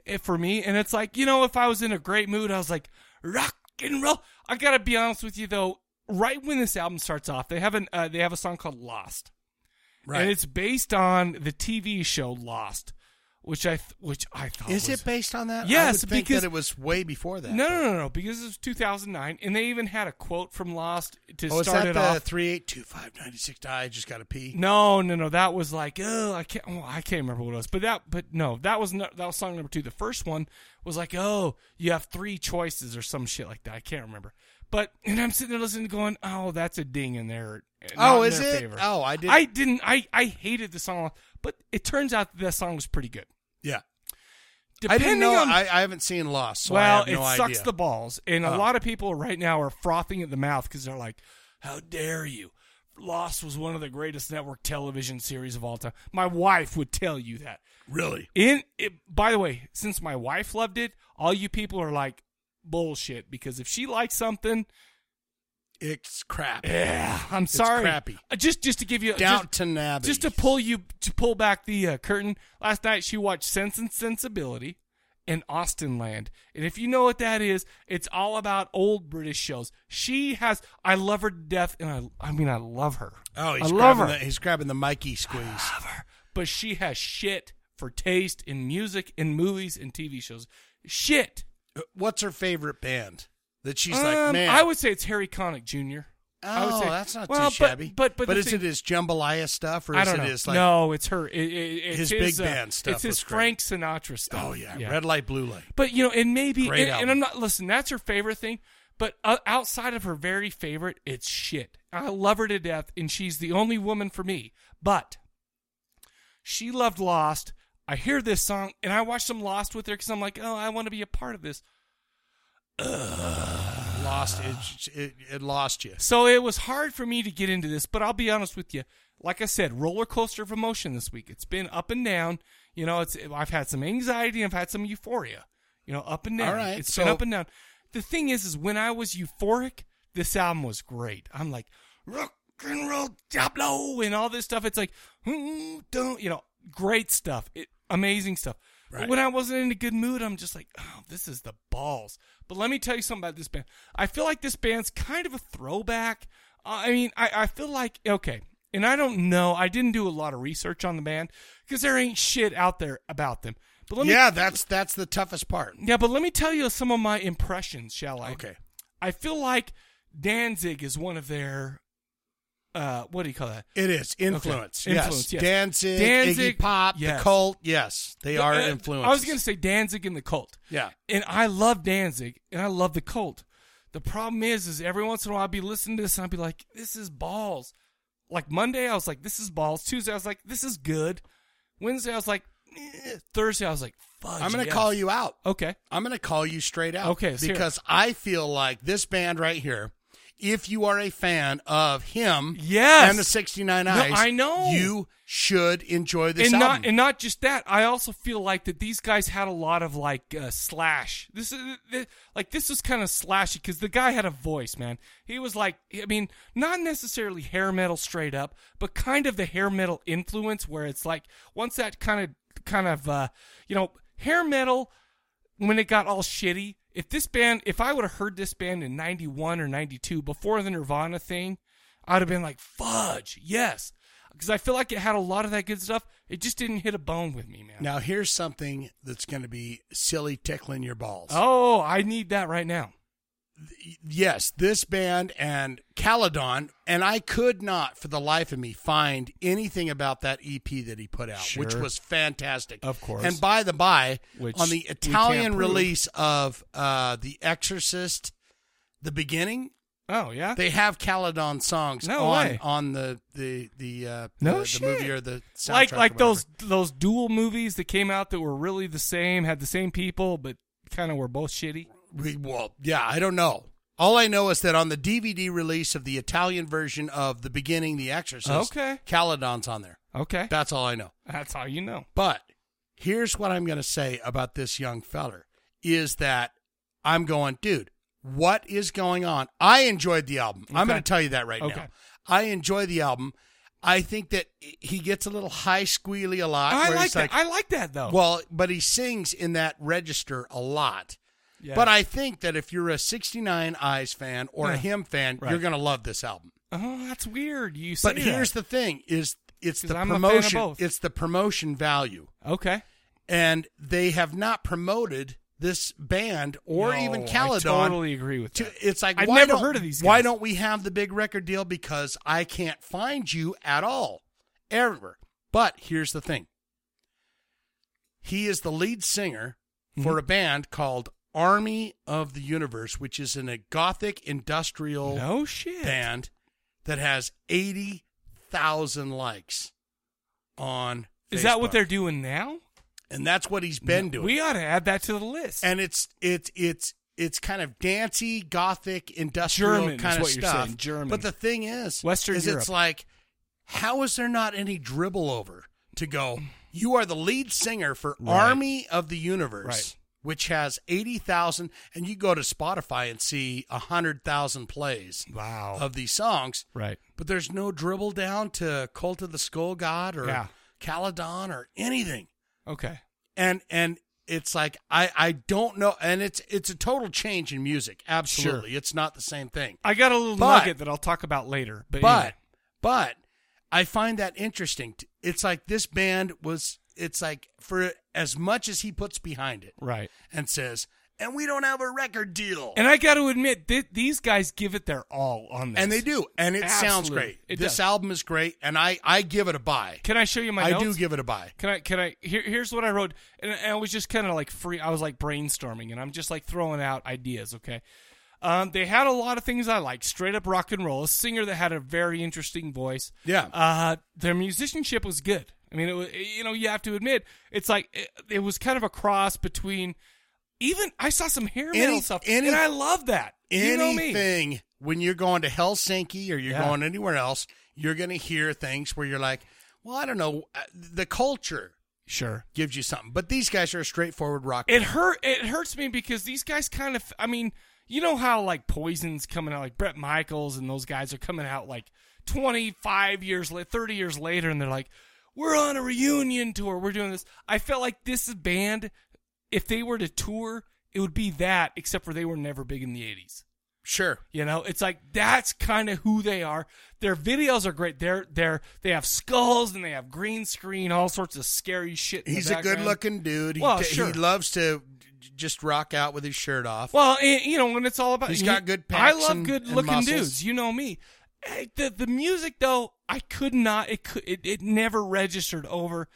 S1: eh, for me, and it's like you know, if I was in a great mood, I was like rock and roll. I gotta be honest with you though. Right when this album starts off, they have an uh, they have a song called Lost,
S2: Right.
S1: and it's based on the TV show Lost. which I th- which I thought
S2: Is
S1: was-
S2: it based on that? I
S1: Yes,
S2: would think
S1: because
S2: that it was way before that.
S1: No, no, no, no, because it was 2009, and they even had a quote from Lost to
S2: oh, is
S1: start
S2: that
S1: it
S2: the
S1: off.
S2: three eight two five ninety six? I just got to pee.
S1: No, no, no. That was like, oh, I can't, well, I can't remember what it was. But that, but no, that was no, that was song number two. The first one was like, oh, you have three choices or some shit like that. I can't remember. But and I'm sitting there listening, going, oh, that's a ding in there. not
S2: Oh,
S1: in
S2: is
S1: their
S2: it?
S1: favor.
S2: Oh, I didn't-
S1: I didn't. I I hated the song, but it turns out that, that song was pretty good.
S2: Yeah.
S1: Depending
S2: I didn't know.
S1: on
S2: I, I haven't seen Lost. So I
S1: well,
S2: have no
S1: it sucks
S2: idea.
S1: the balls, and a
S2: Oh.
S1: lot of people right now are frothing at the mouth because they're like, "How dare you? Lost was one of the greatest network television series of all time." My wife would tell you that.
S2: Really?
S1: In it, by the way, since my wife loved it, all you people are like bullshit because if she likes something,
S2: it's crap.
S1: Yeah, I'm
S2: It's
S1: sorry.
S2: crappy.
S1: Uh, Just just to give you
S2: Down
S1: just,
S2: to nabby.
S1: Just to pull you to pull back the uh, curtain. Last night she watched Sense and Sensibility and Austin Land. And if you know what that is, it's all about old British shows. She has I love her to death and I I mean I love her.
S2: Oh, he's
S1: I love
S2: grabbing
S1: her.
S2: The, he's grabbing the Mikey
S1: [SIGHS]
S2: squeeze.
S1: but she has shit for taste in music in movies and TV shows. Shit.
S2: Uh, What's her favorite band that she's like?
S1: Um,
S2: Man,
S1: I would say it's Harry Connick Jr. I would
S2: Oh,
S1: say-
S2: that's not
S1: well,
S2: too
S1: but-
S2: shabby.
S1: But but, the
S2: is
S1: thing-
S2: it his jambalaya stuff or
S1: I
S2: is
S1: don't
S2: it
S1: know.
S2: his like?
S1: no, it's her. It, it- it's
S2: His big
S1: uh,
S2: band stuff
S1: It's his
S2: was great.
S1: Frank Sinatra stuff.
S2: Oh yeah, red light, blue light.
S1: But you know, and maybe,
S2: Great
S1: and, and I'm not. Listen, that's her favorite thing. But uh, outside of her very favorite, it's shit. I love her to death, and she's the only woman for me. But she loved Lost. I hear this song, and I watch some Lost with her because I'm like, oh, I want to be a part of this.
S2: lost it, it. It lost you.
S1: So it was hard for me to get into this, but I'll be honest with you. Like I said, roller coaster of emotion this week. It's been up and down. You know, it's I've had some anxiety, I've had some euphoria. You know, up and down.
S2: All right,
S1: It's
S2: so-
S1: been up and down. The thing is, is when I was euphoric, this album was great. I'm like rock and roll Diablo and all this stuff. It's like "Hmm, don't you know, great stuff, it, amazing stuff. But
S11: Right.
S1: when I wasn't in a good mood, I'm just like, oh, this is the balls. But let me tell you something about this band. I feel like this band's kind of a throwback. Uh, I mean, I, I feel like, okay, and I don't know. I didn't do a lot of research on the band because there ain't shit out there about them. But let me,
S2: yeah, that's that's the toughest part.
S1: yeah, but let me tell you some of my impressions, shall I?
S2: Okay.
S1: I feel like Danzig is one of their uh what do you call that?
S2: It is
S1: Okay.
S2: influence. Yes,
S1: Influence, yes.
S2: Danzig, Iggy Pop,
S1: yes.
S2: the Cult. Yes, they
S1: Uh,
S2: are
S1: uh,
S2: influences.
S1: I was going to say Danzig and the Cult.
S2: Yeah.
S1: And I love Danzig and I love the Cult. The problem is, is every once in a while I'd be listening to this and I'd be like, this is balls. Like Monday, I was like, this is balls. Tuesday, I was like, this is good. Wednesday, I was like, eh. Thursday, I was like, fudge.
S2: I'm going to
S1: Oh, yes.
S2: call you out.
S1: Okay.
S2: I'm going to call you straight out.
S1: Okay, let's hear it.
S2: Because I feel like this band right here, if you are a fan of him
S1: Yes.
S2: and the 69
S1: No,
S2: Eyes,
S1: I know.
S2: you should enjoy this
S1: and
S2: album.
S1: not and not just that. I also feel like that these guys had a lot of like uh, slash. This is th- like this was kind of slashy because the guy had a voice, man. He was like, I mean, not necessarily hair metal straight up, but kind of the hair metal influence where it's like once that kind of kind of uh, you know hair metal when it got all shitty. If this band, if I would have heard this band in '91 or '92 before the Nirvana thing, I'd have been like, "Fudge, yes," because I feel like it had a lot of that good stuff. It just didn't hit a bone with me, man.
S2: now, here's something that's going to be silly tickling your balls.
S1: Oh, I need that right now.
S2: yes, this band and Caledon, and I could not for the life of me find anything about that EP that he put out, which
S1: Sure.
S2: was fantastic.
S1: Of course.
S2: And by the by,
S1: Which
S2: on the
S1: we can't
S2: Italian
S1: prove.
S2: release of uh, The Exorcist, The Beginning.
S1: Oh yeah,
S2: they have Caledon songs
S1: No
S2: on
S1: way.
S2: on the the the uh,
S1: No
S2: the,
S1: shit.
S2: the movie or the soundtrack
S1: like
S2: or
S1: like
S2: whatever.
S1: those those dual movies that came out that were really the same, had the same people, but kind of were both shitty.
S2: We, well, yeah, I don't know. All I know is that on the DVD release of the Italian version of The Beginning, The Exorcist,
S1: Okay.
S2: Caledon's on there.
S1: Okay.
S2: That's all I know.
S1: That's all you know.
S2: But here's what I'm going to say about this young feller is that I'm going, dude, what is going on? I enjoyed the album. I'm
S1: Okay.
S2: going to tell you that right
S1: Okay.
S2: now. I enjoy the album. I think that he gets a little high squealy a lot.
S1: I
S2: where
S1: like
S2: he's
S1: that. I like that though.
S2: Well, but he sings in that register a lot.
S1: Yeah.
S2: But I think that if you're a 69 Eyes fan or
S1: Yeah.
S2: a him fan,
S1: Right.
S2: you're going to love this album.
S1: oh, that's weird. You.
S2: But
S1: say
S2: here's
S1: that.
S2: the thing: is it's the
S1: I'm a fan of
S2: promotion.
S1: both.
S2: It's the promotion value.
S1: Okay.
S2: and they have not promoted this band or
S1: No,
S2: even
S1: I
S2: Caledon.
S1: totally agree with
S2: to-
S1: that.
S2: It's like
S1: I've
S2: why
S1: never
S2: don't-
S1: heard of these
S2: Why
S1: guys.
S2: don't we have the big record deal? Because I can't find you at all, ever. But here's the thing: he is the lead singer
S1: Mm-hmm.
S2: for a band called Army of the Universe, which is in a gothic industrial
S1: No shit.
S2: band that has eighty thousand likes on.
S1: Is that what
S2: Facebook.
S1: they're doing now?
S2: And that's what he's been doing.
S1: We ought to add that to the list.
S2: And it's it's it's it's kind of dancey, gothic, industrial
S1: German is
S2: kind of
S1: what you're
S2: stuff.
S1: saying, German.
S2: But the thing is,
S1: Western
S2: is
S1: Europe.
S2: it's like, how is there not any dribble over to go? You are the lead singer for Army of the Universe,
S1: Right.
S2: which has eighty thousand, and you go to Spotify and see hundred thousand plays.
S1: Wow.
S2: of these songs,
S1: Right.
S2: But there's no dribble down to Cult of the Skull God or
S1: Yeah.
S2: Caledon or anything
S1: Okay.
S2: and and it's like I I don't know, and it's it's a total change in music. Absolutely, it's not the same thing.
S1: I got a little
S2: But-
S1: nugget that I'll talk about later. But,
S2: But
S1: anyway.
S2: but, I find that interesting. It's like this band was. It's like for as much as he puts behind it,
S1: right?
S2: And says, and we don't have a record deal.
S1: And I got to admit, th- these guys give it their all on this,
S2: And they do, and it sounds
S1: Absolutely.
S2: great.
S1: It
S2: this
S1: does.
S2: album is great, and I I give it a buy.
S1: Can I show you my?
S2: I do
S1: notes?
S2: give it a buy.
S1: Can I? Can I? Here, here's what I wrote, and I was just kind of like free. I was like brainstorming, and I'm just like throwing out ideas. Okay. Um, they had a lot of things I liked. Straight up rock and roll. A singer that had a very interesting voice.
S2: Yeah.
S1: Uh, their musicianship was good. I mean, it was. You know, you have to admit, it's like it, it was kind of a cross between. Even I saw some hair metal
S2: Any-
S1: stuff,
S2: any-
S1: and I love that. you know me.
S2: anything when you're going to Helsinki or you're
S1: Yeah.
S2: going anywhere else, you're going to hear things where you're like, well, I don't know, uh, the culture
S1: sure
S2: gives you something, but these guys are a straightforward rock.
S1: It
S2: band.
S1: hurt. It hurts me because these guys kind of. I mean, you know how like Poison's coming out, like Brett Michaels and those guys are coming out like twenty five years, la- thirty years later, and they're like, "We're on a reunion tour. We're doing this." I felt like this band, if they were to tour, it would be that, except for they were never big in the eighties.
S2: Sure.
S1: You know, it's like that's kind of who they are. Their videos are great. They're they're they have skulls and they have green screen, all sorts of scary shit. in the
S2: He's a
S1: background.
S2: good looking dude. He,
S1: Well,
S2: ta-
S1: sure.
S2: he loves to j- just rock out with his shirt off.
S1: Well, and, you know, when it's all about
S2: He's
S1: you-
S2: got good
S1: I
S2: pecs
S1: love
S2: and-
S1: good
S2: and
S1: looking
S2: muscles.
S1: dudes. You know me. Eh, The the music though, I could not. It could. It, it never registered over.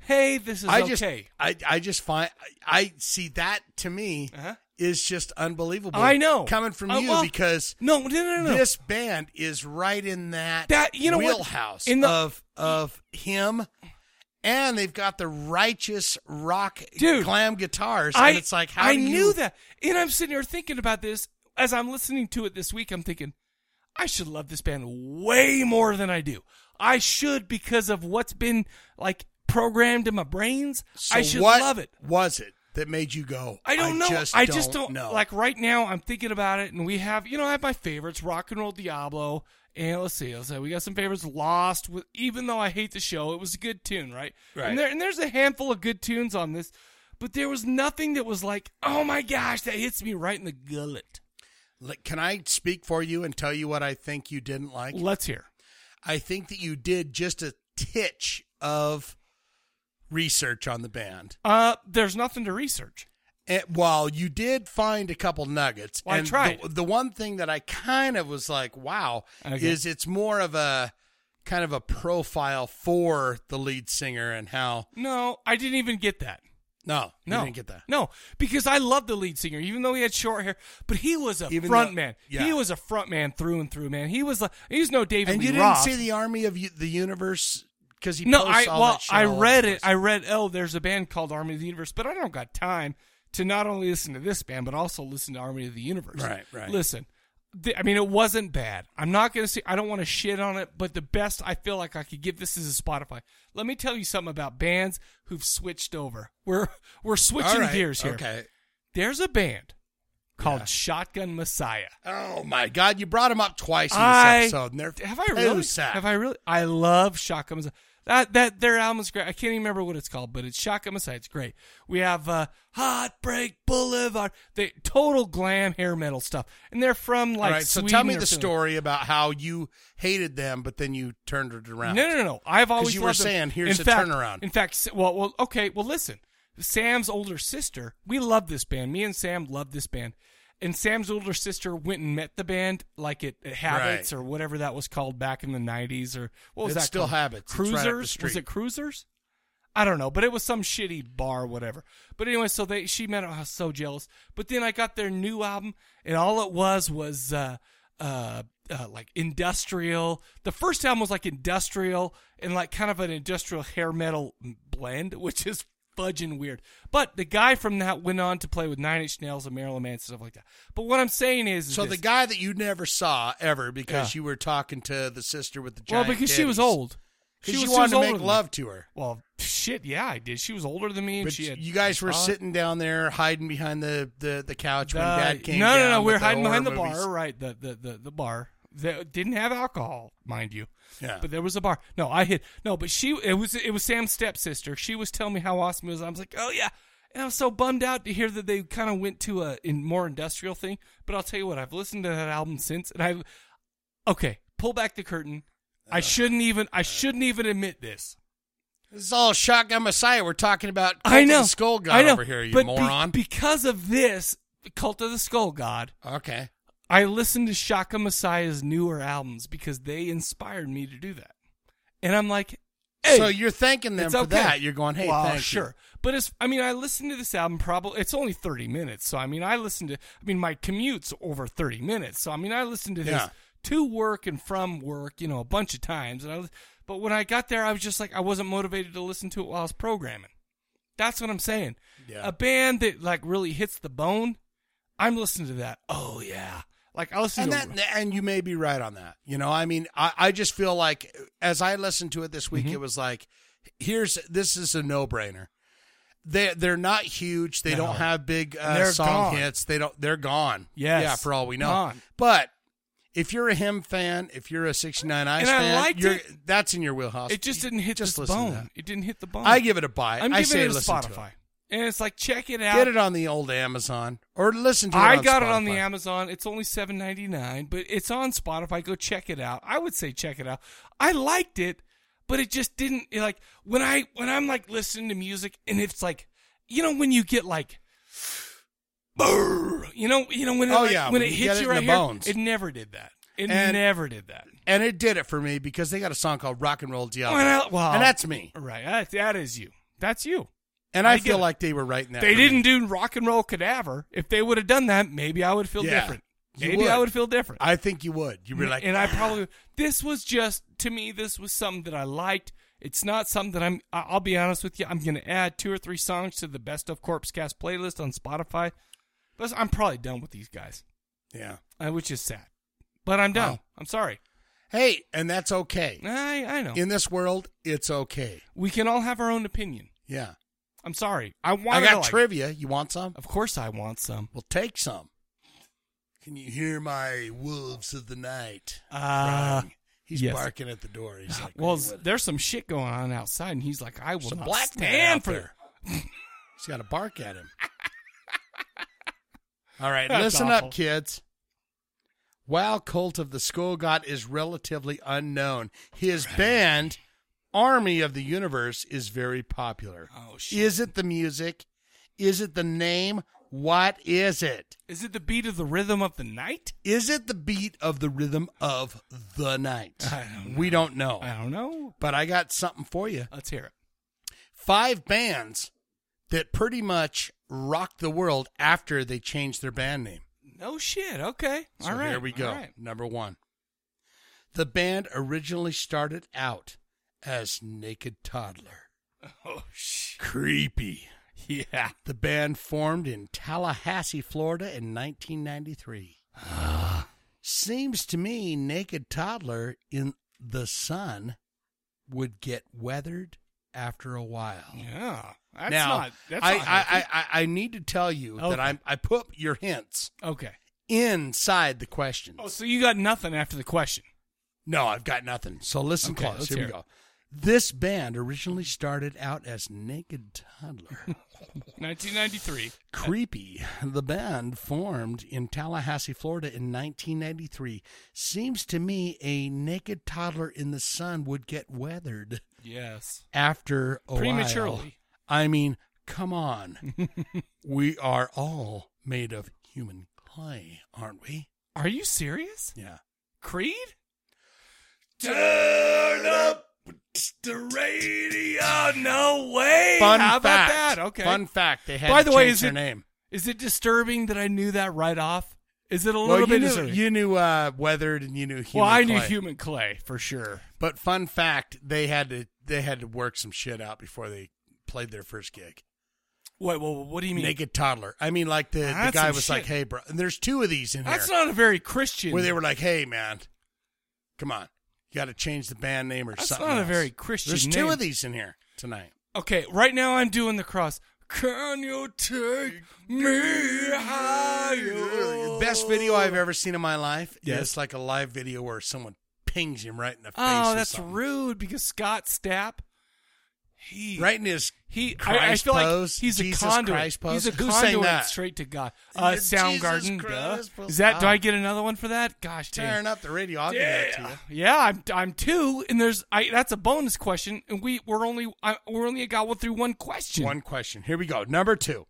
S1: Hey, this is
S2: I
S1: okay.
S2: just, I, I just find, I, I see that to me is just unbelievable.
S1: Uh-huh. I know.
S2: coming from
S1: Uh,
S2: you
S1: well,
S2: because
S1: no, no, no, no.
S2: this band is right in that
S1: That- you know what?
S2: wheelhouse
S1: In the-
S2: of of him, and they've got the righteous rock
S1: Dude,
S2: glam guitars,
S1: I,
S2: and it's like how
S1: I
S2: do you-
S1: knew that, and I'm sitting here thinking about this as I'm listening to it this week. I'm thinking I should love this band way more than I do. I should because of what's been like programmed in my brains.
S2: So
S1: I should
S2: what
S1: love it.
S2: Was it that made you go?
S1: I don't know.
S2: Just
S1: I
S2: don't
S1: just don't
S2: know.
S1: Like right now, I'm thinking about it, and we have, you know, I have my favorites: Rock and Roll Diablo, and let's see, let's see, we got some favorites. Lost, with, even though I hate the show, it was a good tune, right?
S2: Right.
S1: And, there, and there's a handful of good tunes on this, but there was nothing that was like, oh my gosh, that hits me right in the gullet.
S2: Like, Can I speak for you and tell you what I think you didn't like?
S1: Let's hear.
S2: I think that you did just a titch of research on the band.
S1: Uh, there's nothing to research.
S2: And, Eh, well, you did find a couple nuggets.
S1: Well, I
S2: and
S1: tried.
S2: The, the one thing that I kind of was like, wow,
S1: Okay.
S2: is it's more of a kind of a profile for the lead singer and how.
S1: No, I didn't even get that.
S2: No,
S1: No,
S2: you didn't get that.
S1: No, because I love the lead singer, even though he had short hair. But he was a
S2: Even
S1: front
S2: though-
S1: man.
S2: yeah.
S1: He was a front man through and through. Man, he was like he was no David
S2: And
S1: Lee
S2: you didn't
S1: Roth.
S2: see the Army of U- the Universe because he
S1: no, I
S2: posts all
S1: well
S2: that shit
S1: I
S2: all over
S1: read
S2: the
S1: it. I read oh, there's a band called Army of the Universe, but I don't got time to not only listen to this band but also listen to Army of the Universe.
S2: Right, right.
S1: Listen, th- I mean it wasn't bad. I'm not gonna say I don't want to shit on it, but the best I feel like I could give this is a Spotify. Let me tell you something about bands who've switched over. We're we're
S2: place.
S1: switching
S2: All right,
S1: gears here.
S2: Okay.
S1: There's a band called Shotgun Messiah.
S2: Oh my God! You brought him up twice in this
S1: I-
S2: episode. And they're
S1: Have I really?
S2: Sad.
S1: Have I really? I love Shotgun Messiah. That that their album is great. I can't even remember what it's called, but it's Shotgun Messiah. It's great. We have uh, Heartbreak Boulevard. They total glam hair metal stuff, and they're from like.
S2: All right. So
S1: Sweden
S2: tell me
S1: or
S2: the
S1: Finland.
S2: story about how you hated them, but then you turned it around.
S1: No, no, no, no. I've
S2: 'Cause
S1: always
S2: you were
S1: loved them.
S2: saying here's
S1: in
S2: a
S1: fact,
S2: turnaround.
S1: In fact, s- well, well, okay. Well, listen. Sam's older sister, we loved this band. Me and Sam loved this band. And Sam's older sister went and met the band like at, at Habits
S2: Right.
S1: or whatever that was called back in the 90s or what was
S2: It's
S1: that
S2: still
S1: called?
S2: Habits. It's right up the
S1: Cruisers? was
S2: street.
S1: it Cruisers? I don't know, but it was some shitty bar, or whatever. But anyway, so they she met. I was so jealous. But then I got their new album, and all it was was uh, uh, uh, like industrial. The first album was like industrial and like kind of an industrial hair metal blend, which is fudging weird. But the guy from that went on to play with Nine Inch Nails and Marilyn Manson stuff like that. But what I'm saying is, is
S2: So
S1: this.
S2: the guy that you never saw ever because
S1: Yeah.
S2: you were talking to the sister with the
S1: well
S2: giant
S1: because she was
S2: titties.
S1: old.
S2: 'Cause
S1: She
S2: you
S1: was- she
S2: wanted
S1: was
S2: to
S1: older
S2: make
S1: than
S2: love
S1: me.
S2: to her.
S1: Well, shit, yeah, I did. She was older than me, and
S2: But
S1: she had
S2: you guys were
S1: huh?
S2: sitting down there hiding behind the, the, the couch when
S1: Uh,
S2: dad came
S1: no, no,
S2: down
S1: no. We
S2: with
S1: were hiding
S2: horror
S1: behind the
S2: movies.
S1: bar, right? The the the, the bar that didn't have alcohol, mind you.
S2: Yeah.
S1: But there was a bar. No, I hid. No, but she. It was it was Sam's stepsister. She was telling me how awesome it was. I was like, oh yeah. And I was so bummed out to hear that they kind of went to a in more industrial thing. But I'll tell you what, I've listened to that album since, and I. Okay, pull back the curtain. I shouldn't even. I shouldn't even admit this.
S2: This is all Shotgun Messiah. We're talking about Cult
S1: I know.
S2: Of the Skull God
S1: I know.
S2: over here, you
S1: but be-
S2: moron.
S1: because of this, Cult of the Skull God.
S2: Okay.
S1: I listened to Shaka Messiah's newer albums because they inspired me to do that. And I'm like, hey,
S2: So you're thanking them
S1: it's
S2: for
S1: okay.
S2: that. You're going, hey,
S1: well,
S2: thank you.
S1: sure. But it's, I mean, I listened to this album probably, it's only 30 minutes. So, I mean, I listened to, I mean, my commute's over 30 minutes. So, I mean, I listened to this
S2: Yeah.
S1: to work and from work, you know, a bunch of times. And I, li- but when I got there, I was just like, I wasn't motivated to listen to it while I was programming. That's what I'm saying.
S2: Yeah.
S1: A band that like really hits the bone, I'm listening to that. Oh yeah, like I listen
S2: and
S1: to
S2: that, and you may be right on that. You know, I mean, I, I just feel like as I listened to it this week,
S1: Mm-hmm.
S2: it was like, here's this is a no brainer. They they're not huge. They
S1: No.
S2: don't have big
S1: And
S2: uh,
S1: they're
S2: song
S1: gone.
S2: hits. They don't. They're gone.
S1: Yes.
S2: yeah, for all we know.
S1: Gone.
S2: But if you're a him fan, if you're a '69 Ice
S1: And I
S2: fan,
S1: liked
S2: you're,
S1: it.
S2: that's in your wheelhouse.
S1: It just didn't hit
S2: Just
S1: this
S2: listen to
S1: bone.
S2: that.
S1: It didn't hit the bone.
S2: I give it a buy.
S1: I'm
S2: I
S1: giving
S2: say
S1: it a
S2: listen to it.
S1: Spotify, and it's like check it out.
S2: Get it on the old Amazon or listen to it.
S1: I
S2: on
S1: got it on
S2: Spotify.
S1: the Amazon. It's only seven ninety nine, but it's on Spotify. Go check it out. I would say check it out. I liked it, but it just didn't it, like when I when I'm like listening to music and it's like you know when you get like brrr, you know you know when it,
S2: Oh,
S1: like,
S2: yeah,
S1: when
S2: when
S1: it
S2: you
S1: hits
S2: get it
S1: you
S2: in
S1: right
S2: the
S1: here,
S2: bones.
S1: it never did that. It
S2: And-
S1: never did that.
S2: and it did it for me because they got a song called Rock and Roll Diablo,
S1: Oh, and, I- well,
S2: and that's me.
S1: Right. That, that is you. That's you.
S2: And I,
S1: I get
S2: feel
S1: it.
S2: like they were right in that.
S1: they
S2: for me.
S1: didn't do rock and roll cadaver. If they would have done that, maybe I would feel
S2: Yeah.
S1: different.
S2: You
S1: Maybe I would feel different.
S2: I think you would. You'd be like, "Ah."
S1: and I probably this was just to me. This was something that I liked. It's not something that I'm. I- I'll be honest with you. I'm going to add two or three songs to the best of Corpse Cast playlist on Spotify. But I'm probably done with these guys,
S2: yeah.
S1: uh, which is sad. But I'm done.
S2: Wow.
S1: I'm sorry.
S2: Hey, and that's okay.
S1: I I know.
S2: In this world, it's okay.
S1: we can all have our own opinion.
S2: Yeah.
S1: I'm sorry. I
S2: I
S1: wanted to
S2: got
S1: like-
S2: trivia. You want some?
S1: Of course, I want some.
S2: Well, take some. Can you hear my wolves of the night?
S1: Uh,
S2: crying? He's
S1: yes.
S2: barking at the door.
S1: [LAUGHS]
S2: He's like,
S1: Well, there's some shit going on outside, and he's like, "I will
S2: Some
S1: not
S2: black man
S1: stand
S2: out
S1: for."
S2: [LAUGHS] there. he's got to bark at
S1: [LAUGHS]
S2: him. All right,
S1: That's
S2: listen
S1: awful.
S2: up, kids. While Cult of the Skull God is relatively unknown, his band Army of the Universe is very popular.
S1: Oh
S2: Is it the music? Is it the name? What is it?
S1: Is it the beat of the rhythm of the night?
S2: Is it the beat of the rhythm of the night?
S1: I don't
S2: We don't know.
S1: I don't know.
S2: But I got something for you.
S1: Let's hear it.
S2: Five bands that pretty much rocked the world after they changed their band name.
S1: No shit. Okay.
S2: So
S1: all right.
S2: here we go.
S1: all right.
S2: [LAUGHS] Number one. The band originally started out as Naked Toddler.
S1: Oh shit.
S2: Creepy.
S1: Yeah.
S2: The band formed in Tallahassee, Florida in 1993.
S1: Ah.
S2: Seems to me Naked Toddler in the sun would get weathered after a while.
S1: Yeah. That's
S2: now,
S1: not. That's
S2: I,
S1: not
S2: I,
S1: healthy.
S2: I, I, I need to tell you
S1: Okay.
S2: that I'm, I put your hints
S1: okay.
S2: inside the question.
S1: Oh, so you got nothing after the question. [LAUGHS]
S2: No, I've got nothing. So listen
S1: Okay,
S2: close.
S1: let's
S2: Here we
S1: hear
S2: go. This band originally started out as Naked
S1: [LAUGHS]
S2: Toddler.
S1: 1993.
S2: Creepy. The band formed in Tallahassee, Florida in 1993. Seems to me a naked toddler in the sun would get weathered
S1: Yes. Oh,
S2: after a while.
S1: Prematurely.
S2: I mean, come on. [LAUGHS] we are all made of human clay, aren't we?
S1: Are you serious?
S2: Yeah.
S1: Creed?
S12: Turn up the radio.
S1: No way.
S2: Fun
S1: How about
S2: fact.
S1: that? Okay.
S2: Fun fact. They had
S1: By
S2: to
S1: the way,
S2: change
S1: is
S2: their
S1: it,
S2: name.
S1: Is it disturbing that I knew that right off? Is it a
S2: well,
S1: little
S2: you
S1: bit
S2: knew,
S1: disturbing?
S2: you knew uh, weathered and you knew human
S1: well, I
S2: clay.
S1: knew human clay for sure.
S2: But fun fact, they had to they had to work some shit out before they played their first gig.
S1: Wait, well, what do you mean?
S2: Naked toddler. I mean, like the, the
S1: That's
S2: guy
S1: some
S2: was like,
S1: shit.
S2: "Hey, bro," and there's two of these in
S1: That's
S2: here.
S1: not a very Christian.
S2: where they were like, "Hey, man, come on, you got to change the band name or
S1: That's
S2: something."
S1: not a
S2: else."
S1: very Christian
S2: There's
S1: name.
S2: two of these in here tonight.
S1: Okay, right now I'm doing the cross. Can you take me higher?
S2: Best video I've ever seen in my life.
S1: Yes.
S2: Yeah, it's like a live video where someone pings him right in the face.
S1: Oh,
S2: or
S1: that's
S2: something.
S1: rude because Scott Stapp, he
S2: right in his
S1: he. I, I
S2: Christ
S1: feel
S2: pose,
S1: like he's
S2: Jesus
S1: a conduit.
S2: Christ pose.
S1: He's a
S2: Who
S1: conduit
S2: sang that?
S1: straight to God. Uh,
S2: The Jesus
S1: Soundgarden. duh.
S2: Christ pose.
S1: Is that? Do
S2: Wow.
S1: I get another one for that? Gosh, dang.
S2: Tearing up the radio. I'll give that to you.
S1: Yeah, I'm I'm two, and there's I. That's a bonus question, and we we're only I, we're only got one through one question.
S2: One question. Here we go. Number two.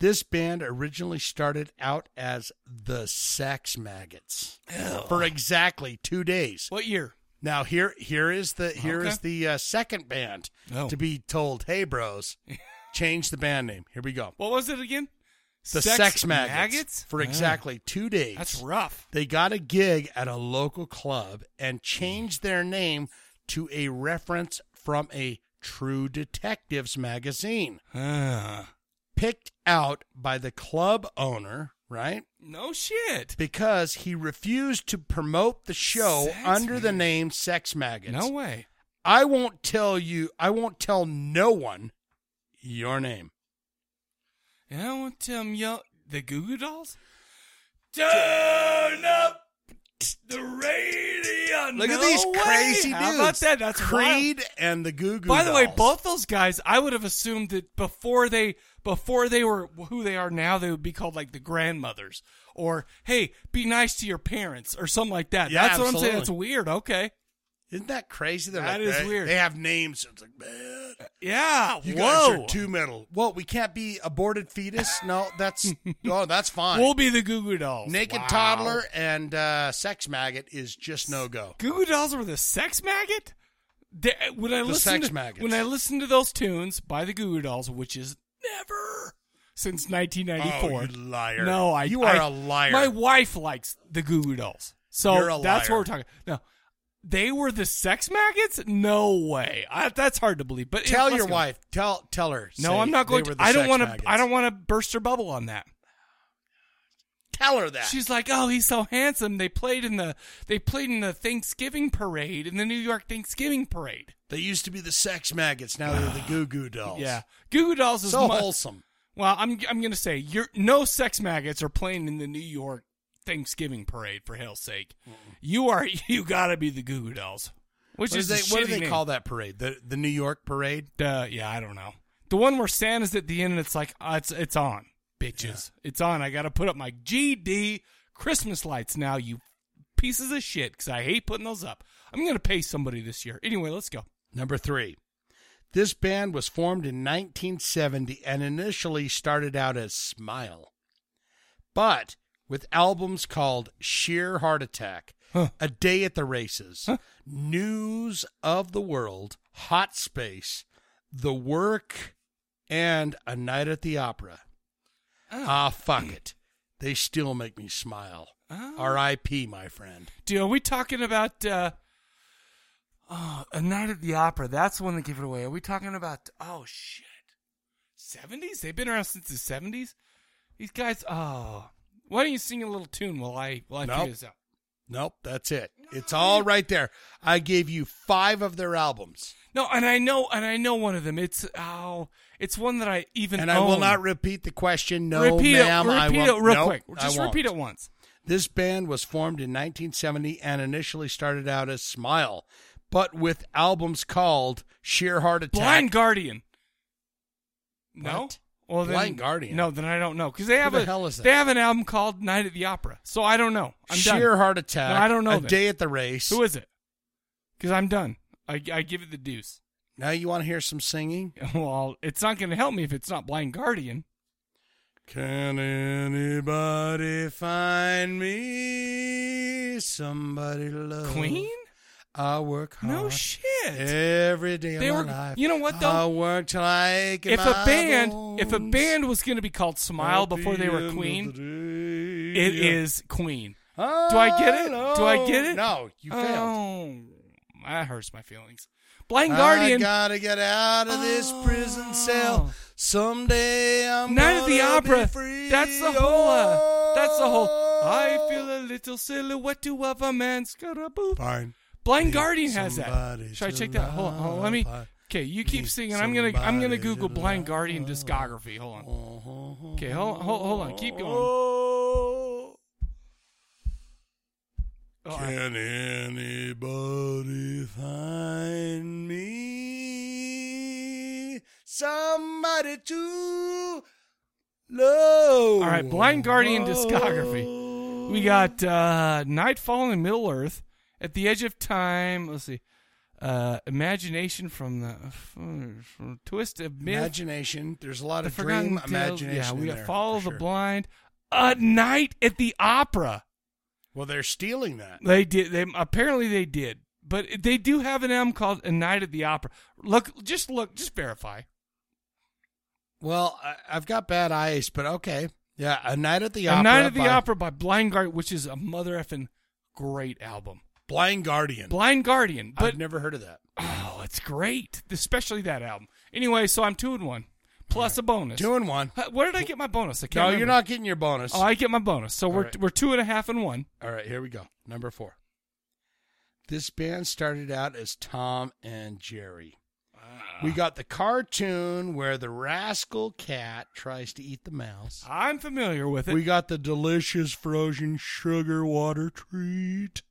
S2: This band originally started out as the Sex Maggots for exactly two days.
S1: What year?
S2: Now here here is the here is
S1: Okay.
S2: the uh, second band
S1: Oh.
S2: to be told, hey
S1: [LAUGHS]
S2: bros, change the band name. Here we go.
S1: What was it again?
S2: The Sex, Maggots, for
S1: Wow.
S2: exactly two days.
S1: Oh. Ah, That's rough.
S2: They got a gig at a local club and changed their name to a reference from a True Detectives magazine. Picked out by the club owner, right?
S1: No shit.
S2: Because he refused to promote the show
S1: Sex
S2: under the name Sex Maggots.
S1: No way.
S2: I won't tell you, I won't tell no one your name.
S1: And I want to tell you the Goo Goo Dolls.
S12: Turn up the radio.
S1: Look at these crazy How dudes. about that? That's
S2: Creed and the Goo Goo.
S1: By the way,
S2: Dolls.
S1: both those guys, I would have assumed that before they before they were who they are now, they would be called like the grandmothers or hey, be nice to your parents or something like that.
S2: Yeah,
S1: That's what I'm saying.
S2: absolutely.
S1: It's weird. Okay.
S2: Isn't that crazy? They're
S1: That
S2: like,
S1: is
S2: they,
S1: weird.
S2: They have names. It's like, man,
S1: Yeah.
S2: you
S1: whoa.
S2: guys are too metal. Well, we can't be aborted fetus. No,
S1: [LAUGHS]
S2: that's oh, that's fine.
S1: We'll be the Goo Goo Dolls.
S2: Naked
S1: Oh, Wow.
S2: toddler and uh, sex maggot is just no go.
S1: Goo Goo Dolls were the sex maggot. They- when I
S2: The
S1: listen
S2: sex
S1: to,
S2: maggots.
S1: when I listen to those tunes by the Goo Goo Dolls, which is never since 1994.
S2: Oh, you liar.
S1: No, I.
S2: You are a
S1: a
S2: liar.
S1: My wife likes the Goo Goo Dolls, so
S2: You're a
S1: that's what
S2: liar.
S1: we're talking. No, they were the sex maggots. No way. I, that's hard to believe. But
S2: Tell
S1: let's
S2: your
S1: go.
S2: wife. Tell tell her.
S1: No,
S2: Say
S1: I'm not
S2: they
S1: going
S2: were
S1: to.
S2: the
S1: I don't
S2: sex
S1: want
S2: maggots.
S1: to. I don't want to burst her bubble on that.
S2: tell her that.
S1: She's like, "Oh, he's so handsome. They played in the they played in the Thanksgiving parade in the New York Thanksgiving parade."
S2: They used to be the sex maggots. Now they're
S1: [SIGHS]
S2: the Goo Goo Dolls.
S1: Yeah, Goo Goo Dolls is
S2: so
S1: mu-
S2: wholesome.
S1: Well, I'm I'm gonna say you're, no sex maggots are playing in the New York Thanksgiving parade for hell's sake. You are [LAUGHS] you gotta be the Goo Goo Dolls, which
S2: What,
S1: is
S2: is they,
S1: a
S2: what do
S1: shitty
S2: they
S1: name.
S2: call that parade? The the New York parade.
S1: Uh, yeah, I don't know. The one where Santa's at the end and it's like uh, it's it's on, bitches. It's on. I gotta put up my GD Christmas lights now, you pieces of shit. Because I hate putting those up. I'm gonna pay somebody this year. Anyway, let's go.
S2: Number three. This band was formed in 1970 and initially started out as Smile, but with albums called Sheer Heart Attack, A Day at the Races, News of the World, Hot Space, The Work, and A Night at the Opera. Ah, fuck it. They still make me smile.
S1: Oh.
S2: R.I.P., my friend.
S1: Dude, are we talking about uh, oh, A Night at the Opera? That's the one that gave it away. Are we talking about oh shit, seventies? They've been around since the seventies. These guys. Oh, why don't you sing a little tune while I while I
S2: Nope.
S1: figure this out?
S2: Nope, that's it. It's all right there. I gave you five of their albums,
S1: No, and I know, and I know one of them. It's oh, it's one that I even
S2: and I will
S1: own.
S2: not repeat the question. No,
S1: repeat
S2: ma'am,
S1: it.
S2: I
S1: Repeat
S2: won't.
S1: it real
S2: Nope,
S1: quick.
S2: I
S1: Just
S2: won't.
S1: repeat it once.
S2: This band was formed in 1970 and initially started out as Smile, but with albums called Sheer Heart Attack.
S1: Blind Guardian. No.
S2: What?
S1: Well, then,
S2: Blind Guardian?
S1: No, then I don't know because they have
S2: the
S1: a
S2: hell is that?
S1: they have an album called Night at the Opera. So I don't know. I'm
S2: Sheer
S1: done.
S2: Heart Attack.
S1: No, I don't know
S2: A
S1: then.
S2: Day at the Race.
S1: Who is it? Because I'm done. I, I give it the deuce. [LAUGHS]
S2: Now you want to hear some singing?
S1: Well, it's not going to help me if it's not Blind Guardian.
S2: Can anybody find me somebody to love?
S1: Queen?
S2: I work hard.
S1: No shit.
S2: Every day
S1: They
S2: of
S1: were-
S2: my life.
S1: you know what, though?
S2: I work till I get
S1: If a
S2: my
S1: band,
S2: bones.
S1: if a band was going to be called Smile
S2: At
S1: before they
S2: the
S1: were
S2: end of
S1: Queen,
S2: the
S1: it
S2: yeah.
S1: is Queen. Do I get it? Do I get it?
S2: No, you failed.
S1: Oh, that hurts my feelings. Blind Guardian. Oh.
S2: I gotta get out of this prison cell. Someday I'm
S1: Night of the
S2: gonna be
S1: Opera.
S2: free.
S1: That's the whole. Uh, that's the whole. I feel a little silhouette of a man. Scaraboo.
S2: Fine.
S1: Blind Guardian has that.
S2: somebody
S1: Should I
S2: to
S1: check that? Hold on. Hold on, Let me. Okay, you keep singing. I'm gonna. I'm gonna Google Blind Guardian discography. Hold on. Okay, hold, hold, hold on. Keep going.
S2: Oh. Can anybody find me somebody to love?
S1: All right, Blind Guardian discography. We got uh, Nightfall in Middle Earth, At the Edge of Time. Let's see. Uh, imagination from the from twist of myth.
S2: Imagination. There's a lot
S1: The
S2: of dream
S1: Forgotten Tales.
S2: imagination.
S1: Yeah, we
S2: in
S1: got
S2: there.
S1: Follow the Blind. A Night at the Opera.
S2: Well, they're stealing that.
S1: They did. They apparently they did, but they do have an album called A Night at the Opera. Look, just look, just verify.
S2: Well, I, I've got bad eyes, but okay. Yeah, a night at the
S1: A
S2: opera.
S1: Night at the
S2: by
S1: Opera by Blind Guardian, which is a mother effing great album.
S2: Blind Guardian.
S1: Blind Guardian, but
S2: I've never heard of that.
S1: Oh, it's great, especially that album. Anyway, so I'm two and one, plus a bonus.
S2: Two and one.
S1: Huh, Where did I get my bonus? I can't
S2: No, you're
S1: remember.
S2: not getting your bonus.
S1: Oh, I get my bonus. So
S2: All
S1: we're
S2: right.
S1: we're two and a half and one.
S2: All right, here we go. Number four. This band started out as Tom and Jerry. We
S1: Ah.
S2: got the cartoon where the rascal cat tries to eat the mouse.
S1: I'm familiar with it.
S2: We got the delicious frozen sugar water treat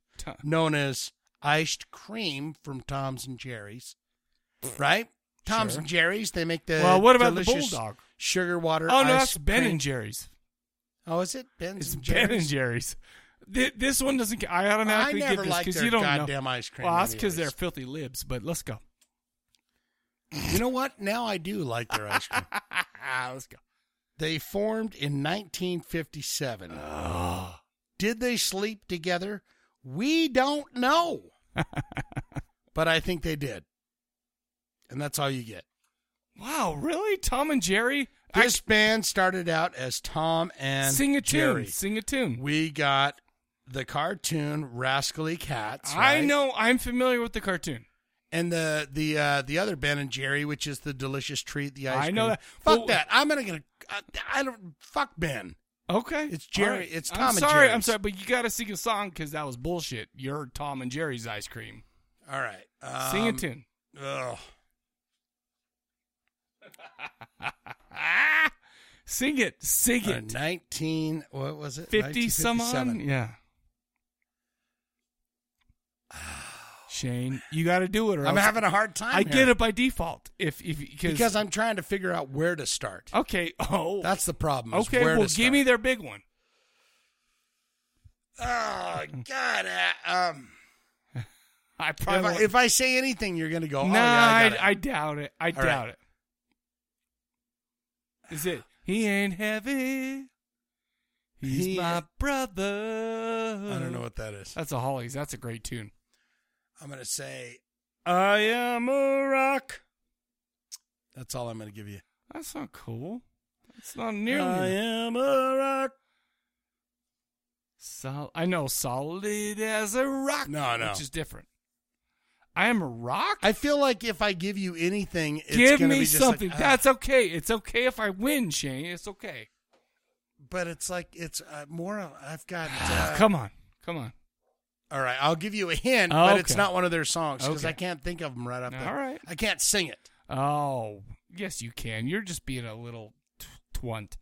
S2: known as iced cream from Tom's and Jerry's. Right? Tom's
S1: Sure.
S2: and Jerry's, they make the
S1: Well, what about the
S2: delicious
S1: Bulldog?
S2: Sugar water.
S1: Oh no, that's
S2: iced
S1: Ben
S2: cream.
S1: and Jerry's.
S2: Oh, is it Ben's
S1: It's
S2: and
S1: Ben and
S2: Jerry's?
S1: Jerry's. Th- This one doesn't. ca- I automatically
S2: I never
S1: get this
S2: liked
S1: because
S2: their
S1: you don't
S2: goddamn
S1: know.
S2: ice cream
S1: Well, that's because
S2: anyways.
S1: they're filthy libs. But
S2: [LAUGHS]
S1: let's go.
S2: You know what? Now I do like their ice
S1: [LAUGHS]
S2: cream.
S1: let's go.
S2: They formed in 1957.
S1: Ah.
S2: Did they sleep together? We don't
S1: [LAUGHS]
S2: know. but I think they did. And that's all you get.
S1: Wow, really? Tom and Jerry?
S2: This band started out as Tom and
S1: Sing a tune.
S2: Jerry.
S1: Sing a tune.
S2: We got the cartoon Rascally Cats.
S1: I
S2: right?
S1: know. I'm familiar with the cartoon.
S2: And the the uh, the other Ben and Jerry, which is the delicious treat, the ice
S1: I know
S2: cream.
S1: that.
S2: Fuck
S1: Well-
S2: that. I'm gonna gonna. I, I don't. Fuck Ben.
S1: Okay,
S2: it's Jerry.
S1: All right.
S2: It's
S1: I'm
S2: Tom and
S1: sorry, I'm
S2: Jerry's.
S1: sorry, but you got to sing a song because that was bullshit. You heard Tom and Jerry's ice cream.
S2: All right. Um,
S1: Sing a tune.
S2: Ugh.
S1: Ah! Sing it. Sing
S2: Uh,
S1: it.
S2: Nineteen. What was it?
S1: Fifty some on.
S2: 1957.
S1: Yeah. Shane, you got to do it. Or
S2: I'm
S1: else-
S2: having a hard time
S1: I
S2: here.
S1: get it by default. If if because,
S2: Because I'm trying to figure out where to start.
S1: okay. [LAUGHS] Oh,
S2: That's the problem. is
S1: okay.
S2: where
S1: Well,
S2: to
S1: give me their big one.
S2: start. Oh God. uh,
S1: [LAUGHS]
S2: um.
S1: I probably
S2: If I,
S1: won't-
S2: if I say anything, you're gonna go.
S1: No,
S2: oh, yeah, I, got
S1: I,
S2: it.
S1: I doubt it. I
S2: All right.
S1: doubt it. Is it? He ain't heavy. He's
S2: He-
S1: my brother.
S2: I don't know what that is.
S1: uh, That's a Hollies. That's a great tune.
S2: I'm gonna say. I am a rock. That's all I'm gonna give you.
S1: That's not cool. It's not nearly.
S2: I am a rock.
S1: Sol- I know solid as a rock.
S2: No, no.
S1: which is different. I am a rock.
S2: I feel like if I give you anything, it's
S1: Give
S2: gonna
S1: me
S2: be just like,
S1: something.
S2: ah.
S1: That's okay. It's okay if I win, Shane.
S2: [SIGHS]
S1: It's okay.
S2: But it's like it's uh, more. Of, I've
S1: [SIGHS]
S2: got.
S1: Oh,
S2: Uh,
S1: come on, come on.
S2: All right, I'll give you a hint,
S1: Oh,
S2: but it's
S1: okay.
S2: not one of their songs because
S1: Okay.
S2: I can't think of them right up there.
S1: All right.
S2: I can't sing it.
S1: Oh, yes, you can. You're just being a little t- twunt.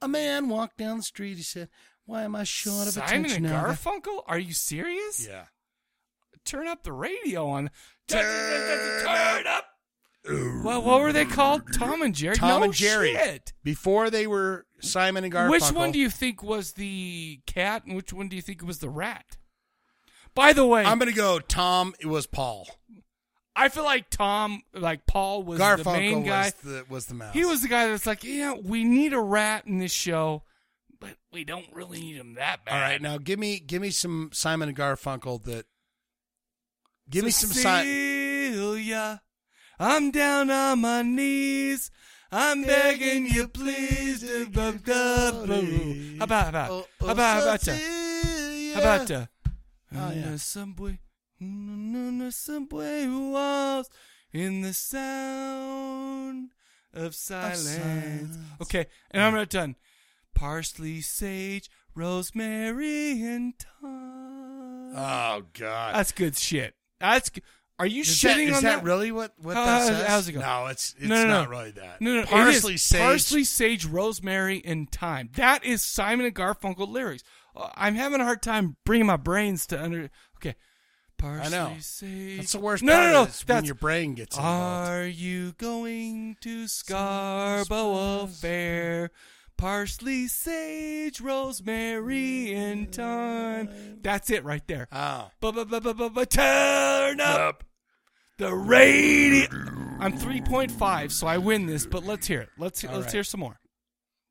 S2: A man walked down the street. He said, "Why am I short of
S1: Simon
S2: attention
S1: and
S2: now?"
S1: Garfunkel? Are you serious?
S2: Yeah.
S1: Turn up the radio on. Turn, up. Well, what were they called? Tom and Jerry.
S2: Tom
S1: No
S2: and Jerry.
S1: shit.
S2: Before they were Simon and Garfunkel.
S1: Which one do you think was the cat, and which one do you think was the rat? By the way,
S2: I'm going to go. Tom. It was Paul.
S1: I feel like Tom, like Paul, was the main
S2: Garfunkel
S1: guy.
S2: was the was the mouse.
S1: He was the guy that's like, yeah, we need a rat in this show, but we don't really need him that bad.
S2: All right, now give me give me some Simon and Garfunkel that. Give me some Simon.
S1: Cecilia, I'm down on my knees. I'm begging you, please. to blah, blah, blah. How about, how about,
S12: Oh,
S1: how
S12: oh,
S1: about, how about, uh,
S12: Cecilia.
S1: how about, uh,
S12: Oh,
S1: in
S12: yeah.
S1: the subway, in the subway walls, in the sound of silence.
S12: silence.
S1: Okay, and I'm not done. Parsley, sage, rosemary, and thyme.
S2: Oh God,
S1: That's good shit. That's. g- Are you
S2: Is that-
S1: shitting
S2: is
S1: on
S2: that
S1: that?
S2: really what- what
S1: How-
S2: that
S1: how's-
S2: says?
S1: How's it going?
S2: No, it's- it's not really that.
S1: No, no, no,
S2: Parsley,
S1: it is.
S2: sage.
S1: parsley, sage, rosemary, and thyme. That is Simon and Garfunkel lyrics. Uh, I'm having a hard time bringing my brains to under. Okay, parsley,
S2: I know.
S1: sage.
S2: That's the worst
S1: No,
S2: part
S1: no, no.
S2: of it, is when
S1: that's- Ah.
S2: your brain gets involved.
S1: Are you going to Scarborough Fair? Parsley, sage, rosemary, and thyme. That's it right there.
S2: Oh.
S1: But turn up the radio. I'm 3.5, so I win this, but let's hear it. Let's,
S2: All
S1: let's
S2: right.
S1: hear some more.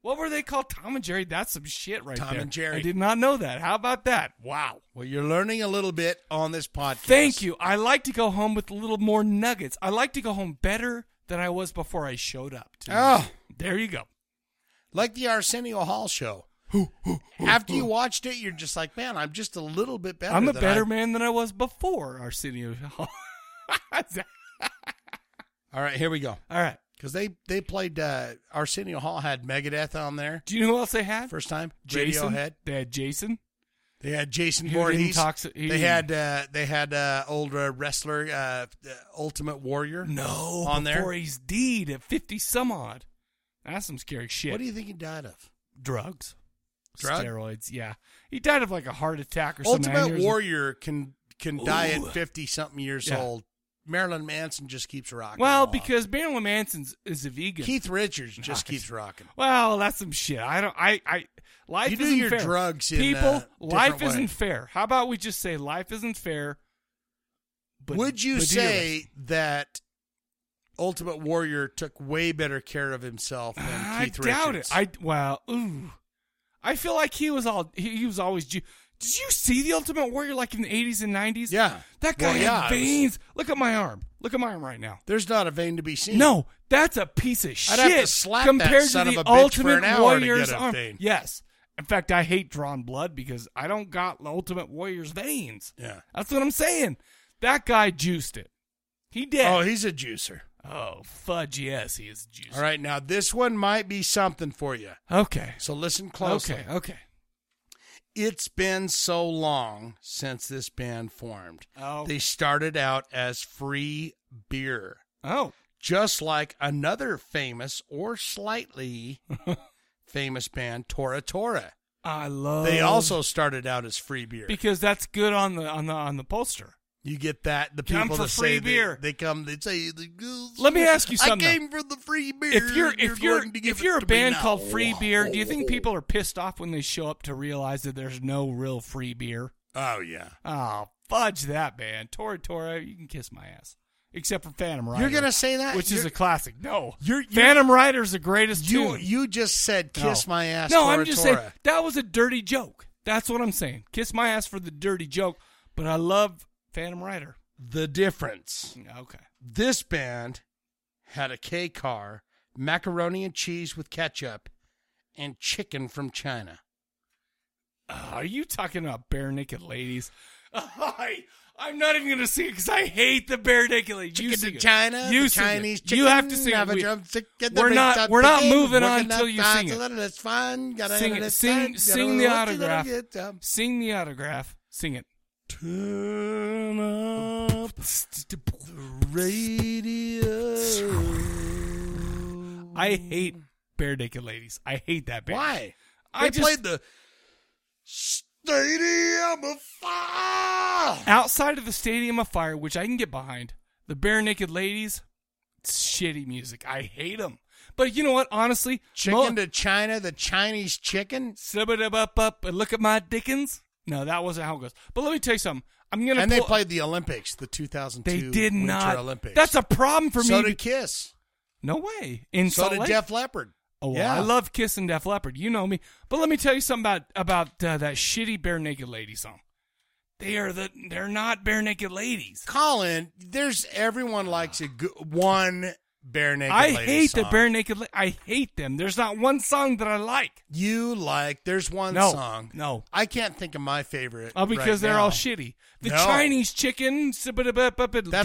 S1: What were they called? Tom and Jerry? That's some shit right
S2: Tom
S1: there.
S2: and Jerry.
S1: I did not know that. How about that?
S2: Wow. Well, you're learning a little bit on this podcast.
S1: Thank you. I like to go home with a little more nuggets. I like to go home better than I was before I showed up.
S2: Oh,
S1: there you go.
S2: Like the Arsenio Hall show. After you watched it, you're just like, man, I'm just a little bit [GASPS] better.
S1: I'm a
S2: than
S1: better
S2: I-"
S1: man than I was before Arsenio [LAUGHS] Hall.
S2: All right, here we go.
S1: All right,
S2: because they they played uh, Arsenio Hall had Megadeth on there.
S1: Do you know who else they had?
S2: First time,
S1: Jason.
S2: Radiohead.
S1: They had Jason.
S2: They had Jason
S1: Who didn't
S2: Voorhees.
S1: talk so- he
S2: they
S1: didn't-
S2: had uh, they had uh, old uh, wrestler uh, uh, Ultimate Warrior.
S1: No,
S2: on there.
S1: before he's deed at 50 some odd. That's some scary shit.
S2: What do you think he died of?
S1: Drugs.
S2: Drug?
S1: Steroids, yeah. He died of like a heart attack or something.
S2: Ultimate Warrior can can die
S1: Ooh.
S2: at fifty something years
S1: Yeah.
S2: old. Marilyn Manson just keeps rocking.
S1: Well, because Marilyn Manson is a vegan.
S2: Keith Richards just
S1: Nice.
S2: keeps rocking.
S1: Well, that's some shit. I don't. I. I. Life
S2: You do
S1: isn't
S2: your
S1: fair.
S2: drugs in,
S1: People,
S2: uh, different
S1: life
S2: way.
S1: isn't fair. How about we just say life isn't fair? But
S2: Would you
S1: but do your best.
S2: say that Ultimate Warrior took way better care of himself than
S1: I
S2: Keith
S1: doubt
S2: Richards?
S1: it. I wow. Ooh, I feel like he was all. He, he was always. Jew. Did you see the Ultimate Warrior like in the eighties and nineties?
S2: Yeah,
S1: that guy
S2: Well, yeah,
S1: had
S2: it was-
S1: veins. Look at my arm. Look at my arm right now.
S2: There's not a vein to be seen.
S1: No, that's a piece of shit
S2: I'd have to slap that
S1: compared
S2: son
S1: to
S2: of
S1: the
S2: a bitch for
S1: Ultimate
S2: an hour to
S1: Warrior's
S2: get a
S1: arm.
S2: vein.
S1: Yes. In fact, I hate drawn blood because I don't got the Ultimate Warrior's veins.
S2: Yeah.
S1: That's what I'm saying. That guy juiced it. He did.
S2: Oh, he's a juicer.
S1: Oh, fudge. Yes, he is a juicer.
S2: All right, now this one might be something for you.
S1: Okay.
S2: So listen closely.
S1: Okay, okay.
S2: It's been so long since this band formed.
S1: Oh.
S2: They started out as free beer.
S1: Oh.
S2: Just like another famous or
S1: [LAUGHS]
S2: slightly famous band, Tora Tora.
S1: I love
S2: They also started out as free beer.
S1: because that's good on the on the on the poster.
S2: You get that the
S1: Come
S2: people
S1: for
S2: that
S1: free
S2: say they-
S1: beer.
S2: They, come. They say the girls-
S1: Let me ask you something,
S2: I
S1: though.
S2: came for the free beer.
S1: If you're if you're,
S2: going to give
S1: if
S2: it
S1: you're a
S2: to me
S1: band
S2: now.
S1: called Free Beer, do you think people are pissed off when they show up to realize that there's no real free beer?
S2: Oh yeah.
S1: Oh, fudge that man. Tora Tora, you can kiss my ass. Except for Phantom Rider.
S2: You're gonna say that?
S1: Which is
S2: You're-
S1: a classic. No.
S2: You're- you're-
S1: Phantom Rider's the greatest
S2: You
S1: tune.
S2: you just said kiss
S1: No.
S2: my ass.
S1: No,
S2: Tora
S1: I'm just
S2: Tora.
S1: saying that was a dirty joke. That's what I'm saying. Kiss my ass for the dirty joke, but I love Phantom Rider.
S2: the difference.
S1: Okay.
S2: This band had a K car, macaroni and cheese with ketchup, and chicken from China.
S1: Are you talking about bare naked ladies? [LAUGHS] I, I'm not even gonna sing it because I hate the bare naked ladies. You
S2: Chicken
S1: sing
S2: to
S1: it.
S2: China,
S1: You
S2: the
S1: sing it.
S2: Chinese
S1: You have to
S2: chicken,
S1: sing it.
S2: have a
S1: We-
S2: drum chicken, the
S1: We're
S2: big
S1: not.
S2: top
S1: We're not
S2: chicken,
S1: moving on
S2: working that
S1: until you
S2: fast,
S1: sing
S2: a
S1: it.
S2: little, it's fun, gotta
S1: Sing
S2: have
S1: it.
S2: it
S1: Sing,
S2: fun,
S1: sing
S2: gotta
S1: the
S2: watch it, gotta
S1: autograph.
S2: get them.
S1: Sing the autograph. Sing it.
S2: Turn up the radio.
S1: I hate bare naked ladies. I hate that band.
S2: Why?
S1: I
S2: I
S1: just-
S2: played the Stadium of Fire.
S1: Outside of the Stadium of Fire, which I can get behind, the bare naked ladies, it's shitty music. I hate them. But you know what? Honestly,
S2: Chicken to China, the Chinese chicken.
S1: Sub it up, up, up, and look at my Dickens. No, that wasn't how it goes. But let me tell you something. I'm gonna
S2: And they
S1: pull-
S2: played the Olympics, the 2002
S1: They did
S2: Winter
S1: not.
S2: Olympics.
S1: That's a problem for
S2: so
S1: me.
S2: did Kiss.
S1: No way. In
S2: so
S1: Salt
S2: did
S1: Lake?
S2: Def Leppard.
S1: Oh, well,
S2: yeah.
S1: I love Kiss and Def Leppard. You know me. But let me tell you something about about uh, that shitty bare naked lady song. They are the. They're not bare naked ladies.
S2: Colin, there's everyone likes a good, one bare naked.
S1: I
S2: lady
S1: hate the
S2: song.
S1: bare naked. La- I hate them. There's not one song that I like.
S2: You like? There's one
S1: No,
S2: song.
S1: No,
S2: I can't think of my favorite.
S1: Oh, because
S2: right
S1: they're
S2: now.
S1: all shitty. The
S2: No.
S1: Chinese chicken.
S2: That's
S1: That's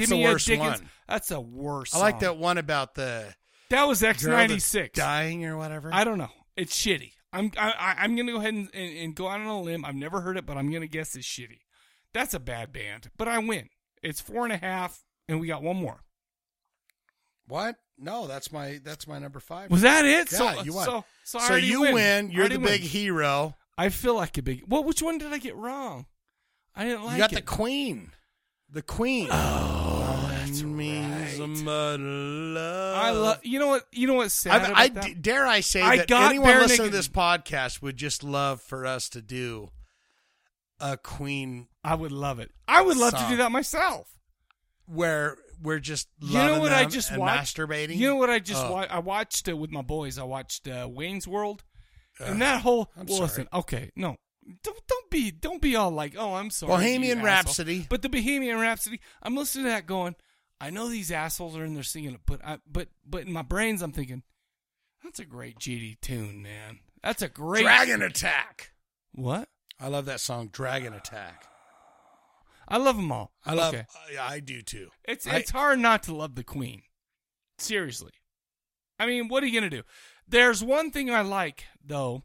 S2: the worst one.
S1: That's a worse.
S2: I like
S1: song.
S2: that one about the
S1: That was
S2: girl that's
S1: X ninety six.
S2: dying or whatever.
S1: I don't know. It's shitty. I'm I, I- I'm gonna go ahead and, and, and go out on a limb. I've never heard it, but I'm gonna guess it's shitty. That's a bad band, but I win. It's four and a half, and we got one more.
S2: What? No, that's my that's my number five.
S1: Was that it?
S2: Yeah,
S1: So-
S2: you won.
S1: so- so I already
S2: you
S1: win.
S2: win.
S1: I
S2: You're
S1: already
S2: the big
S1: win.
S2: hero.
S1: I feel like a big. Well, which one did I get wrong? I didn't like
S2: you got
S1: it.
S2: the queen. The queen. Oh, that's means a mud love.
S1: I love. You know what? You know what's sad
S2: I,
S1: about
S2: I
S1: that?
S2: d- dare I say
S1: I
S2: that
S1: got
S2: anyone
S1: bare
S2: listening to
S1: naked-
S2: this podcast would just love for us to do a Queen.
S1: I would love it. I would love to do
S2: song
S1: that myself.
S2: Where we're just
S1: You know
S2: loving
S1: what I
S2: them
S1: just
S2: and
S1: watched?
S2: masturbating.
S1: You know what I just
S2: Oh.
S1: wa- I watched uh, with my boys. I watched uh, Wayne's World,
S2: Ugh.
S1: and that whole.
S2: I'm
S1: well,
S2: sorry.
S1: listen, okay, no, don't don't be don't be all like, oh, I'm sorry,
S2: Bohemian
S1: you asshole.
S2: Rhapsody.
S1: But the Bohemian Rhapsody, I'm listening to that going. I know these assholes are in there singing it, but I, but but in my brains, I'm thinking, that's a great GD tune, man. That's a great
S2: Dragon Attack.
S1: What?
S2: I love that song, Dragon Attack.
S1: I love them all.
S2: I love.
S1: Uh,
S2: uh,
S1: Okay.
S2: I, I do too.
S1: It's
S2: I-
S1: it's hard not to love the Queen. Seriously. I mean, what are you gonna do? There's one thing I like though,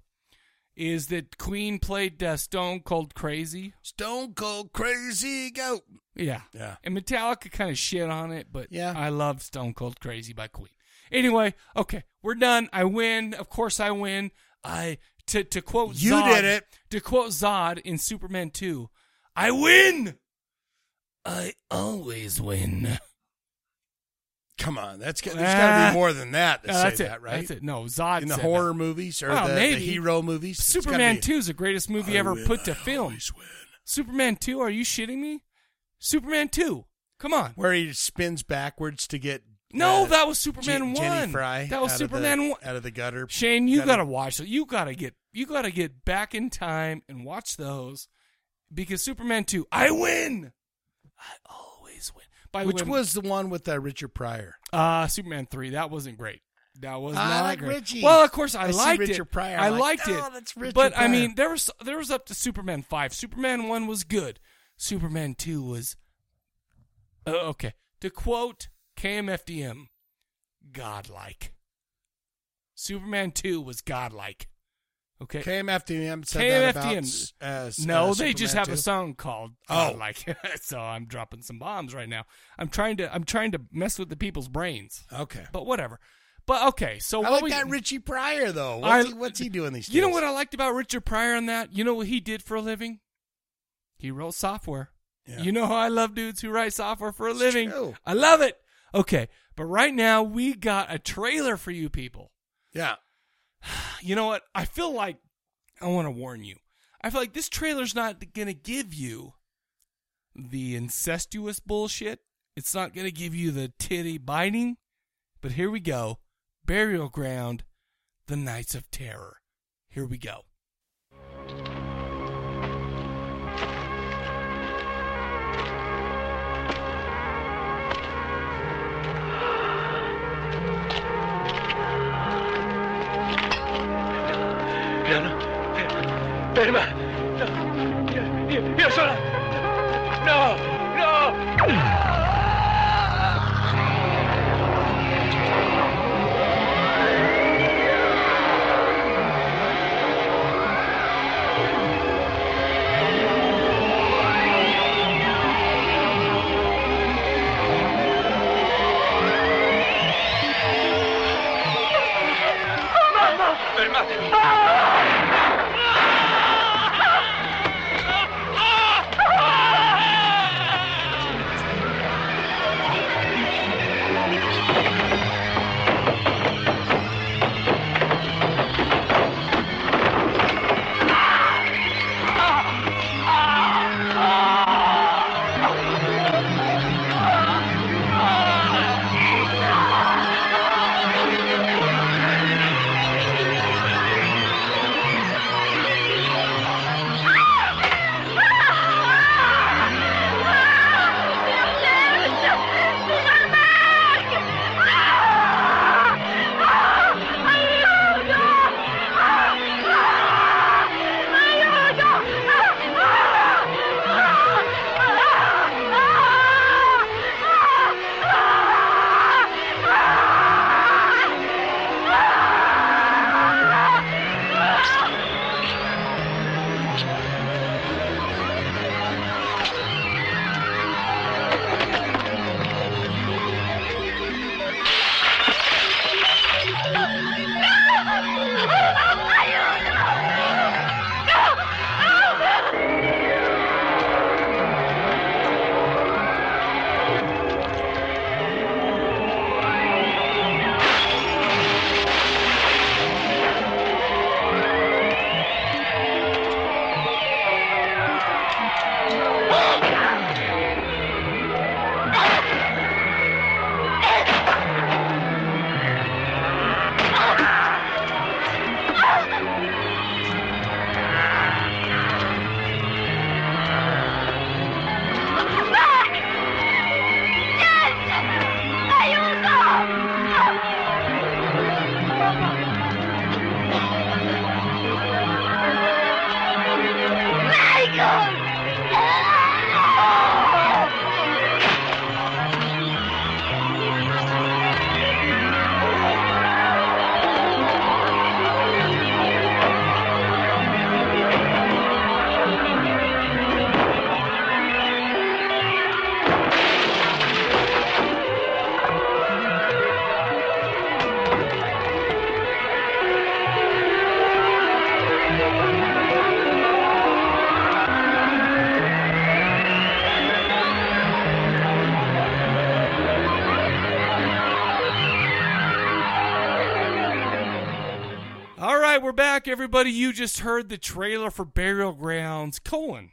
S1: is that Queen played uh, Stone Cold Crazy.
S2: Stone Cold Crazy Go.
S1: Yeah,
S2: Yeah.
S1: And Metallica kind of shit on it, but
S2: Yeah.
S1: I love Stone Cold Crazy by Queen. Anyway, okay, we're done. I win. Of course, I win. I to to quote
S2: You
S1: Zod-
S2: did it.
S1: To quote Zod in Superman Two, I win. I always win.
S2: Come on, that's got- there's got to
S1: Ah.
S2: be more than that. That
S1: No,
S2: say
S1: that's it.
S2: that, right?
S1: That's it. No, Zod
S2: in the
S1: said
S2: horror
S1: that.
S2: movies or
S1: Well,
S2: the, the
S1: maybe.
S2: hero movies. It's gotta
S1: Superman
S2: be-
S1: 2 is the greatest movie
S2: I
S1: ever
S2: win,
S1: put
S2: I
S1: to film. Superman 2, are you shitting me? Superman 2. Come on.
S2: where he spins backwards to get.
S1: No,
S2: uh,
S1: that was Superman
S2: Je- Jenny
S1: 1.
S2: Fry
S1: That was
S2: out of
S1: Superman
S2: the-
S1: 1.
S2: out of the gutter.
S1: Shane, you
S2: Gotta-
S1: got to watch it. You got to get you got to get back in time and watch those because Superman 2, I win. I always win. By the
S2: which
S1: way,
S2: was the one with uh, Richard Pryor.
S1: Uh, Superman three. That wasn't great. That was
S2: I
S1: not
S2: like
S1: great.
S2: Richie.
S1: Well, of course I,
S2: I see
S1: liked
S2: Richard
S1: it.
S2: Pryor,
S1: I
S2: I'm like,
S1: liked
S2: "Oh,
S1: it.
S2: that's Richard
S1: but I
S2: Pryor."
S1: mean, there was there was up to Superman five. Superman one was good. Superman two was uh, okay. To quote KMFDM, godlike. Superman two was godlike. Okay.
S2: KMFDM said that about.
S1: KMFDM.
S2: s- uh,
S1: no,
S2: uh,
S1: they just
S2: Superman
S1: have a
S2: 2.
S1: song called
S2: Oh.
S1: oh. like [LAUGHS] so I'm dropping some bombs right now. I'm trying to I'm trying to mess with the people's brains.
S2: Okay.
S1: But whatever. But okay, so
S2: I
S1: what
S2: like
S1: we,
S2: that Richie Pryor though.
S1: I-
S2: What's, he, what's he doing these days?
S1: You know what I liked about Richard Pryor on that? You know what he did for a living? He wrote software.
S2: Yeah.
S1: You know how I love dudes who write software for a
S2: It's
S1: living.
S2: true.
S1: I love it. Okay, but right now we got a trailer for you people.
S2: Yeah.
S1: You know what? I feel like I want to warn you. I feel like this trailer's not going to give you the incestuous bullshit. It's not going to give you the titty biting. But here we go. Burial ground, the Knights of Terror. Here we go.
S12: Vilma! No. You're sola! No! No! Mamma! Fermate! Ah!
S1: right, we're back, everybody. You just heard the trailer for Burial Grounds: colon,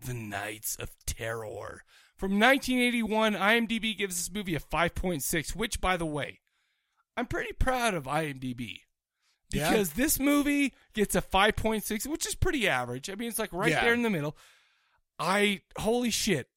S1: The Knights of Terror from 1981. IMDb gives this movie a 5.6, which, by the way, I'm pretty proud of IMDb
S12: Yeah.
S1: because this movie gets a 5.6, which is pretty average. I mean, it's like right
S12: Yeah.
S1: there in the middle. I holy shit.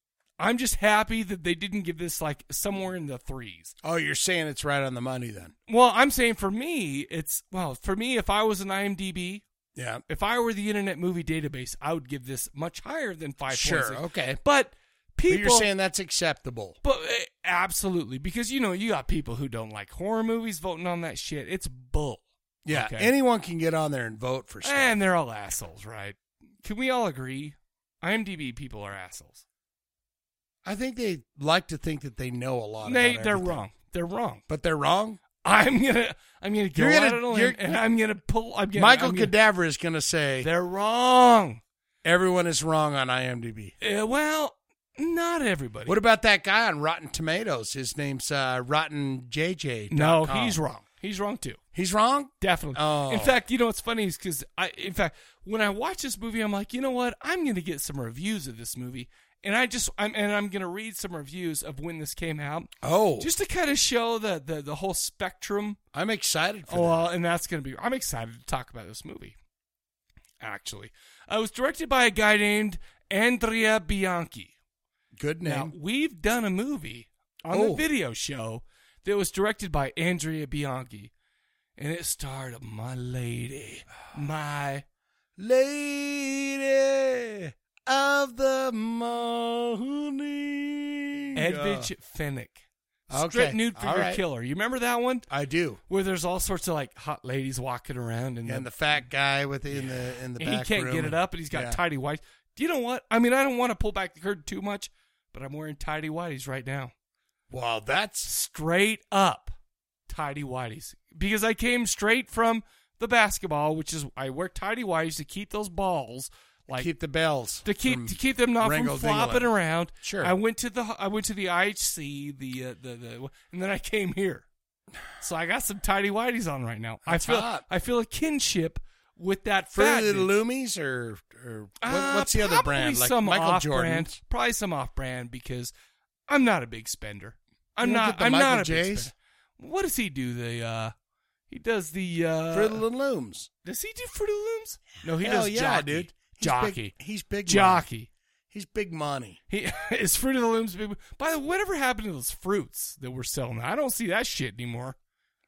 S1: I'm just happy that they didn't give this like somewhere in the threes.
S2: Oh, you're saying it's right on the money then?
S1: Well, I'm saying for me, it's well, for me, if I was an IMDb,
S2: yeah,
S1: if I were the Internet Movie Database, I would give this much higher than five.
S2: Sure, okay.
S1: but people,
S2: but you're saying that's acceptable.
S1: but eh, absolutely because you know you got people who don't like horror movies voting on that shit. It's bull.
S2: Yeah,
S1: Okay?
S2: anyone can get on there and vote for stuff.
S1: and they're all assholes, right? Can we all agree? IMDb people are assholes.
S2: I think they like to think that they know a lot.
S1: They
S2: about
S1: they're
S2: everything.
S1: wrong. They're wrong. [LAUGHS]
S2: but they're wrong.
S1: I'm gonna I'm gonna go
S2: You're gonna-
S1: out on a limb
S2: you're-
S1: and I'm gonna pull. I'm gonna,
S2: Michael
S1: I'm gonna-
S2: Cadaver is going to say
S1: they're wrong.
S2: Everyone is wrong on IMDb.
S1: Eh, well, not everybody.
S2: What about that guy on Rotten Tomatoes? His name's uh, Rotten JJ.
S1: No, he's wrong. He's wrong too.
S2: He's wrong.
S1: Definitely.
S2: Oh,
S1: In fact, you know what's funny is because I, in fact, when I watch this movie, I'm like, you know what? I'm going to get some reviews of this movie, and I just, I'm, and I'm going to read some reviews of when this came out.
S2: Oh.
S1: just to kind of show the the, the whole spectrum.
S2: I'm excited for.
S1: Oh, well, and that's going to be. I'm excited to talk about this movie. Actually, uh, it was directed by a guy named Andrea Bianchi.
S2: Good name.
S1: Now we've done a movie on
S2: Oh.
S1: the video show that was directed by Andrea Bianchi, and it starred my lady, my
S2: Lady of the Morning.
S1: Edvige Fennec.
S2: Okay.
S1: Strip nude for
S2: All
S1: your
S2: right.
S1: killer. You remember that one?
S2: I do.
S1: Where there's all sorts of like hot ladies walking around, and,
S2: And the fat guy with the, in the in the
S1: and
S2: back
S1: he can't
S2: room.
S1: get it up, and he's got
S2: Yeah.
S1: tidy whities. Do you know what? I mean, I don't want to pull back the curtain too much, but I'm wearing tidy whities right now.
S2: Wow, that's
S1: straight up tidy whities because I came straight from the basketball, which is I wear tidy whities to keep those balls like
S2: keep the bells
S1: to keep
S2: from
S1: to keep them not
S2: wrangle
S1: from flopping
S2: dingling.
S1: around.
S2: Sure.
S1: I went to the I went to the IHC the uh, the the and then I came here, so I got some tidy whities on right now.
S2: That's
S1: I feel
S2: hot.
S1: I feel a kinship with that
S2: Fruity
S1: fat
S2: Little
S1: dude.
S2: Loomies or or what-
S1: Uh,
S2: what's the other
S1: probably
S2: brand like
S1: some
S2: Michael
S1: off
S2: Jordan?
S1: brand, probably some off brand because I'm not a big spender. I'm
S2: You don't
S1: not.
S2: get the
S1: I'm
S2: Michael
S1: not a big
S2: J's?
S1: spender. What does he do? The uh, he does the uh,
S2: Fruity Little Looms.
S1: Does he do Fruity Looms? No, he
S2: Hell
S1: does
S2: yeah,
S1: jockey.
S2: dude. He's
S1: jockey.
S2: big- he's big money.
S1: Jockey.
S2: He's big money.
S1: He [LAUGHS] is Fruit of the Looms. Big, by the way, whatever happened to those fruits that we're selling? I don't see that shit anymore.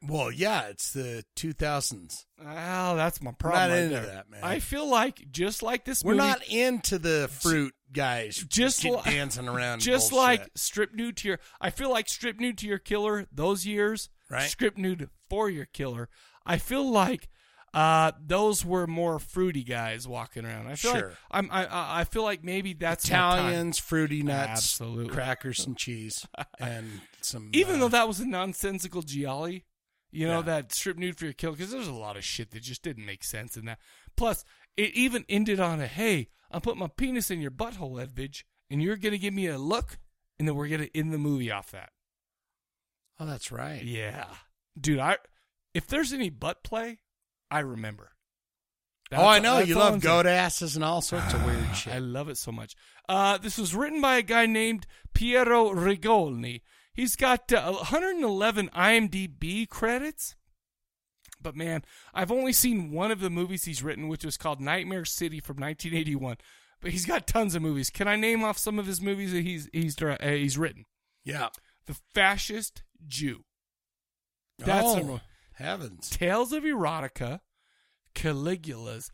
S2: Well, yeah, it's the 2000s.
S1: Oh, that's my problem.
S2: Not
S1: right
S2: into
S1: there.
S2: that, man.
S1: I feel like just like this.
S2: We're
S1: movie,
S2: not into the fruit guys
S1: just
S2: get
S1: li-
S2: dancing around.
S1: [LAUGHS] just
S2: bullshit.
S1: like strip nude to your i feel like strip nude to your killer those years
S2: Right.
S1: strip nude for your killer i feel like uh those were more fruity guys walking around i feel like
S2: Sure.
S1: i'm I- i i feel like maybe that's my time.
S2: Italians, fruity nuts,
S1: Absolutely.
S2: crackers and
S1: [LAUGHS]
S2: cheese, and some.
S1: even
S2: uh,
S1: though that was a nonsensical gialli you know that strip nude for your killer because there's a lot of shit that just didn't make sense in that plus it even ended on a hey i'm putting my penis in your butthole edvidge and you're gonna give me a look and then we're gonna end the movie off that
S2: oh, that's right.
S1: Yeah, dude. I if there's any butt play, I remember.
S2: oh, I know
S1: that's
S2: you
S1: all I'm
S2: love
S1: saying.
S2: goat asses and all sorts of
S1: [SIGHS]
S2: weird shit.
S1: I love it so much. Uh, this was written by a guy named Piero Rigolni. He's got uh, 111 IMDb credits. But man, I've only seen one of the movies he's written, which was called Nightmare City from 1981. But he's got tons of movies. Can I name off some of his movies that he's he's dir- uh, he's written?
S2: Yeah.
S1: The Fascist Jew. That's
S2: Oh,
S1: a-
S2: heavens.
S1: Tales of Erotica, Caligula's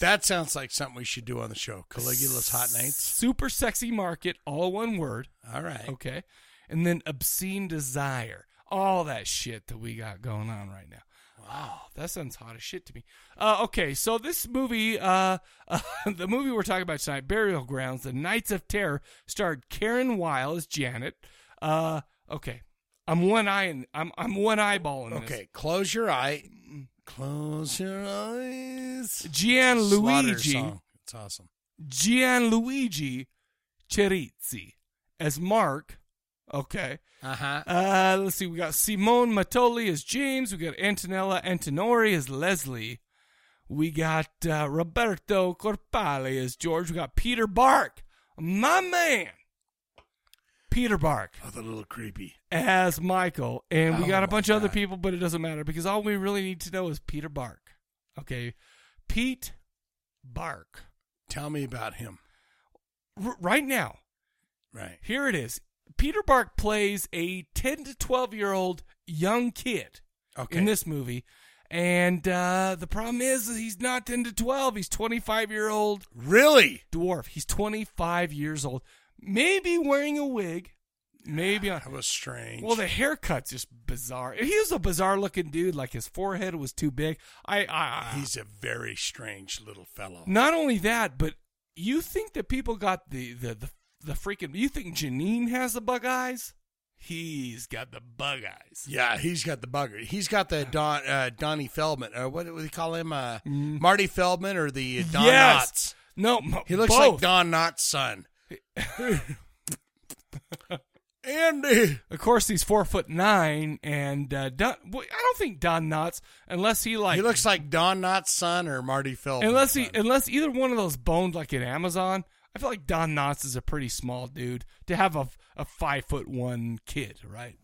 S2: That sounds like something we should do on the show. Caligula's hot nights.
S1: Super Sexy Market, all one word.
S2: All right.
S1: Okay. And then Obscene Desire. All that shit that we got going on right now. Wow. that sounds hot as shit to me. Uh, okay, so this movie, uh, [LAUGHS] the movie we're talking about tonight, Burial Grounds, The Knights of Terror, starred Karen Weil as Janet. Uh, okay, I'm one eye, in, I'm I'm one eyeballing this.
S2: Okay, close your eye. Close your eyes. Slaughter
S1: Gianluigi
S2: song. It's awesome.
S1: Gianluigi Cerizzi as Mark Okay.
S2: Uh-huh.
S1: Uh Let's see. We got Simone Matoli as James. We got Antonella Antonori as Leslie. We got uh, Roberto Corpale as George. We got Peter Bark, my man. Peter Bark
S2: Oh, the little creepy.
S1: as Michael, and we
S2: Oh
S1: got a
S2: my
S1: bunch of other people, but it doesn't matter because all we really need to know is Peter Bark. Okay, Pete Bark.
S2: Tell me about him.
S1: R- right now.
S2: Right.
S1: Here it is. Peter Bark plays a 10 to 12 year old young kid in this movie. And uh, the problem is, is he's not 10 to 12. He's 25 year old.
S2: Really?
S1: Dwarf. He's 25 years old. Maybe wearing a wig.
S2: [SIGHS]
S1: Maybe on. That
S2: was strange.
S1: Well, the haircut's just bizarre. He was a bizarre looking dude. Like his forehead was too big. I, I, I
S2: He's a very strange little fellow.
S1: not only that, but you think that people got the the the, the freaking. You think Janine has the bug eyes? He's got the bug eyes.
S2: Yeah, he's got the bugger. He's got the Don uh, Donnie Feldman. Uh, what do they call him? Uh, Marty Feldman or the uh, Don
S1: Mm-hmm. Yes.
S2: Knotts?
S1: No,
S2: he looks
S1: both.
S2: like Don Knott's
S1: [LAUGHS]
S2: son. Andy.
S1: Of course, he's four foot nine, and uh, Don, well, I don't think Don Knotts, unless he like
S2: He looks like Don Knott's son or Marty Feldman.
S1: unless he unless either one of those boned like an Amazon. I feel like Don Knotts is a pretty small dude to have a a five foot one kid, right?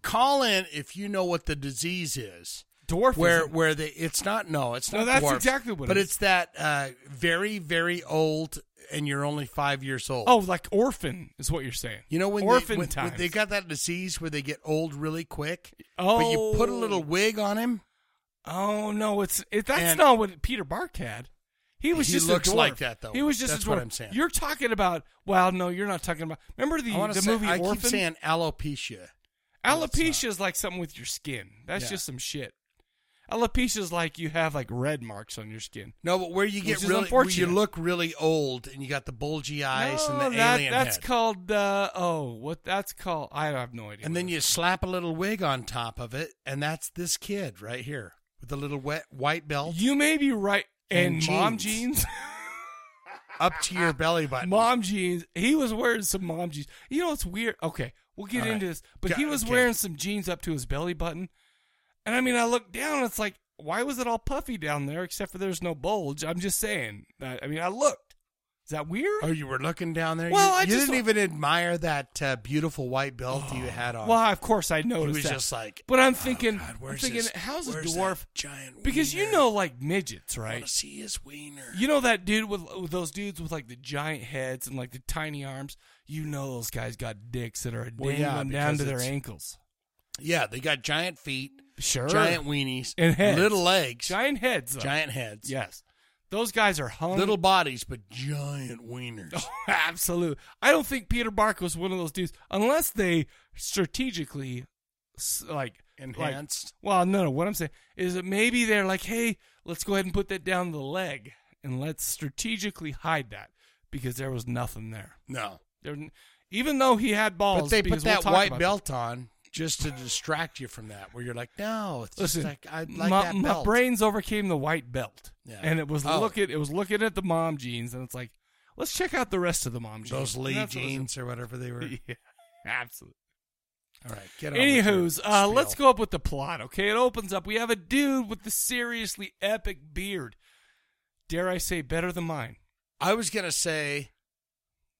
S2: Call in if you know what the disease is.
S1: Dwarfism.
S2: Where where the it's not no it's
S1: No,
S2: not
S1: that's
S2: dwarfs,
S1: exactly what it
S2: but
S1: is.
S2: it's that uh, very very old and you're only five years old
S1: Oh, like orphan is what you're saying.
S2: You know when
S1: orphan
S2: they, when,
S1: times.
S2: when they got that disease where they get old really quick.
S1: Oh,
S2: but you put a little wig on him.
S1: Oh no, it's it, that's
S2: And-
S1: not what Peter Bark had. He was
S2: He
S1: just
S2: looks
S1: a dwarf.
S2: like that, though.
S1: He was just
S2: That's
S1: a dwarf.
S2: what I'm saying.
S1: You're talking about. Well, no, you're not talking about. Remember the
S2: I wanna
S1: the
S2: say-
S1: movie
S2: I
S1: Orphan?
S2: keep saying alopecia.
S1: Alopecia is like something with your skin. That's
S2: Yeah.
S1: just some shit. Alopecia is like you have like red marks on your skin.
S2: No, but where you get
S1: Which is
S2: really where you
S1: unfortunate.
S2: look really old and you got the bulgy eyes
S1: No,
S2: and the
S1: that-
S2: alien
S1: that's
S2: head.
S1: called uh, oh, what that's called? I have no idea.
S2: and then you slap a little wig on top of it, and that's this kid right here with a little wet white belt.
S1: You may be right. And, mom jeans.
S2: up to your belly button.
S1: Mom jeans. He was wearing some mom jeans. You know it's weird. Okay, we'll get
S2: All right.
S1: into this. But
S2: Go-
S1: he was
S2: okay.
S1: wearing some jeans up to his belly button, and I mean, I looked down. and It's like, why was it all puffy down there? Except for there's no bulge. I'm just saying. I, I mean, I looked. Is that weird?
S2: Oh, you were looking down there.
S1: Well,
S2: you,
S1: I
S2: you
S1: just-
S2: didn't even admire that uh, beautiful white belt you had on.
S1: Well, of course I
S2: he
S1: noticed.
S2: was
S1: that.
S2: just like, oh,
S1: but I'm thinking, I'm
S2: where's
S1: thinking,
S2: this-
S1: how's a
S2: where's
S1: dwarf
S2: that giant
S1: Because you
S2: wiener?
S1: know, like midgets, right?
S2: see his wiener.
S1: You know that dude with, with those dudes with like the giant heads and like the tiny arms. You know those guys got dicks that are
S2: Well,
S1: dangling
S2: yeah,
S1: down
S2: because
S1: to their
S2: it's-
S1: ankles.
S2: Yeah, they got giant feet,
S1: Sure,
S2: giant weenies,
S1: and heads.
S2: little legs,
S1: giant heads, though.
S2: giant heads.
S1: Yes, those guys are hung. [LAUGHS] Oh,
S2: little bodies, but giant wieners.
S1: absolute. I don't think Peter Bark was one of those dudes, unless they strategically s- like like-
S2: Enhanced.
S1: well, no, no. What I'm saying is that maybe they're like, hey, let's go ahead and put that down the leg, and let's strategically hide that because there was nothing there.
S2: No,
S1: There, even though he had balls,
S2: but they put
S1: because we'll
S2: that
S1: talk
S2: white
S1: about
S2: belt on just to distract you from that. Where you're like, no, it's
S1: that. Listen,
S2: just like I like
S1: my,
S2: that
S1: my
S2: belt.
S1: brains overcame the white belt,
S2: Yeah.
S1: and it was
S2: Oh.
S1: looking, it was looking at the mom jeans, and it's like, let's check out the rest of the mom jeans.
S2: Those Lee
S1: And that's what it was.
S2: jeans or whatever they
S1: [LAUGHS]
S2: were.
S1: Yeah, absolutely.
S2: All right, get on. with your
S1: Anywho's, uh,
S2: spiel.
S1: let's go up with the plot. Okay, it opens up. We have a dude with the seriously epic beard. Dare I say, better than mine.
S2: I was gonna say,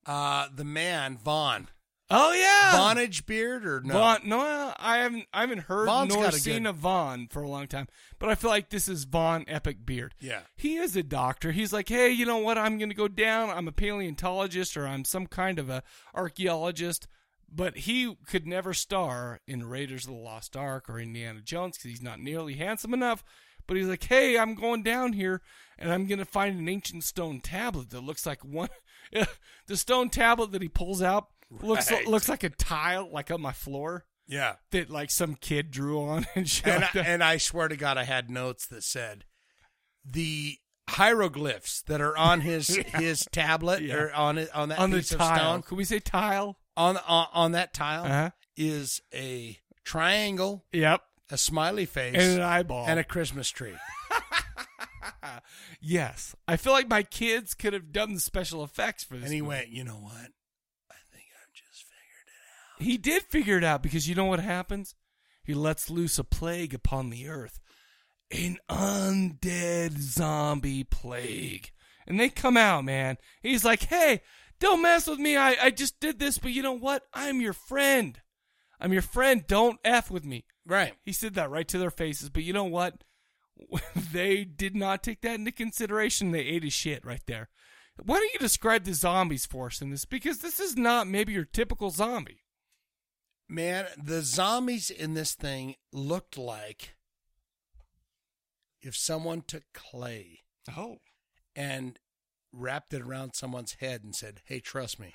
S2: uh, the man Vaughn.
S1: Oh yeah,
S2: Vonage beard or no?
S1: Vaughn. No, I haven't. I haven't heard
S2: Vaughn's
S1: nor
S2: got a
S1: seen
S2: good-
S1: a Vaughn for a long time. But I feel like this is Vaughn Epic Beard.
S2: Yeah.
S1: He is a doctor. He's like, hey, you know what? I'm going to go down. I'm a paleontologist or I'm some kind of a archaeologist. But he could never star in Raiders of the Lost Ark or Indiana Jones because he's not nearly handsome enough. But he's like, hey, I'm going down here and I'm going to find an ancient stone tablet that looks like one. [LAUGHS] the stone tablet that he pulls out looks
S2: Right.
S1: looks like a tile, like on my floor
S2: Yeah.
S1: that like some kid drew on and shit.
S2: and,
S1: like [LAUGHS]
S2: I,
S1: that.
S2: and I swear to God, I had notes that said the hieroglyphs that are on
S1: [LAUGHS]
S2: his his tablet
S1: Yeah.
S2: or on it on that
S1: on the
S2: piece of
S1: tile.
S2: stone
S1: Could we say tile?
S2: on on, on that tile
S1: Uh-huh.
S2: is a triangle,
S1: Yep.
S2: a smiley face,
S1: And uh, an eyeball.
S2: and a Christmas tree.
S1: yes. I feel like my kids could have done the special effects for this.
S2: and he
S1: movie.
S2: went, you know what?
S1: He did figure it out because you know what happens? He lets loose a plague upon the earth. An undead zombie plague. And they come out, man. He's like, hey, don't mess with me. I, I just did this, but you know what? I'm your friend. I'm your friend. Don't F with me.
S2: Right.
S1: He said that right to their faces. But you know what? [LAUGHS] they did not take that into consideration. They ate his shit right there. Why don't you describe the zombies for us in this? Because this is not maybe your typical zombie.
S2: Man, the zombies in this thing looked like if someone took clay
S1: oh.
S2: and wrapped it around someone's head and said, Hey, trust
S1: [LAUGHS]
S2: me,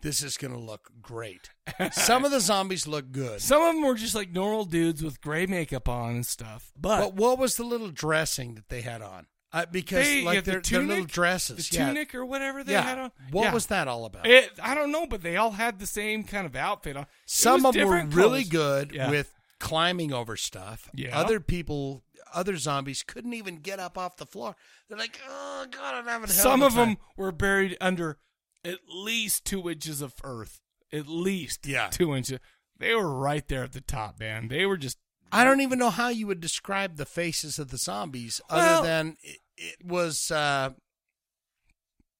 S2: this is going to look great. Some of the zombies look good.
S1: [LAUGHS] Some of them were just like normal dudes with gray makeup on and stuff. But,
S2: But what was the little dressing that they had on? Uh, because
S1: They- yeah,
S2: like
S1: the
S2: their, their little
S1: tunic-
S2: dresses,
S1: the
S2: yeah.
S1: tunic or whatever they
S2: Yeah.
S1: had on.
S2: What
S1: Yeah.
S2: was that all about?
S1: It, I don't know, but they all had the same kind of outfit on. It
S2: Some of
S1: was
S2: them were
S1: different
S2: really
S1: clothes.
S2: good
S1: Yeah.
S2: with climbing over stuff.
S1: Yeah.
S2: Other people, other zombies couldn't even get up off the floor. They're like, oh god, I'm having a hell
S1: Some
S2: a
S1: of them
S2: time."
S1: were buried under at least two inches of earth. At least
S2: Yeah.
S1: two inches. They were right there at the top, man. They were just
S2: I don't even know how you would describe the faces of the zombies
S1: Well-
S2: other than it, it was. Uh,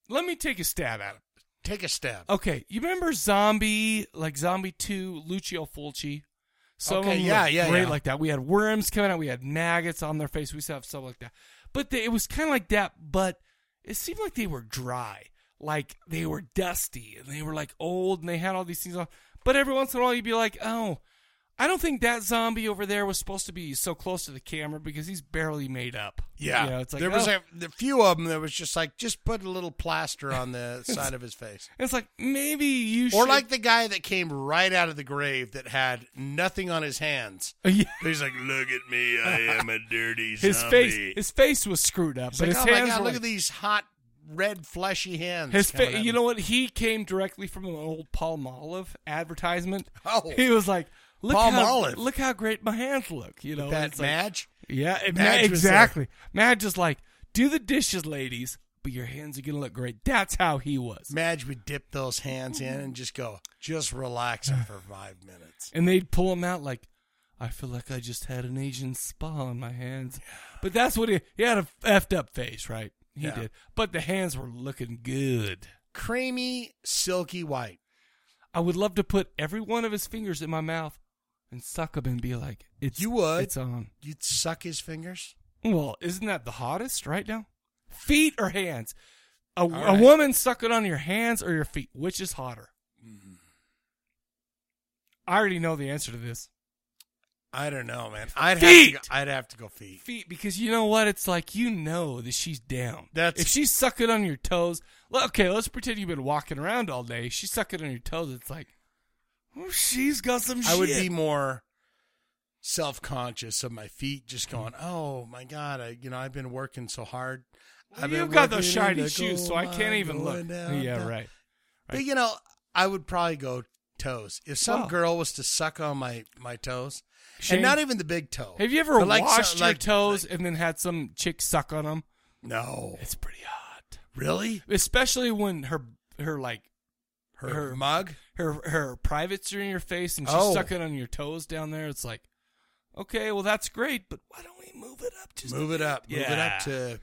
S1: Let me take a stab at it.
S2: Take a stab.
S1: Okay, you remember Zombie, like Zombie Two, Lucio Fulci. Some of
S2: Okay,
S1: them
S2: yeah,
S1: looked
S2: yeah,
S1: great
S2: yeah.
S1: like that. We had worms coming out. We had maggots on their face. We used to have stuff like that. But they, it was kind of like that. But it seemed like they were dry, like they were dusty, and they were like old, and they had all these things on. But every once in a while, you'd be like, "Oh, I don't think that zombie over there was supposed to be so close to the camera because he's barely made up."
S2: Yeah,
S1: You know, it's like
S2: there was
S1: oh.
S2: a the few of them that was just like just put a little plaster on
S1: [LAUGHS]
S2: the side of his face.
S1: It's like maybe you
S2: or
S1: should-
S2: like the guy that came right out of the grave that had nothing on his hands.
S1: [LAUGHS] Yeah.
S2: He's like, look at me,
S1: [LAUGHS]
S2: I am a dirty
S1: his
S2: zombie.
S1: face his face was screwed up,
S2: It's
S1: but
S2: like,
S1: his
S2: oh
S1: hands
S2: my god,
S1: were
S2: look
S1: like-
S2: at these hot red fleshy hands.
S1: His
S2: coming
S1: fa-
S2: at
S1: you
S2: me.
S1: know what? He came directly from an old Palmolive advertisement.
S2: Oh.
S1: he was like, look
S2: Palmolive.
S1: how look how great my hands look. You know
S2: that
S1: and it's like-
S2: Madge?
S1: yeah, it-
S2: Madge
S1: Ma-
S2: was
S1: exactly. Madge is like, do the dishes, ladies, but your hands are gonna look great. That's how he was.
S2: Madge would dip those hands in and just go, just relax them for five minutes.
S1: And they'd pull him out like, I feel like I just had an Asian spa on my hands. But that's what he he had a effed up face, right? He
S2: Yeah.
S1: did. But the hands were looking good.
S2: Creamy, silky white.
S1: I would love to put every one of his fingers in my mouth and suck him and be like, "It's
S2: You would.
S1: It's on."
S2: You'd suck his fingers.
S1: Well, isn't that the hottest right now? Feet or hands? A, a
S2: right.
S1: woman sucking on your hands or your feet, which is hotter?
S2: Mm-hmm.
S1: I already know the answer to this.
S2: I don't know, man. I'd
S1: Feet!
S2: have to go, I'd have to go feet.
S1: Feet, because you know what? It's like you know that she's down.
S2: That's-
S1: if she's sucking on your toes. le- Okay, let's pretend you've been walking around all day. She's sucking on your toes. It's like, oh, she's got some.
S2: I would
S1: shit.
S2: be more self conscious of my feet, just going, "Oh my god, I you know I've been working so hard." I've been
S1: You've got those
S2: working in
S1: shiny
S2: the
S1: shoes,
S2: gold
S1: so I
S2: mine,
S1: can't even
S2: going
S1: look.
S2: down,
S1: Yeah,
S2: down.
S1: right.
S2: But you know, I would probably go toes if some
S1: Wow.
S2: girl was to suck on my my toes,
S1: Shane,
S2: and not even the big toe.
S1: Have you ever
S2: but like
S1: washed
S2: some-
S1: your
S2: like-
S1: toes and then had some chick suck on them?
S2: No,
S1: it's pretty hot.
S2: Really?
S1: Especially when her her like
S2: Her mug,
S1: her her privates are in your face and she's
S2: Oh.
S1: sucking on your toes down there. It's like, okay, well that's great, but why don't we move it up? Just a
S2: move it
S1: bit?
S2: up, move it
S1: Yeah. Uh,
S2: up to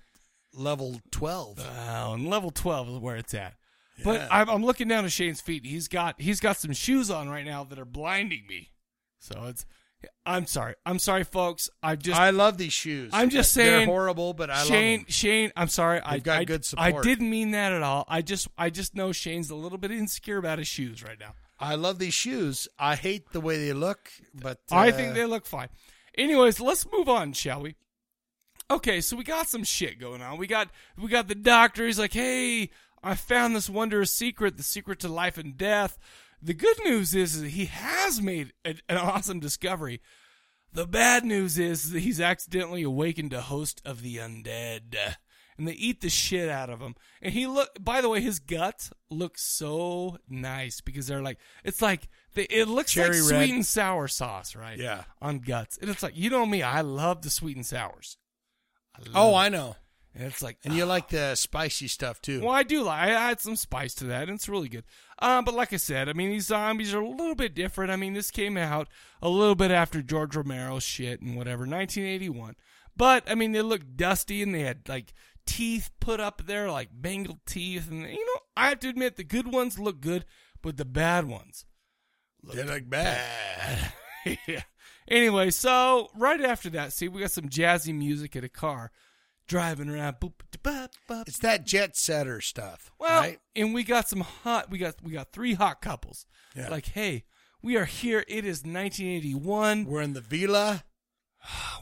S2: level twelve.
S1: Wow, and level twelve is where it's at. But
S2: Yeah.
S1: I'm, I'm looking down at Shane's feet. He's got he's got some shoes on right now that are blinding me. So it's I'm sorry. I'm sorry, folks. I just
S2: I love these shoes.
S1: I'm just
S2: They're
S1: saying
S2: horrible, but I love
S1: Shane,
S2: them.
S1: Shane, I'm sorry. I
S2: They've got
S1: I,
S2: good
S1: I
S2: support.
S1: didn't mean that at all. I just I just know Shane's a little bit insecure about his shoes right now.
S2: I love these shoes. I hate the way they look, but uh,
S1: I think they look fine. Anyways, let's move on, shall we? Okay, so we got some shit going on. We got we got the doctor. He's like, "Hey, I found this wondrous secret, the secret to life and death." The good news is, is he has made an, an awesome discovery. The bad news is that he's accidentally awakened a host of the undead, and they eat the shit out of him. And he look. By the way, his guts look so nice because they're like it's like they, it looks
S2: Cherry
S1: like
S2: red.
S1: sweet and sour sauce, right?
S2: Yeah.
S1: on guts. And it's like you know me, I love the sweet and sours.
S2: Oh, I know.
S1: It's like,
S2: and you like the spicy stuff too.
S1: Well, I do like. I add some spice to that, and it's really good. Um, but like I said, I mean, these zombies are a little bit different. I mean, this came out a little bit after George Romero's shit and whatever, 1981. But I mean, they looked dusty, and they had like teeth put up there, like bangled teeth, and you know, I have to admit, the good ones look good, but the bad ones
S2: They look bad.
S1: [LAUGHS] yeah. Anyway, so right after that, see, we got some jazzy music at a car driving around. Boop, boop, boop.
S2: It's that jet setter stuff.
S1: Well, and we got some hot. We got we got three hot couples.
S2: Yeah.
S1: Like, hey, we are here. It is 1981.
S2: We're in the villa.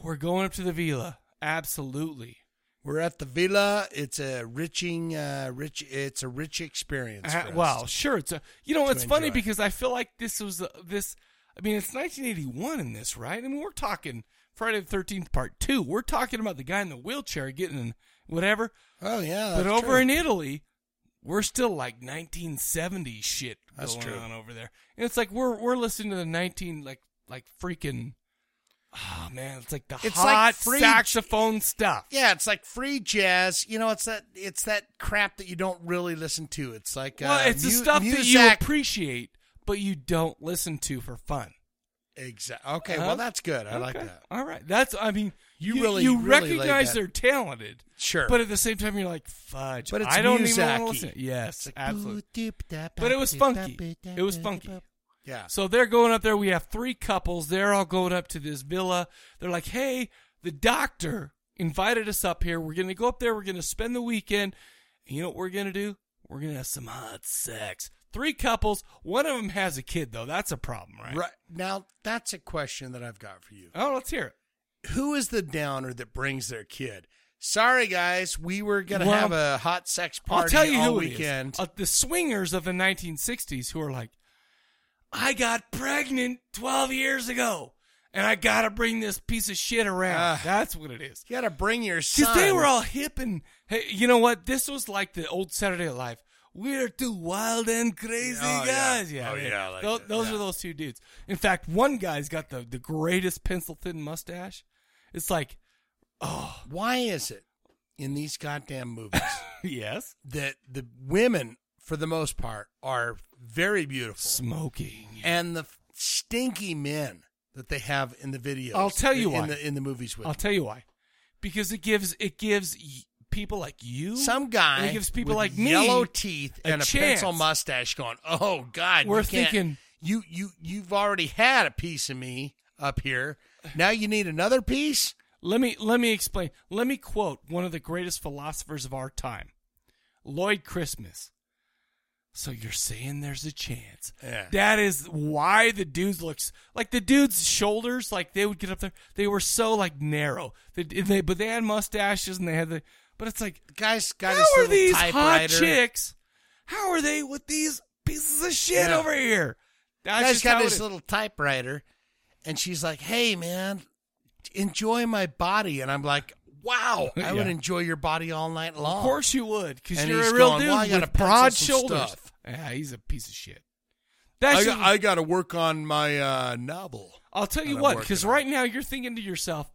S1: We're going up to the villa. Absolutely.
S2: We're at the villa. It's a riching, uh, rich. It's a rich experience.
S1: Uh,
S2: for us.
S1: well, sure. It's a, you know,
S2: To
S1: it's funny
S2: enjoy.
S1: because I feel like this was uh, this. I mean, it's 1981 in this, right? I mean, we're talking Friday the 13th Part Two. We're talking about the guy in the wheelchair getting whatever.
S2: Oh yeah.
S1: but
S2: that's
S1: over
S2: true.
S1: in Italy, we're still like 1970s shit
S2: That's
S1: going
S2: true.
S1: on over there, and it's like we're we're listening to the 19 like like freaking. Oh man, it's like the
S2: It's like
S1: hot
S2: free-
S1: saxophone stuff.
S2: yeah, it's like free jazz. You know, it's that it's that crap that you don't really listen to. It's like
S1: Well,
S2: uh,
S1: it's the
S2: mu-
S1: stuff that you
S2: music-
S1: appreciate, but you don't listen to for fun. Uh-huh.
S2: Exactly. Okay, well that's good. I like
S1: Okay.
S2: that.
S1: All right, that's. I mean,
S2: You
S1: you,
S2: really-
S1: really
S2: you
S1: you
S2: really laid
S1: recognize
S2: that-
S1: they're talented,
S2: Sure.
S1: but at the same time, you're like, fudge.
S2: But it's
S1: I don't even
S2: music-y.
S1: want to listen. Yes,
S2: It's like,
S1: absolutely.
S2: "Boo-doop-da-ba,
S1: But it was funky.
S2: boo-doop-da-ba,
S1: It was funky.
S2: Yeah.
S1: So they're going up there. We have three couples. They're all going up to this villa. They're like, hey, the doctor invited us up here. We're going to go up there. We're going to spend the weekend. And you know what we're going to do? We're going to have some hot sex. Three couples. One of them has a kid, though. That's a problem, right?
S2: Right. Now, that's a question that I've got for you.
S1: Oh, let's hear
S2: it. Who is the downer that brings their kid? Sorry, guys, we were going to
S1: Well,
S2: have a hot sex party
S1: I'll tell you
S2: all
S1: who
S2: weekend.
S1: It is. Uh, the swingers of the 1960s who are like, I got pregnant 12 years ago, and I got to bring this piece of shit around.
S2: Ah.
S1: That's what it is.
S2: You got to bring your
S1: Because
S2: son.
S1: they were all hip and hey, you know what? This was like the old Saturday Night Live. We're two wild and crazy
S2: Oh, yeah.
S1: guys. Yeah,
S2: Oh,
S1: man.
S2: yeah, I like
S1: Tho-
S2: that.
S1: those
S2: Yeah.
S1: are those two dudes. In fact, one guy's got the the greatest pencil thin mustache. It's like, oh,
S2: Why is it in these goddamn
S1: [LAUGHS]
S2: movies
S1: yes,
S2: that the women, for the most part, are very beautiful,
S1: smoking,
S2: and the f- stinky men that they have in the videos?
S1: I'll tell you
S2: in,
S1: why.
S2: the in the movies with
S1: I'll tell you why. Because it gives it gives y- people like you
S2: some guy.
S1: and It gives people
S2: with
S1: like me
S2: yellow teeth
S1: a
S2: and a
S1: chance.
S2: pencil mustache going. Oh God,
S1: We're
S2: you can't-
S1: thinking-
S2: you you you've already had a piece of me up here. Now you need another piece.
S1: Let me let me explain. Let me quote one of the greatest philosophers of our time, Lloyd Christmas. So you're saying there's a chance.
S2: Yeah.
S1: That is why the dudes looks like the dudes' shoulders, like they would get up there. They were so like narrow. They, they but they had mustaches and they had the. But it's like
S2: guys got
S1: how
S2: this
S1: are
S2: little
S1: these hot
S2: typewriter.
S1: chicks? How are they with these pieces of shit
S2: Yeah.
S1: over here? That's
S2: Guy's
S1: just
S2: got
S1: how it
S2: this
S1: is.
S2: little typewriter, and she's like, "Hey man, enjoy my body," and I'm like.
S1: [LAUGHS]
S2: Wow, I would
S1: Yeah.
S2: enjoy your body all night long.
S1: Of course you would, because
S2: And
S1: you're
S2: he's
S1: a real
S2: going,
S1: dude
S2: "Well, I gotta
S1: with broad
S2: pencil some
S1: shoulders.
S2: stuff."
S1: Yeah, he's a piece of shit.
S2: I,
S1: That's
S2: got, I got to work on my uh, novel.
S1: I'll tell you
S2: I'm
S1: what,
S2: working
S1: because
S2: on
S1: right now you're thinking to yourself,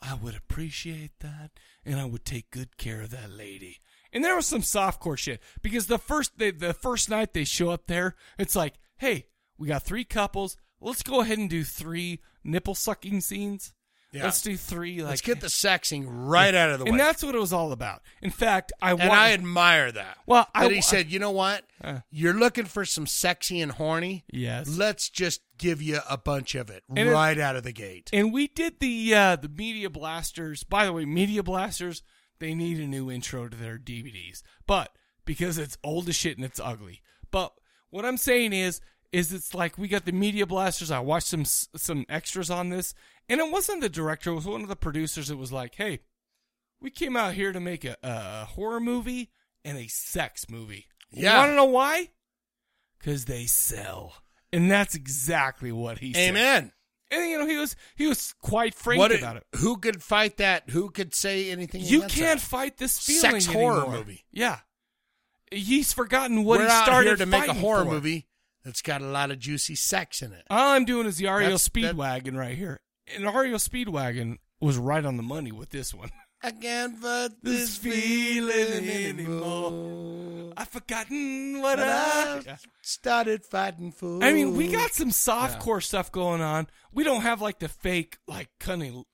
S1: I would appreciate that, and I would take good care of that lady. And there was some softcore shit because the first the, the first night they show up there, it's like, hey, we got three couples. Let's go ahead and do three nipple sucking scenes.
S2: Yeah.
S1: Let's do three. Like,
S2: Let's get
S1: [LAUGHS]
S2: the sexing right out of the way.
S1: And that's what it was all about. In fact, I
S2: and
S1: want,
S2: I admire that.
S1: Well, I
S2: that he
S1: wa-
S2: said, you know what?
S1: Uh.
S2: You're looking for some sexy and horny.
S1: Yes.
S2: Let's just give you a bunch of it
S1: And it-
S2: right out of the gate.
S1: And we did the uh, the media blasters. By the way, media blasters they need a new intro to their DVDs, but because it's old as shit and it's ugly. But what I'm saying is, is it's like we got the media blasters. I watched some s- some extras on this, and it wasn't the director. It was one of the producers. It was like, hey, we came out here to make a, a horror movie and a sex movie.
S2: Yeah.
S1: want to know why? Because they sell, and that's exactly what he said.
S2: Amen.
S1: And you know he was he was quite frank
S2: What
S1: about it.
S2: Who could fight that? Who could say anything?
S1: You
S2: against
S1: can't
S2: that?
S1: fight this feeling
S2: Sex horror
S1: anymore.
S2: movie.
S1: Yeah, he's forgotten what
S2: We're
S1: he
S2: out
S1: started
S2: here to make a
S1: fighting
S2: horror
S1: for. Uh,
S2: movie that's got a lot of juicy sex in it.
S1: All I'm doing is the Ario
S2: That's- that-
S1: Speedwagon right here, and Ario Speedwagon was right on the money with this one. [LAUGHS]
S2: I can't fight
S1: this feeling anymore. I've forgotten what
S2: But
S1: I.
S2: I started fighting for.
S1: [LAUGHS] I mean, we got some softcore stuff going on. We don't have like the fake like cunning,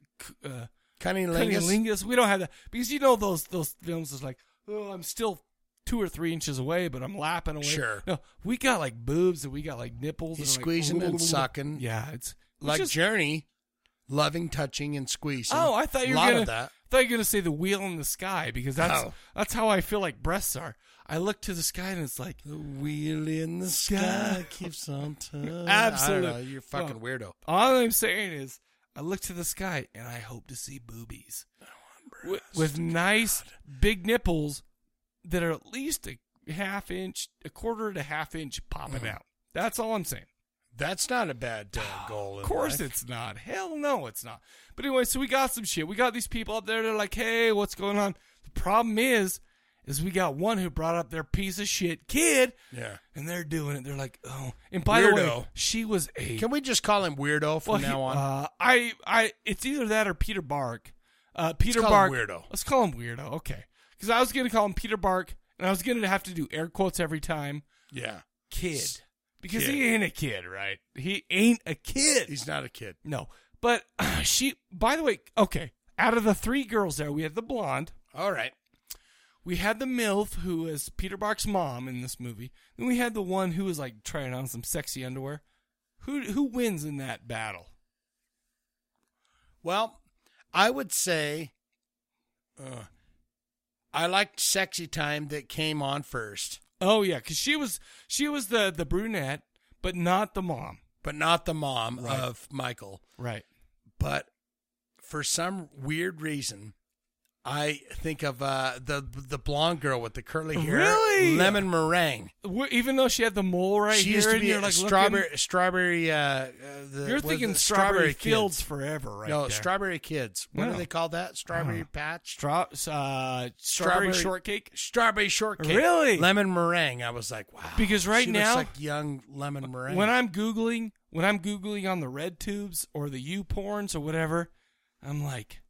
S1: uh,
S2: Cunnilingus?
S1: cunnilingus. We don't have that because you know those those films is like, oh, I'm still two or three inches away, but I'm lapping away.
S2: Sure.
S1: No, we got like boobs and we got like nipples.
S2: He's
S1: and, like,
S2: squeezing
S1: [LAUGHS]
S2: and sucking.
S1: Yeah, it's it's
S2: like
S1: just-
S2: Journey, loving, touching, and squeezing.
S1: Oh, I thought you were
S2: lot
S1: gonna.
S2: of that.
S1: I thought you were gonna say the wheel in the sky because that's
S2: Oh.
S1: that's how I feel like breasts are. I look to the sky and it's like the wheel in the
S2: sky keeps
S1: [LAUGHS]
S2: on turning.
S1: Absolutely,
S2: I don't know, you're a fucking
S1: Oh.
S2: weirdo.
S1: All I'm saying is, I look to the sky and I hope to see boobies with, with nice big nipples that are at least a half inch, a quarter to half inch popping
S2: Mm.
S1: out. That's all I'm saying.
S2: That's not a bad uh, goal.
S1: Of course it's not. Hell no, it's not. But anyway, so we got some shit. We got these people up there. They're like, hey, what's going on? The problem is, is we got one who brought up their piece of shit kid,
S2: Yeah.
S1: and they're doing it. They're like, oh. And by the way,
S2: Weirdo.
S1: she was a.
S2: Can we just call him weirdo from
S1: Well, he-
S2: now on?
S1: uh, I, I, it's either that or Peter Bark. Uh, Peter
S2: call him
S1: Bark.
S2: weirdo.
S1: Let's call him weirdo. Okay, because I was gonna call him Peter Bark, and I was gonna have to do air quotes every time.
S2: yeah.
S1: Kid, because he ain't a kid, right? He ain't a kid.
S2: He's not a kid.
S1: No, but [CLEARS THROAT] uh, she. By the way, okay. Out of the three girls there, we had the blonde.
S2: All right.
S1: We had the MILF, who is Peter Bark's mom in this movie. Then we had the one who was like trying on some sexy underwear. Who who wins in that battle?
S2: Well, I would say uh, I liked sexy time that came on first,
S1: Oh yeah, because she was she was the the brunette, but not the mom.
S2: but not the mom
S1: Right.
S2: of Michael.
S1: Right.
S2: But for some weird reason, I think of uh, the the blonde girl with the curly hair,
S1: Really?
S2: lemon meringue.
S1: Wh- Even though she had the mole right
S2: she
S1: here,
S2: used to
S1: and
S2: be
S1: you're
S2: a
S1: like
S2: strawberry,
S1: looking-
S2: strawberry. Uh, uh, the,
S1: You're
S2: what is
S1: thinking
S2: it?
S1: strawberry
S2: Kids.
S1: fields forever, right
S2: No,
S1: there.
S2: strawberry kids. What
S1: No.
S2: do they call that? Strawberry
S1: Uh,
S2: patch.
S1: Stra- uh, strawberry shortcake.
S2: Strawberry shortcake.
S1: Really?
S2: Lemon meringue. I was like, wow.
S1: Because right
S2: she
S1: now-
S2: looks like young lemon meringue.
S1: When I'm googling, when I'm googling on the red tubes or the U porns or whatever, I'm like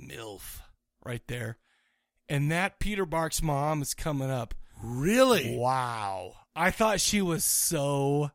S1: milf right there, and that Peter Bark's mom is coming up.
S2: Really?
S1: Wow! I thought she was so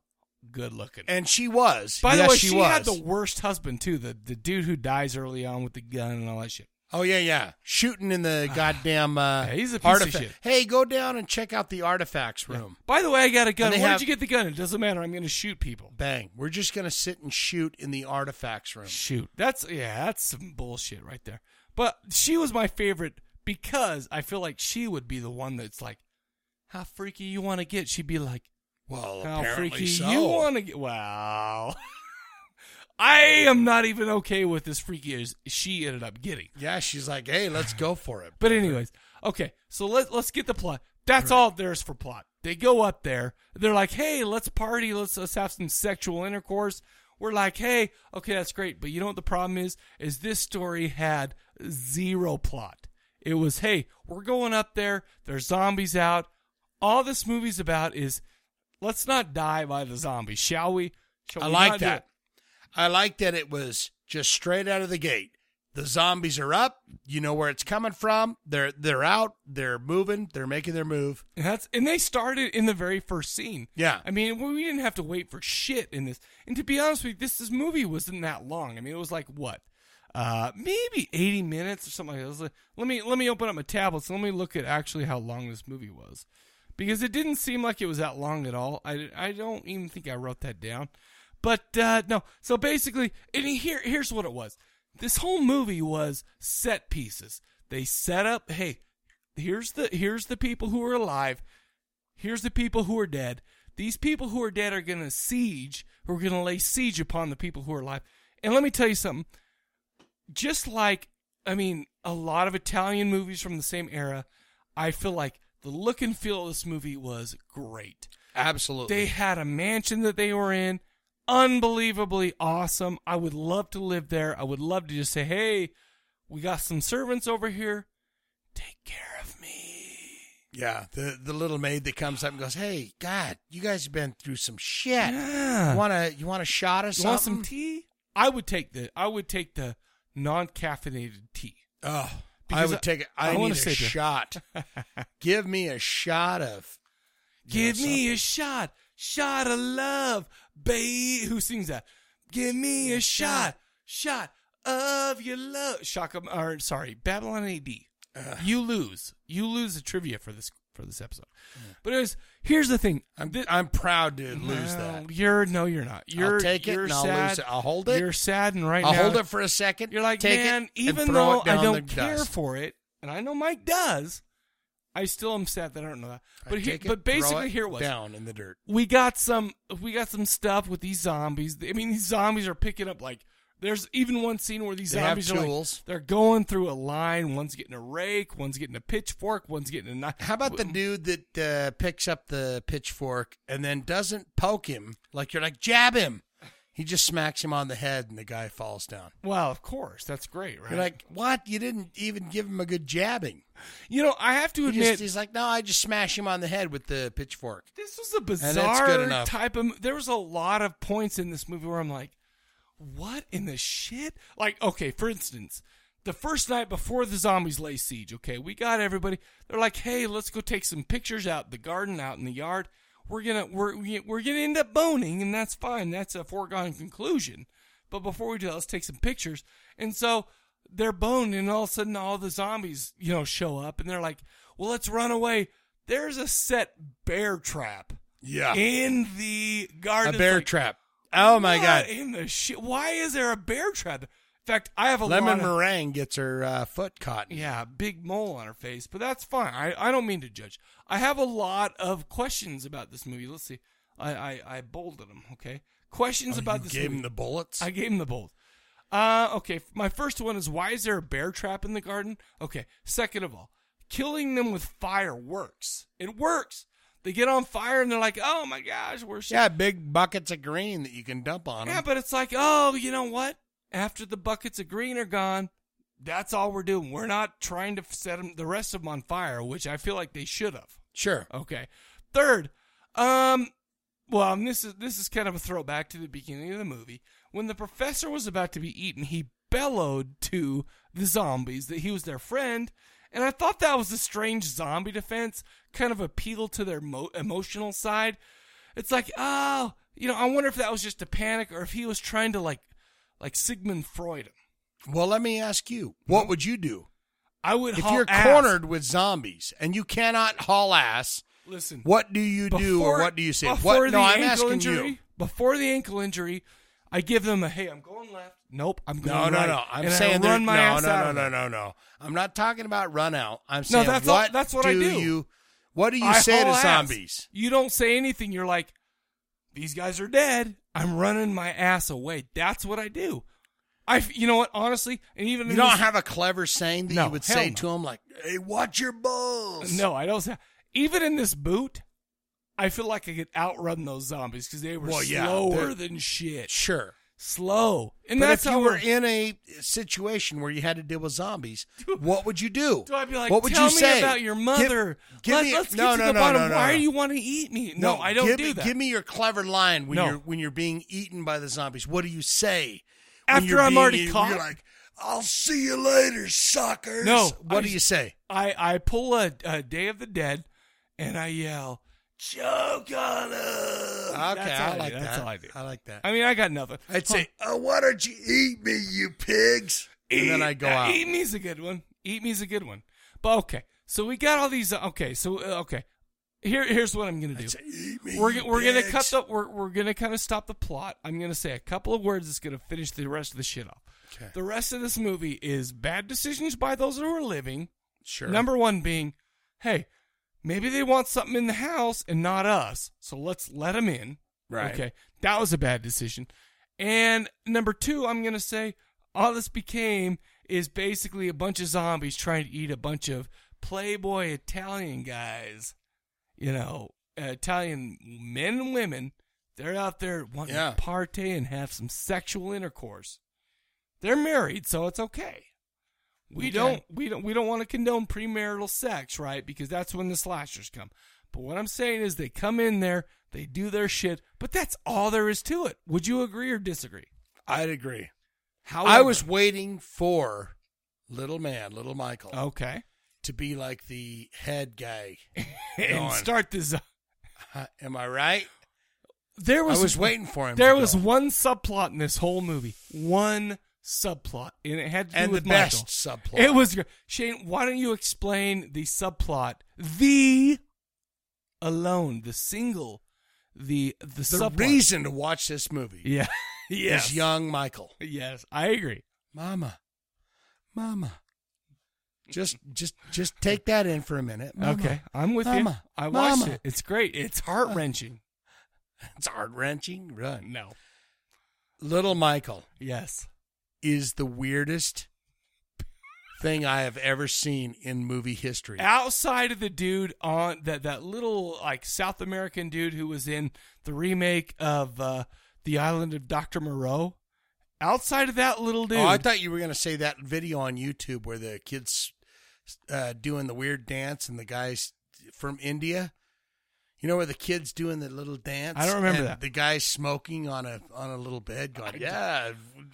S1: good looking.
S2: and she was.
S1: By
S2: Yes,
S1: the way,
S2: she,
S1: she,
S2: was.
S1: had the worst husband too. The the dude who dies early on with the gun and all that shit.
S2: Oh yeah, yeah. Shooting in
S1: [SIGHS]
S2: the goddamn uh,
S1: he's a piece of
S2: artifact.
S1: shit.
S2: Hey, go down and check out the artifacts room.
S1: By the way, I got a
S2: And
S1: gun. Where
S2: they
S1: did
S2: have-
S1: you get the gun? It doesn't matter. I'm going to shoot people.
S2: Bang. We're just gonna sit and shoot in the artifacts room.
S1: Shoot. That's yeah. That's some bullshit right there. But she was my favorite because I feel like she would be the one that's like, "How freaky you want to get?" She'd be like,
S2: Well,
S1: "How
S2: apparently
S1: freaky
S2: so.
S1: you want to get?" Wow. [LAUGHS] I am not even okay with this freaky as she ended up getting.
S2: Yeah, she's like, hey, let's
S1: [SIGHS]
S2: go for it.
S1: But anyways, okay. So let let's get the plot. That's all there's for plot. They go up there. They're like, "Hey, let's party. Let's let's have some sexual intercourse." We're like, "Hey, okay, that's great." But you know what the problem is? Is this story had zero plot. It was, "Hey, we're going up there. There's zombies out. All this movie's about is let's not die by the zombies, shall we?" Shall
S2: I
S1: we
S2: like
S1: not do
S2: that.
S1: it?
S2: I like that it was just straight out of the gate. The zombies are up. You know where it's coming from. They're they're out. They're moving. They're making their move.
S1: And that's and they started in the very first scene.
S2: Yeah.
S1: I mean, we we didn't have to wait for shit in this. And to be honest with you, this this movie wasn't that long. I mean, it was like what? Uh maybe 80 minutes or something like that. Let me let me open up my tablets and let me look at actually how long this movie was. Because it didn't seem like it was that long at all. I, I don't even think I wrote that down. But uh, no, so basically, and here here's what it was. This whole movie was set pieces. They set up, hey, here's the here's the people who are alive. Here's the people who are dead. These people who are dead are going to siege, who are going to lay siege upon the people who are alive. And let me tell you something. Just like, I mean, a lot of Italian movies from the same era, I feel like the look and feel of this movie was great.
S2: Absolutely.
S1: They had a mansion that they were in. Unbelievably awesome. I would love to live there. I would love to just say, hey, we got some servants over here.
S2: yeah. The the little maid that comes up and goes, "Hey, God, you guys have been through some shit.
S1: Yeah.
S2: You wanna you want a shot or
S1: You
S2: something?
S1: want some tea? I would take the I would take the non caffeinated tea.
S2: Oh. I
S1: Because
S2: would take it. I,
S1: wanna
S2: need a
S1: save you. [LAUGHS]
S2: shot. Give me a shot of.
S1: Give me a shot, shot of love, babe. Who sings that? Give me a shot, shot of your love. Shock of, or sorry, Babylon AD. you lose. You lose the trivia for this for this episode. But anyways, here's the thing.
S2: I'm, I'm proud to lose that.
S1: You're no, you're not. You're
S2: I'll take it
S1: you're
S2: and I'll
S1: sad.
S2: lose it. I'll hold it.
S1: You're sad and right
S2: I'll
S1: now.
S2: hold it for a second.
S1: You're like,
S2: take
S1: man,
S2: it
S1: even
S2: and throw
S1: though
S2: it down
S1: I
S2: the
S1: don't care
S2: dust.
S1: for it, and I know Mike does, I still am sad that I don't know that.
S2: I
S1: But here,
S2: take it,
S1: but
S2: throw
S1: basically,
S2: it
S1: here it was
S2: down in the dirt.
S1: We got some, we got some stuff with these zombies. I mean, these zombies are picking up like. There's even one scene where these
S2: They have
S1: zombies are like-
S2: tools.
S1: they're going through a line. One's getting a rake, one's getting a pitchfork, one's getting a knife.
S2: How about the dude that uh, picks up the pitchfork and then doesn't poke him? Like you're like jab him. He just smacks him on the head and the guy falls down.
S1: Well, of course, that's great, right?
S2: You're like, what? You didn't even give him a good jabbing.
S1: You know, I have to admit-
S2: he's like, no, I just smash him on the head with the pitchfork.
S1: This was a bizarre
S2: and that's good enough.
S1: type of. There was a lot of points in this movie where I'm like, "What in the shit?" Like, okay, for instance, the first night before the zombies lay siege. Okay, we got everybody. They're like, "Hey, let's go take some pictures out in the garden, out in the yard. We're gonna we're we're gonna end up boning, and that's fine. That's a foregone conclusion. But before we do that, let's take some pictures." And so they're boned, and all of a sudden, all the zombies you know show up, and they're like, "Well, let's run away." There's a set bear trap.
S2: Yeah.
S1: In the garden.
S2: A bear trap. Oh, my
S1: "What
S2: God."
S1: In the shit. Why is there a bear trap? In fact, I have a
S2: Lemon
S1: lot of-
S2: meringue gets her uh, foot caught.
S1: yeah, big mole on her face, but that's fine. I, I don't mean to judge. I have a lot of questions about this movie. Let's see. I, I, I bolded them, okay? Questions
S2: Oh,
S1: about
S2: you
S1: this
S2: gave
S1: movie.
S2: him the bullets?
S1: I gave him the bullets. Uh, okay, f- my first one is why is there a bear trap in the garden? Okay, second of all, killing them with fire works. It works. They get on fire and they're like, oh my gosh, we're so
S2: Yeah, big buckets of green that you can dump on him.
S1: yeah, but it's like, oh, you know what? After the buckets of green are gone, that's all we're doing. We're not trying to set 'em- the rest of them on fire, which I feel like they should have.
S2: Sure.
S1: Okay. Third, um, well, and this is this is kind of a throwback to the beginning of the movie when the professor was about to be eaten. He bellowed to the zombies that he was their friend, and I thought that was a strange zombie defense, kind of appeal to their mo- emotional side. It's like, oh, you know, I wonder if that was just a panic or if he was trying to like, like Sigmund Freud.
S2: Well, let me ask you, what would you do?
S1: I would.
S2: If
S1: haul
S2: you're
S1: ass.
S2: cornered with zombies and you cannot haul ass,
S1: Listen.
S2: What do you do or
S1: Before-
S2: what do you say?
S1: before
S2: What?
S1: the
S2: No, I'm
S1: ankle
S2: asking
S1: injury,
S2: you.
S1: Before the ankle injury, I give them a hey, I'm going left. Nope, I'm going
S2: No, no,
S1: right.
S2: no. I'm
S1: And I
S2: saying there-
S1: run my
S2: no,
S1: ass
S2: no,
S1: out
S2: no,
S1: of
S2: no,
S1: it.
S2: no, no. I'm not talking about run out. I'm
S1: No,
S2: saying
S1: that's all-
S2: what
S1: that's what I do.
S2: You, what do you
S1: I
S2: say to
S1: haul ass.
S2: zombies?
S1: You don't say anything. You're like, these guys are dead. I'm running my ass away. That's what I do. I, f- you know what? Honestly, and even
S2: You
S1: in
S2: don't
S1: this-
S2: have a clever saying that
S1: No,
S2: you would
S1: hell
S2: say
S1: no.
S2: to them like, "Hey, watch your balls."
S1: No, I don't. Say, even in this boot, I feel like I could outrun those zombies because they were
S2: Well, yeah,
S1: slower
S2: they're-
S1: than shit.
S2: Sure.
S1: slow. And
S2: but
S1: that's
S2: if you
S1: how
S2: were
S1: we're-
S2: in a situation where you had to deal with
S1: [LAUGHS]
S2: zombies, what would you do?
S1: Do I be like,
S2: what would
S1: tell
S2: you
S1: me
S2: say
S1: about your
S2: Give-
S1: mother?
S2: give
S1: Let,
S2: me-
S1: us get
S2: no,
S1: to
S2: no,
S1: the
S2: no,
S1: bottom.
S2: no, no,
S1: Why
S2: no.
S1: do you want to eat me? No, I don't
S2: give
S1: do
S2: me,
S1: that.
S2: Give me your clever line when
S1: No.
S2: you're when you're being eaten by the zombies. What do you say? When
S1: after
S2: you're
S1: I'm
S2: being
S1: already
S2: eaten,
S1: caught.
S2: You're like, I'll see you later, suckers.
S1: no.
S2: What do
S1: I just-
S2: you say?
S1: I I pull a, a Day of the Dead, and I yell, "Choke on 'em."
S2: Okay,
S1: That's all
S2: I like
S1: do.
S2: that.
S1: That's all I do.
S2: I like that.
S1: I mean, I got nothing.
S2: I'd say, oh, why don't you eat me, you pigs? and then I go out.
S1: Eat me's a good one. Eat me's a good one. But okay, so we got all these. Okay, so uh, okay, here here's what I'm gonna do. we're
S12: you
S1: g- we're gonna cut
S12: bitch.
S1: the we're we're gonna kind of stop the plot. I'm gonna say a couple of words that's gonna finish the rest of the shit off.
S2: Okay.
S1: The rest of this movie is bad decisions by those who are living.
S2: Sure.
S1: Number one being, hey, maybe they want something in the house and not us, so let's let them in.
S2: Right.
S1: Okay. That was a bad decision. And number two, I'm gonna say all this became is basically a bunch of zombies trying to eat a bunch of playboy Italian guys. You know, uh, Italian men and women. They're out there wanting
S2: Yeah.
S1: to partay and have some sexual intercourse. They're married, so it's okay. We
S2: Okay.
S1: don't we don't we don't want to condone premarital sex, right? Because that's when the slashers come. But what I'm saying is they come in there, they do their shit, but that's all there is to it. Would you agree or disagree?
S2: I'd agree.
S1: How
S2: I was waiting for Little man, little Michael. [LAUGHS]
S1: Okay.
S2: To be like the head guy.
S1: and start this. up.
S2: Am I right?
S1: There was
S2: I was waiting for him.
S1: There
S2: to
S1: was
S2: go.
S1: one subplot in this whole movie. One subplot, and it had to do
S2: And
S1: with
S2: the best
S1: Michael.
S2: subplot.
S1: It was your Shane. Why don't you explain the subplot? The alone, the single, the the,
S2: the
S1: subplot.
S2: reason to watch this movie.
S1: Yeah. [LAUGHS] Yes.
S2: is young Michael.
S1: Yes, I agree.
S2: Mama, mama, just just just take that in for a minute. Mama,
S1: okay, I'm with
S2: mama,
S1: you. I watched
S2: mama.
S1: it. It's great. It's heart wrenching.
S2: It's heart wrenching. Run.
S1: No.
S2: Little Michael.
S1: Yes.
S2: Is the weirdest thing I have ever seen in movie history.
S1: outside of the dude on that that little like South American dude who was in the remake of uh, the Island of Doctor Moreau. Outside of that little dude,
S2: Oh, I thought you were going to say that video on YouTube where the kids uh, doing the weird dance and the guys from India. You know where the kids doing the little dance?
S1: I don't remember
S2: and
S1: that.
S2: The guy smoking on a on a little bed. Going, yeah,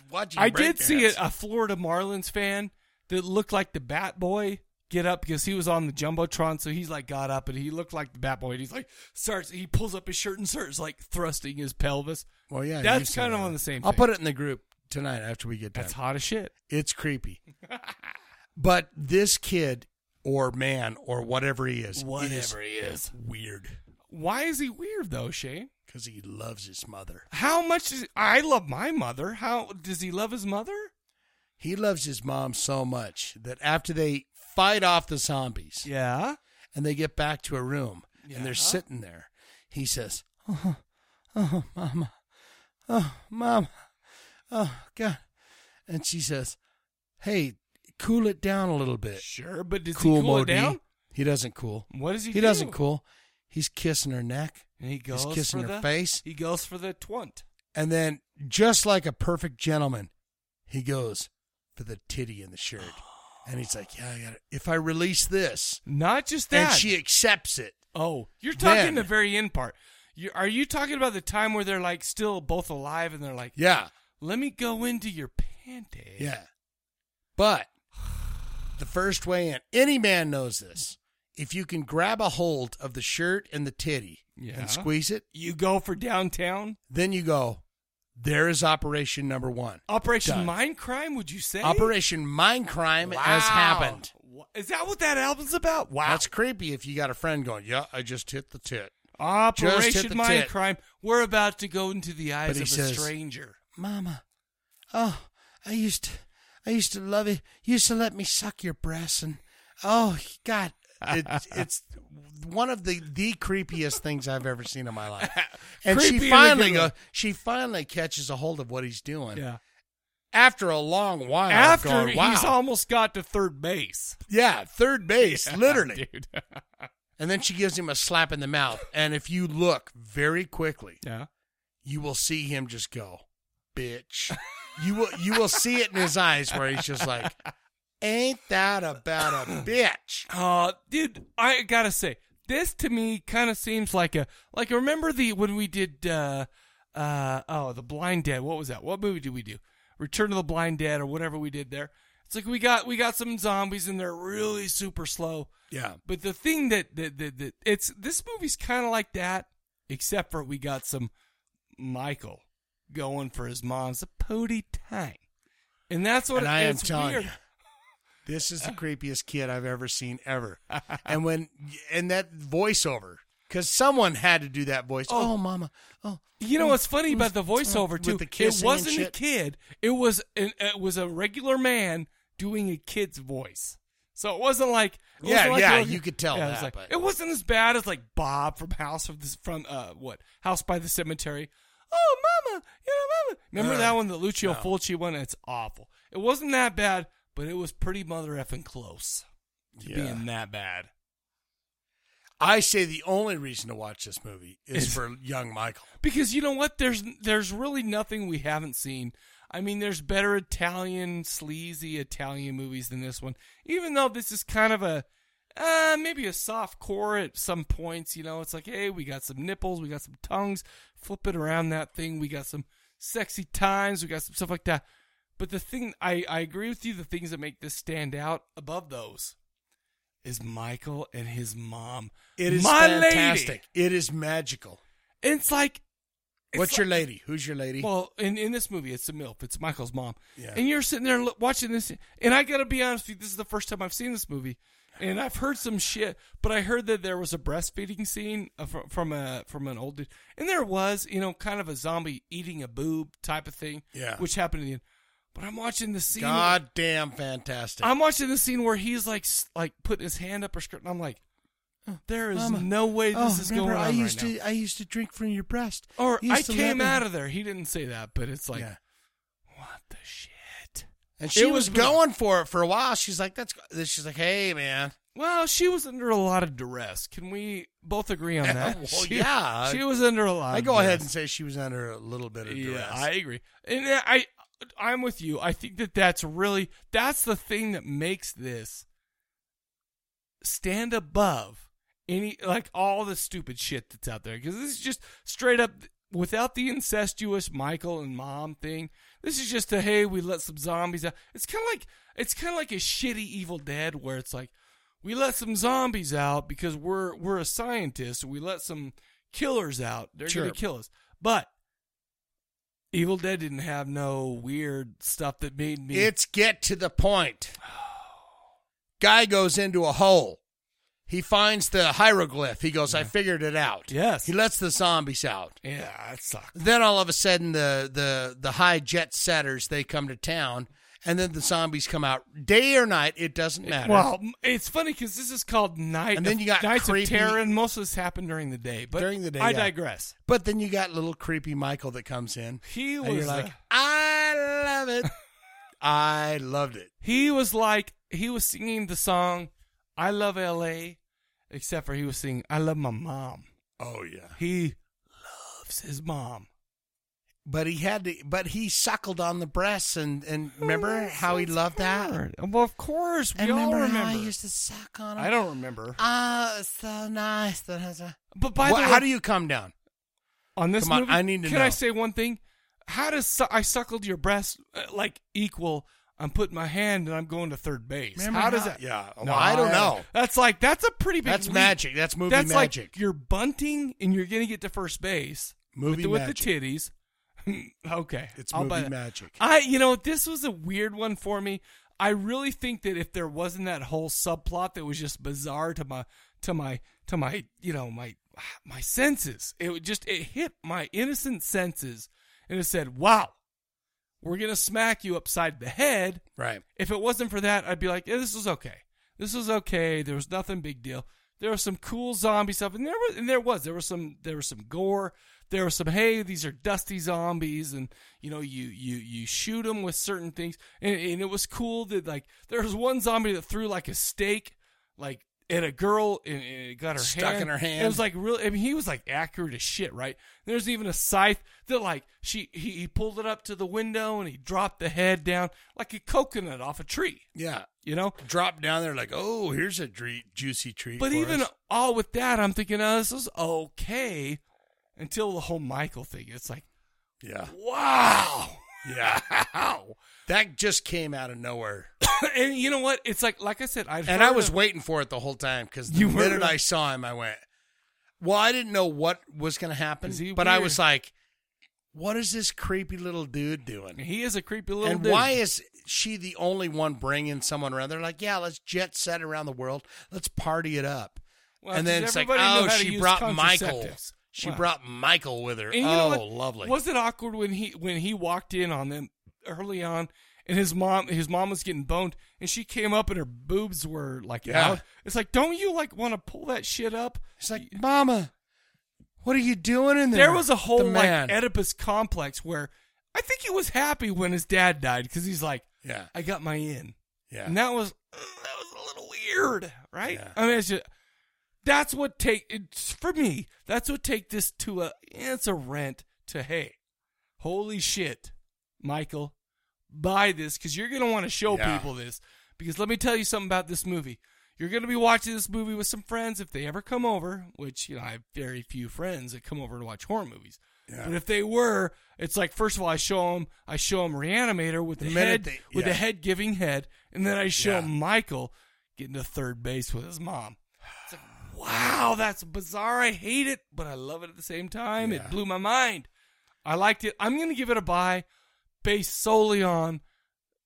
S2: watching.
S1: I did
S2: breakdance."
S1: see a, a Florida Marlins fan that looked like the Bat Boy get up because he was on the jumbotron, so he's like got up and he looked like the Bat Boy. And he's like starts he pulls up his shirt and starts like thrusting his pelvis.
S2: Well, yeah, you've
S1: that's
S2: seen
S1: kind of
S2: that.
S1: on the same.
S2: I'll
S1: thing.
S2: put it in the group tonight after we get done.
S1: That's hot as shit.
S2: It's
S1: [LAUGHS]
S2: creepy. but this kid or man or whatever he is,
S1: Whatever
S2: he is weird
S1: Why is he weird though, Shane?
S2: because he loves his mother.
S1: How much does I love my mother? How does he love his mother?
S2: He loves his mom so much that after they fight off the zombies,
S1: yeah,
S2: and they get back to a room and
S1: Yeah.
S2: they're sitting there, he says, "Oh, oh, mama, oh, mama, oh, God," and she says, "Hey, cool it down a little bit."
S1: Sure, but does
S2: cool
S1: he cool it
S2: Modi.
S1: down?
S2: He doesn't cool.
S1: What does he
S2: He doesn't
S1: do?
S2: cool. He's kissing her neck.
S1: And he goes
S2: He's kissing
S1: for
S2: her
S1: the,
S2: face.
S1: He goes for the twunt.
S2: And then, just like a perfect gentleman, he goes for the titty in the shirt. And he's like, Yeah, I got it. If I release this,
S1: Not just that.
S2: and she accepts it.
S1: Oh, you're talking
S2: Then-
S1: the very end part. You, are you talking about the time where they're like still both alive and they're like,
S2: Yeah.
S1: let me go into your panty.
S2: Yeah. But the first way in, any man knows this. If you can grab a hold of the shirt and the titty
S1: Yeah.
S2: and squeeze it,
S1: you go for downtown.
S2: Then you go, there is operation number one.
S1: Operation
S2: Done.
S1: Mind Crime, would you say?
S2: Operation Mind Crime
S1: Wow.
S2: has happened.
S1: Wha- Is that what that album's about? Wow.
S2: That's creepy if you got a friend going, yeah, I just hit the tit. Just hit
S1: Operation
S2: the
S1: Mind
S2: tit.
S1: Crime. We're about to go into the eyes
S2: he
S1: of a
S2: says-
S1: stranger. [LAUGHS]
S2: Mama, oh, I used to, I used to love it. You used to let me suck your breasts and, oh, God.
S1: [LAUGHS]
S2: It's, it's one of the, the creepiest things I've ever seen in my
S1: [LAUGHS]
S2: life. And
S1: Creepy and a
S2: she
S1: good
S2: finally
S1: one.
S2: goes, she finally catches a hold of what he's doing.
S1: Yeah.
S2: After a long while, of
S1: After
S2: going, "Oh, wow.
S1: he's almost got to third base.
S2: Yeah, third base,
S1: [LAUGHS] Yeah,
S2: literally.
S1: dude.
S2: and then she gives him a slap in the mouth. And if you look very quickly,
S1: Yeah.
S2: you will see him just go, bitch. You will you will see it in his eyes where he's just like, Ain't that about a
S1: [CLEARS THROAT]
S2: bitch?
S1: Uh, dude, I gotta say, this to me kind of seems like a like. Remember the when we did uh, uh, oh, the Blind Dead. What was that? What movie did we do? Return of the Blind Dead or whatever we did there. It's like we got we got some zombies and they're really super slow.
S2: Yeah.
S1: But the thing that that that, that it's this movie's kind of like that, except for we got some Michael going for his mom's a potty time, and that's what
S2: And I am
S1: it's
S2: telling
S1: weird.
S2: you, This is the creepiest kid I've ever seen ever. And when and that voiceover, because someone had to do that voice. Oh, mama. Oh,
S1: You know what's funny about the voiceover
S2: with
S1: too?
S2: the kissing
S1: it wasn't
S2: and
S1: a
S2: shit.
S1: kid. It was an, it was a regular man doing a kid's voice. So it wasn't like it
S2: Yeah,
S1: wasn't like
S2: yeah,
S1: it was-
S2: you could tell
S1: yeah, it, was
S2: that,
S1: like-
S2: but-
S1: it wasn't as bad as like Bob from House of this from uh what House by the Cemetery. Oh, mama, you know, mama. Remember
S2: Uh,
S1: that one, the Lucio
S2: no.
S1: Fulci one? It's awful. It wasn't that bad, but it was pretty mother effing close to
S2: Yeah.
S1: being that bad.
S2: I say the only reason to watch this movie is
S1: Is-
S2: for young Michael.
S1: Because you know what? There's there's really nothing we haven't seen. I mean, there's better Italian, sleazy Italian movies than this one. Even though this is kind of a uh, maybe a soft core at some points, you know, it's like, hey, we got some nipples, we got some tongues, flip it around that thing, we got some sexy times, we got some stuff like that. But the thing I, I agree with you, the things that make this stand out above those is Michael and his mom.
S2: It is
S1: My lady.
S2: fantastic. It is magical.
S1: It's like it's
S2: What's your
S1: like-
S2: lady? Who's your lady?
S1: Well, in, in this movie, it's a MILF. It's Michael's mom.
S2: Yeah.
S1: And you're sitting there lo- watching this. And I got to be honest with you, this is the first time I've seen this movie. And I've heard some shit, but I heard that there was a breastfeeding scene uh, fr- from a from an old dude, and there was, you know, kind of a zombie eating a boob type of thing,
S2: Yeah.
S1: which happened in the end. But I'm watching the scene.
S2: Goddamn fantastic.
S1: I'm watching the scene where he's like s- like putting his hand up her skirt, and I'm like, there is
S2: Oh, Mama,
S1: no way this
S2: oh,
S1: is
S2: remember
S1: going on
S2: I used
S1: right now.
S2: to, I used to drink from your breast.
S1: Or
S2: You
S1: I
S2: used to let
S1: came
S2: me-
S1: out of there. He didn't say that, but it's like,
S2: Yeah.
S1: what the shit?
S2: And
S1: It
S2: she was,
S1: was-
S2: going for it for a while. She's like, "That's." She's like, "Hey, man."
S1: Well, she was under a lot of duress. Can we both
S2: [LAUGHS]
S1: agree on that?
S2: well,
S1: She-
S2: yeah.
S1: she was under a lot.
S2: I
S1: of
S2: go ahead
S1: duress.
S2: and say she was under a little bit of
S1: Yeah,
S2: duress.
S1: I agree. And uh, I, I'm with you. I think that that's really that's the thing that makes this stand above any like all the stupid shit that's out there because this is just straight up without the incestuous Michael and mom thing. This is just a hey, we let some zombies out. It's kind of like it's kind of like a shitty Evil Dead where it's like we let some zombies out because we're we're a scientist. We let some killers out. They're
S2: Sure.
S1: gonna kill us. But Evil Dead didn't have no weird stuff that made me.
S2: It's get to the point. Guy goes into a hole. He finds the hieroglyph. He goes, "I figured it out."
S1: Yes.
S2: He lets the zombies out.
S1: yeah, it sucked.
S2: Then all of a sudden, the the the high jet setters they come to town, and then the zombies come out day or night. It doesn't matter.
S1: Well, m- it's funny because this is called Night.
S2: And then
S1: of-
S2: you got
S1: Nights
S2: creepy-
S1: of Terror, and most of this happened during the day. But
S2: during the day,
S1: I
S2: yeah.
S1: digress.
S2: But then you got little creepy Michael that comes in.
S1: He
S2: and
S1: was uh,
S2: you're like,
S1: like,
S2: I love
S1: [LAUGHS]
S2: it. I loved it.
S1: he was like, he was singing the song "I Love L.A." Except for he was singing "I Love My Mom."
S2: Oh yeah.
S1: He loves his mom.
S2: But he had to. But he suckled on the breasts, and
S1: Oh,
S2: and remember how he loved that.
S1: Well, of course, we
S2: And
S1: all
S2: remember,
S1: remember.
S2: how I used to suck on him.
S1: I don't remember.
S2: Ah, it's so nice. That has a.
S1: But by
S2: Wha-
S1: the way,
S2: how do you come down?
S1: on this
S2: Come on,
S1: movie,
S2: I need to
S1: can
S2: know.
S1: I say one thing? How does su- I suckled your breast uh, like equal? I'm putting my hand and I'm going to third base.
S2: Remember
S1: how does
S2: how-
S1: that?
S2: Yeah, well, I don't know.
S1: That's like that's a pretty big.
S2: That's
S1: leap.
S2: magic. That's movie
S1: That's like
S2: magic.
S1: you're bunting and you're going to get to first base.
S2: Movie
S1: with the,
S2: magic.
S1: with the titties. [LAUGHS] okay,
S2: It's
S1: I'll
S2: movie
S1: buy that.
S2: magic.
S1: I, you know, this was a weird one for me. I really think that if there wasn't that whole subplot that was just bizarre to my, to my, to my, you know, my, my senses, it would just it hit my innocent senses, and it said, "Wow, we're gonna smack you upside the head."
S2: Right.
S1: If it wasn't for that, I'd be like, yeah, "This was okay. This was okay. There was nothing big deal. There was some cool zombie stuff, and there was, and there was, there was some, there was some gore. There was some, hey, these are dusty zombies, and you know, you you you shoot them with certain things, and, and it was cool that like there was one zombie that threw like a steak, like at a girl, and, and it got her
S2: Stuck
S1: hand.
S2: in her hand.
S1: It was like really. I mean, he was like accurate as shit, right? There's even a scythe that like she he, he pulled it up to the window and he dropped the head down like a coconut off a tree.
S2: Yeah.
S1: You know,
S2: Drop down there like, oh, here's a dre- juicy treat.
S1: But
S2: for
S1: even
S2: us."
S1: all with that, I'm thinking, oh, this is okay until the whole Michael thing. It's like, [COUGHS]
S2: yeah,
S1: wow.
S2: yeah, that just came out of nowhere.
S1: and you know what? It's like, like I said, I
S2: And I was waiting for it the whole time because the
S1: You were-
S2: minute I saw him, I went, well, I didn't know what was going to happen,
S1: Is he
S2: but I
S1: weird?
S2: was like, what is this creepy little dude doing?
S1: He is a creepy little
S2: and
S1: dude.
S2: why is she the only one bringing someone around? They're like, yeah, let's jet set around the world. Let's party it up.
S1: Well,
S2: and then
S1: does
S2: it's like,
S1: everybody know
S2: oh,
S1: how to
S2: she
S1: use
S2: brought Michael.
S1: contraceptives?
S2: She
S1: Wow.
S2: brought Michael with her.
S1: And you know
S2: oh,
S1: what?
S2: lovely.
S1: Was it awkward when he when he walked in on them early on, and his mom his mom was getting boned, and she came up and her boobs were like
S2: Yeah.
S1: out. It's like, don't you like want to pull that shit up?
S2: It's like, Mama, what are you doing in there?
S1: There was a whole
S2: The
S1: like
S2: man.
S1: Oedipus complex where I think he was happy when his dad died because he's like,
S2: Yeah.
S1: I got my in.
S2: Yeah.
S1: And that was that was a little weird, right? I mean, it's just, that's what take it's, for me. That's what take this to a. It's a rent to hey, holy shit, Michael, buy this because you're gonna want to show
S2: Yeah.
S1: people this. Because let me tell you something about this movie. You're gonna be watching this movie with some friends if they ever come over, which you know I have very few friends that come over to watch horror movies. But if they were, it's like first of all, I show them, I show them Reanimator with the,
S2: The minute
S1: head,
S2: they-
S1: with
S2: yeah.
S1: the head giving head, and then I
S2: Yeah.
S1: show Michael getting to third base with his mom. It's like, wow, that's bizarre. I hate it, but I love it at the same time. It blew my mind. I liked it. I'm going to give it a buy, based solely on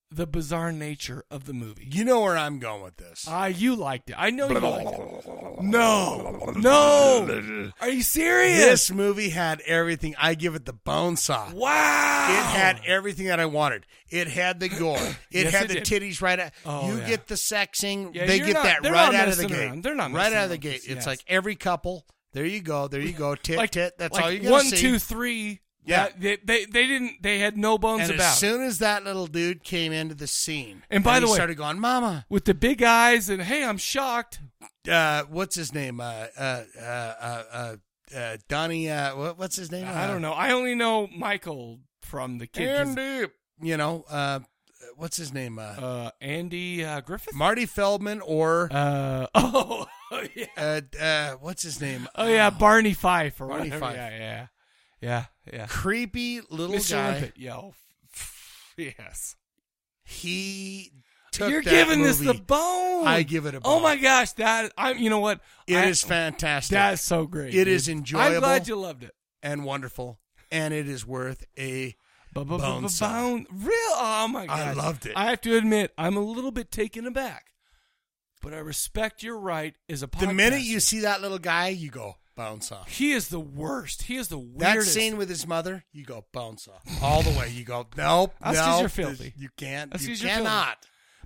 S1: the bizarre nature of the movie.
S2: You know where I'm going with this.
S1: Ah, you liked it. I know you liked
S2: [LAUGHS]
S1: it. No, no. Are you serious?
S2: This movie had everything. I give it the bone saw.
S1: Wow.
S2: It had everything that I wanted. It had the
S1: [CLEARS THROAT]
S2: gore. It
S1: Yes,
S2: had
S1: it
S2: the
S1: did.
S2: titties right out.
S1: Oh,
S2: you
S1: yeah.
S2: get the sexing.
S1: Yeah,
S2: they
S1: you're
S2: get
S1: not-
S2: that
S1: they're
S2: right
S1: not
S2: out of the
S1: messing
S2: gate.
S1: around. They're not
S2: right
S1: messing
S2: out of the
S1: around.
S2: gate.
S1: Yes.
S2: It's like every couple. There you go. There you go. Tit tit. That's
S1: like
S2: all you got.
S1: One,
S2: see.
S1: two, three.
S2: Yeah.
S1: That- they, they they didn't. They had no bones
S2: and
S1: about.
S2: as
S1: it.
S2: soon as that little dude came into the scene,
S1: and by the
S2: he
S1: way,
S2: started going, "Mama."
S1: with the big eyes and hey, I'm shocked.
S2: Uh, what's his name? Uh, uh, uh, uh, uh, uh Donnie. Uh, what, what's his name?
S1: I
S2: Uh,
S1: don't know. I only know Michael from the kid. 'cause-
S2: Andy, you know, uh, what's his name? Uh, uh,
S1: Andy uh, Griffith,
S2: Marty Feldman, or
S1: uh, [LAUGHS] oh, yeah.
S2: uh, what's his name? Uh,
S1: Oh yeah, Barney Fife or
S2: Barney
S1: whatever.
S2: Fife.
S1: Yeah, yeah, yeah, yeah.
S2: creepy little
S1: Mr.
S2: guy.
S1: Limpet, yo, [LAUGHS] yes.
S2: He took
S1: You're
S2: that
S1: giving this the
S2: movie.
S1: bone.
S2: I give it a
S1: Oh
S2: bone.
S1: my gosh, that I'm. You know what?
S2: It
S1: It is
S2: is fantastic.
S1: That's so great.
S2: It
S1: dude.
S2: is enjoyable.
S1: I'm glad you loved it.
S2: and wonderful, and it is worth a bone saw.
S1: Bone, real. Oh my gosh.
S2: I loved it.
S1: I have to admit, I'm a little bit taken aback, but I respect your right as a.
S2: The minute you
S1: podcaster.
S2: see that little guy, you go bounce off.
S1: he is the worst. He is the weirdest.
S2: That scene with his mother, you go bounce off all the way. You go nope,
S1: That's
S2: nope.
S1: 'cause you're filthy.
S2: You can't.
S1: That's
S2: you
S1: 'cause you're filthy.
S2: cannot.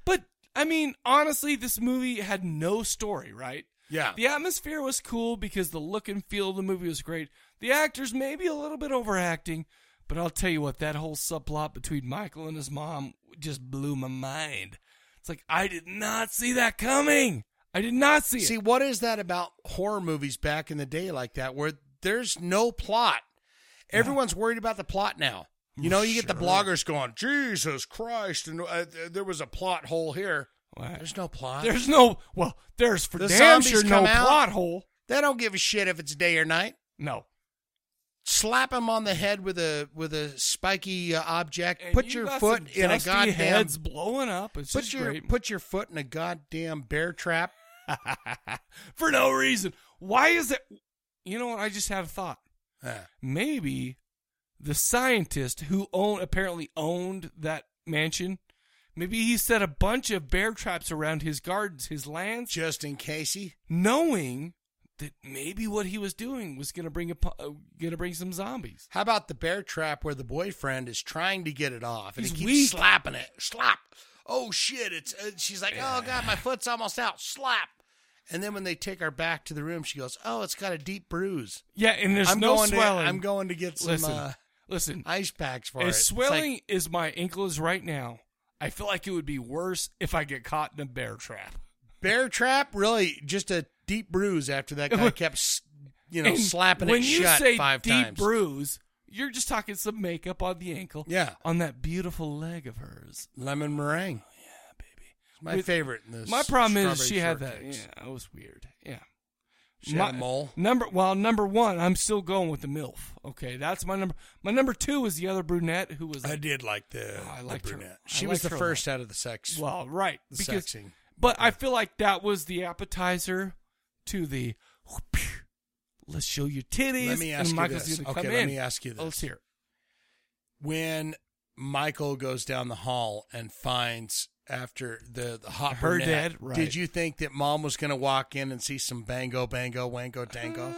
S1: But I mean, honestly, this movie had no story, right?
S2: Yeah.
S1: The atmosphere was cool because the look and feel of the movie was great. The actors maybe a little bit overacting, but I'll tell you what, that whole subplot between Michael and his mom just blew my mind. It's like I did not see that coming. I did not see it.
S2: See, what is that about horror movies back in the day like that, where there's no plot? Everyone's worried about the plot now. You know, you get the
S1: Sure.
S2: bloggers going, Jesus Christ, and uh, th- there was a plot hole here. There's no plot.
S1: There's no well, there's for
S2: The
S1: damn
S2: zombies
S1: sure no
S2: come out.
S1: plot hole.
S2: They don't give a shit if it's day or night.
S1: No.
S2: Slap him on the head with a with a spiky uh, object.
S1: And
S2: put
S1: you
S2: your
S1: got
S2: foot
S1: some
S2: in a
S1: dusty
S2: goddamn
S1: heads blowing up. It's
S2: put
S1: just
S2: your
S1: great.
S2: put your foot in a goddamn bear trap.
S1: [LAUGHS] for no reason. Why is it? You know what? I just had a thought. Maybe the scientist who own apparently owned that mansion. Maybe he set a bunch of bear traps around his gardens, his lands,
S2: just in Casey,
S1: knowing that maybe what he was doing was going to bring a po- uh, going to bring some zombies.
S2: How about the bear trap where the boyfriend is trying to get it off and
S1: He's
S2: he keeps
S1: weak.
S2: slapping it? Slap. Oh shit! It's uh, she's like, oh god, my foot's almost out. Slap. And then when they take her back to the room, she goes, oh, it's got a deep bruise.
S1: Yeah, and there's
S2: I'm
S1: no
S2: going to-
S1: swelling.
S2: I'm going to get some
S1: Listen,
S2: uh,
S1: listen.
S2: ice packs for it.
S1: As
S2: It's like-
S1: swelling as my ankle is right now, I feel like it would be worse if I get caught in a bear trap.
S2: bear trap really just a deep bruise after that
S1: [LAUGHS]
S2: guy kept s- you know
S1: And
S2: slapping
S1: when
S2: it
S1: you
S2: shut
S1: say
S2: five
S1: deep
S2: times
S1: bruise you're just talking some makeup on the ankle
S2: Yeah.
S1: on that beautiful leg of hers
S2: lemon meringue
S1: Oh,
S2: yeah baby my
S1: With-
S2: favorite in this
S1: my problem is
S2: strawberry
S1: she had that
S2: shortcakes.
S1: yeah it was weird yeah
S2: She had a mole?
S1: number well number one i'm still going with the milf okay that's my number my number two is the other brunette who was Oh,
S2: i did like the,
S1: I
S2: the
S1: liked her.
S2: brunette
S1: I
S2: she was
S1: liked
S2: the
S1: her a
S2: first out of the sex
S1: well right
S2: the
S1: because,
S2: sexing
S1: but i feel like that was the appetizer to the let's show your titties
S2: let me ask
S1: and
S2: you
S1: Michael's
S2: this
S1: gonna
S2: okay
S1: come
S2: let
S1: in.
S2: me ask you this
S1: let's hear it.
S2: when michael goes down the hall and finds after the, the hot
S1: Her
S2: brunette,
S1: dead, right.
S2: did you think that mom was going to walk in and see some bango bango wango tango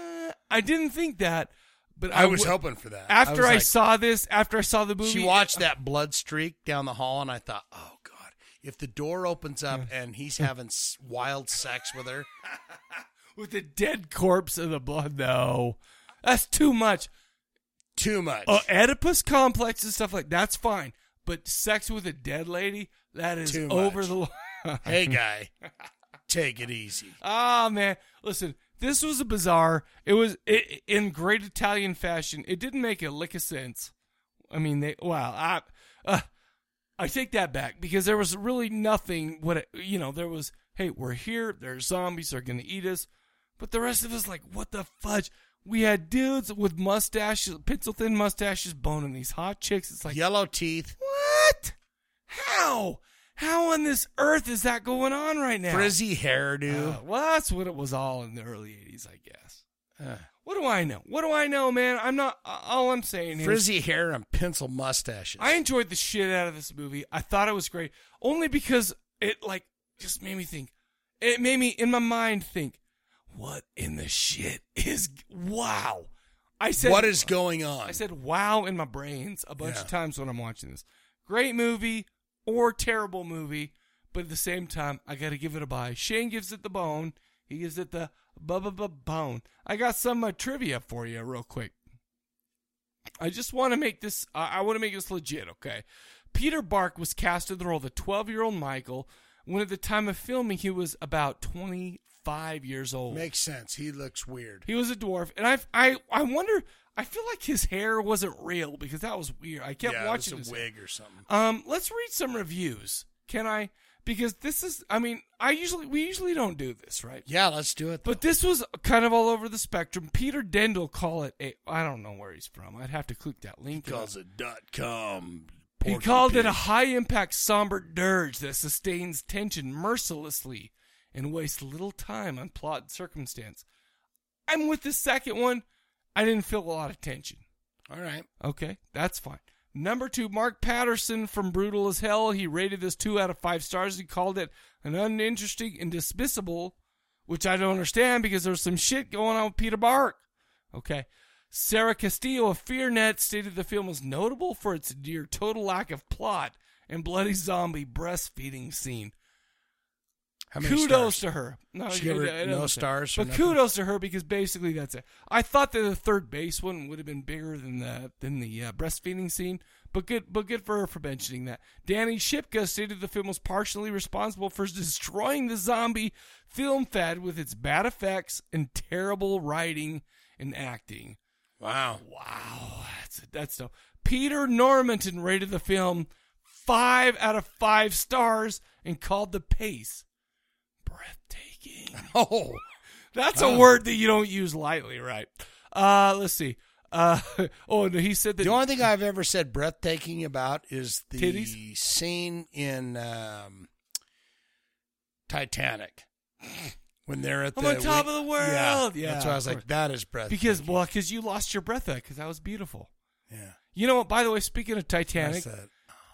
S1: I didn't think that, but
S2: I was
S1: Uh, w-
S2: hoping for that. I
S1: After
S2: was
S1: I,
S2: like-
S1: saw this, after I saw the movie, uh,
S2: She watched that blood streak down the hall, and I thought, oh god, if the door opens up and he's having s- wild sex with her,
S1: with the dead corpse of the blood. No, that's too much.
S2: too much.
S1: Uh, Oedipus complex and stuff like that's fine, but sex with a dead lady that is
S2: Too much.
S1: over the [LAUGHS] line.
S2: hey guy, take it easy.
S1: Ah man, listen, this was a bizarre. It was it, in great Italian fashion. It didn't make a lick of sense. I mean, they wow. I uh, I take that back because there was really nothing. What it, you know, there was. Hey, we're here. There's zombies. They're gonna eat us. But the rest of us, like, what the fudge? We had dudes with mustaches, pencil thin mustaches, boning these hot chicks. It's like
S2: yellow teeth.
S1: What? How? How on this earth is that going on right now?
S2: Frizzy hairdo.
S1: Uh, well, that's what it was all in the early '80s, I guess. What do I know? What do I know, man? I'm not. uh, All I'm saying is
S2: Frizzy hair and pencil mustaches.
S1: I enjoyed the shit out of this movie. I thought it was great, only because it like just made me think. It made me in my mind think, what in the shit is wow? I said,
S2: What is going on?
S1: I said wow in my brains a bunch
S2: Yeah.
S1: of times when I'm watching this. Great movie or terrible movie, but at the same time, I got to give it a buy. Shane gives it the bone. He gives it the bubba bone. I got some uh, trivia for you real quick. I just want to make this. I I want to make this legit, okay? Peter Bark was cast in the role of the 12-year-old Michael when, at the time of filming, he was about 25 years old.
S2: Makes sense. He looks weird.
S1: oh. He was a dwarf, and I, I, I wonder. I feel like his hair wasn't real because that was weird. I kept
S2: yeah,
S1: watching
S2: it was
S1: his
S2: a
S1: hair.
S2: wig or something.
S1: Um, let's read some reviews. Can I? Because this is, I mean, I usually we usually don't do this, right?
S2: Yeah, let's do it.
S1: But this was kind of all over the spectrum. Peter Dendel call it a. I don't know where he's from. I'd have to click that link.
S2: He calls it dot com.
S1: He
S2: Porky
S1: called it
S2: pig.
S1: a high impact, somber dirge that sustains tension mercilessly and wastes little time on plot and circumstance. I'm with the second one. I didn't feel a lot of tension.
S2: All right.
S1: Okay, that's fine. Number two, Mark Patterson from Brutal as Hell. He rated this two out of five stars. He called it an uninteresting and dismissible, which I don't understand because there's some shit going on with Peter Bark. Okay. Sarah Castillo of FearNet stated the film was notable for its near total lack of plot and bloody zombie breastfeeding scene.
S2: How many
S1: kudos
S2: stars?
S1: to her.
S2: She gave her
S1: it- it
S2: no
S1: doesn't say.
S2: stars or
S1: But
S2: nothing?
S1: kudos to her because basically that's it. I thought that the third base one would have been bigger than the than the uh, breastfeeding scene, but good but good for her for mentioning that. Danny Shipka stated the film was partially responsible for [LAUGHS] destroying the zombie film fad with its bad effects and terrible writing and acting.
S2: Wow.
S1: Wow. That's that's stuff. Peter Normanton rated the film five out of five stars and called the pace breathtaking.
S2: [LAUGHS] Oh.
S1: That's
S2: Wow.
S1: a word that you don't use lightly, right? Uh let's see. Uh [LAUGHS] oh no, he said that
S2: The only thing I've ever said breathtaking about is the
S1: Titties?
S2: scene in um, Titanic when they're at
S1: I'm
S2: the
S1: on top of the world. Yeah,
S2: that's why I was
S1: of
S2: like,
S1: course.
S2: that is breathtaking.
S1: Because well, because you lost your breath because that was beautiful.
S2: Yeah.
S1: You know what? By the way, speaking of
S2: What's
S1: Titanic,
S2: that?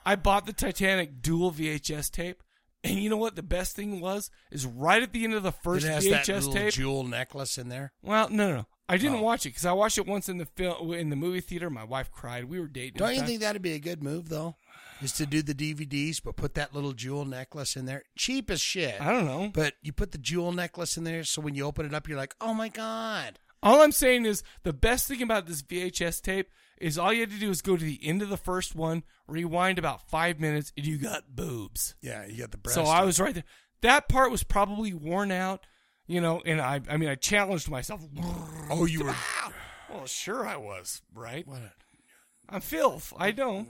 S1: I bought the Titanic dual VHS tape, and you know what? The best thing was is right at the end of the first
S2: Did it has
S1: VHS
S2: that little Oh.
S1: tape.
S2: jewel necklace in there.
S1: Well, no, no, no. I didn't watch it because I watched it once in the film in the movie theater. My wife cried. We were dating. at
S2: Don't
S1: the
S2: you
S1: time.
S2: think that'd be a good move though? Is to do the DVDs, but put that little jewel necklace in there. Cheap as shit.
S1: I don't know.
S2: But you put the jewel necklace in there, so when you open it up, you're like, oh my god.
S1: All I'm saying is the best thing about this VHS tape is all you had to do is go to the end of the first one, rewind about five minutes, and you got boobs.
S2: Yeah, you got the breast.
S1: So I was right there. That part was probably worn out, you know. And I, I mean, I challenged myself.
S2: Oh, you were.
S1: Well, sure I was. Right? I'm filth. I don't.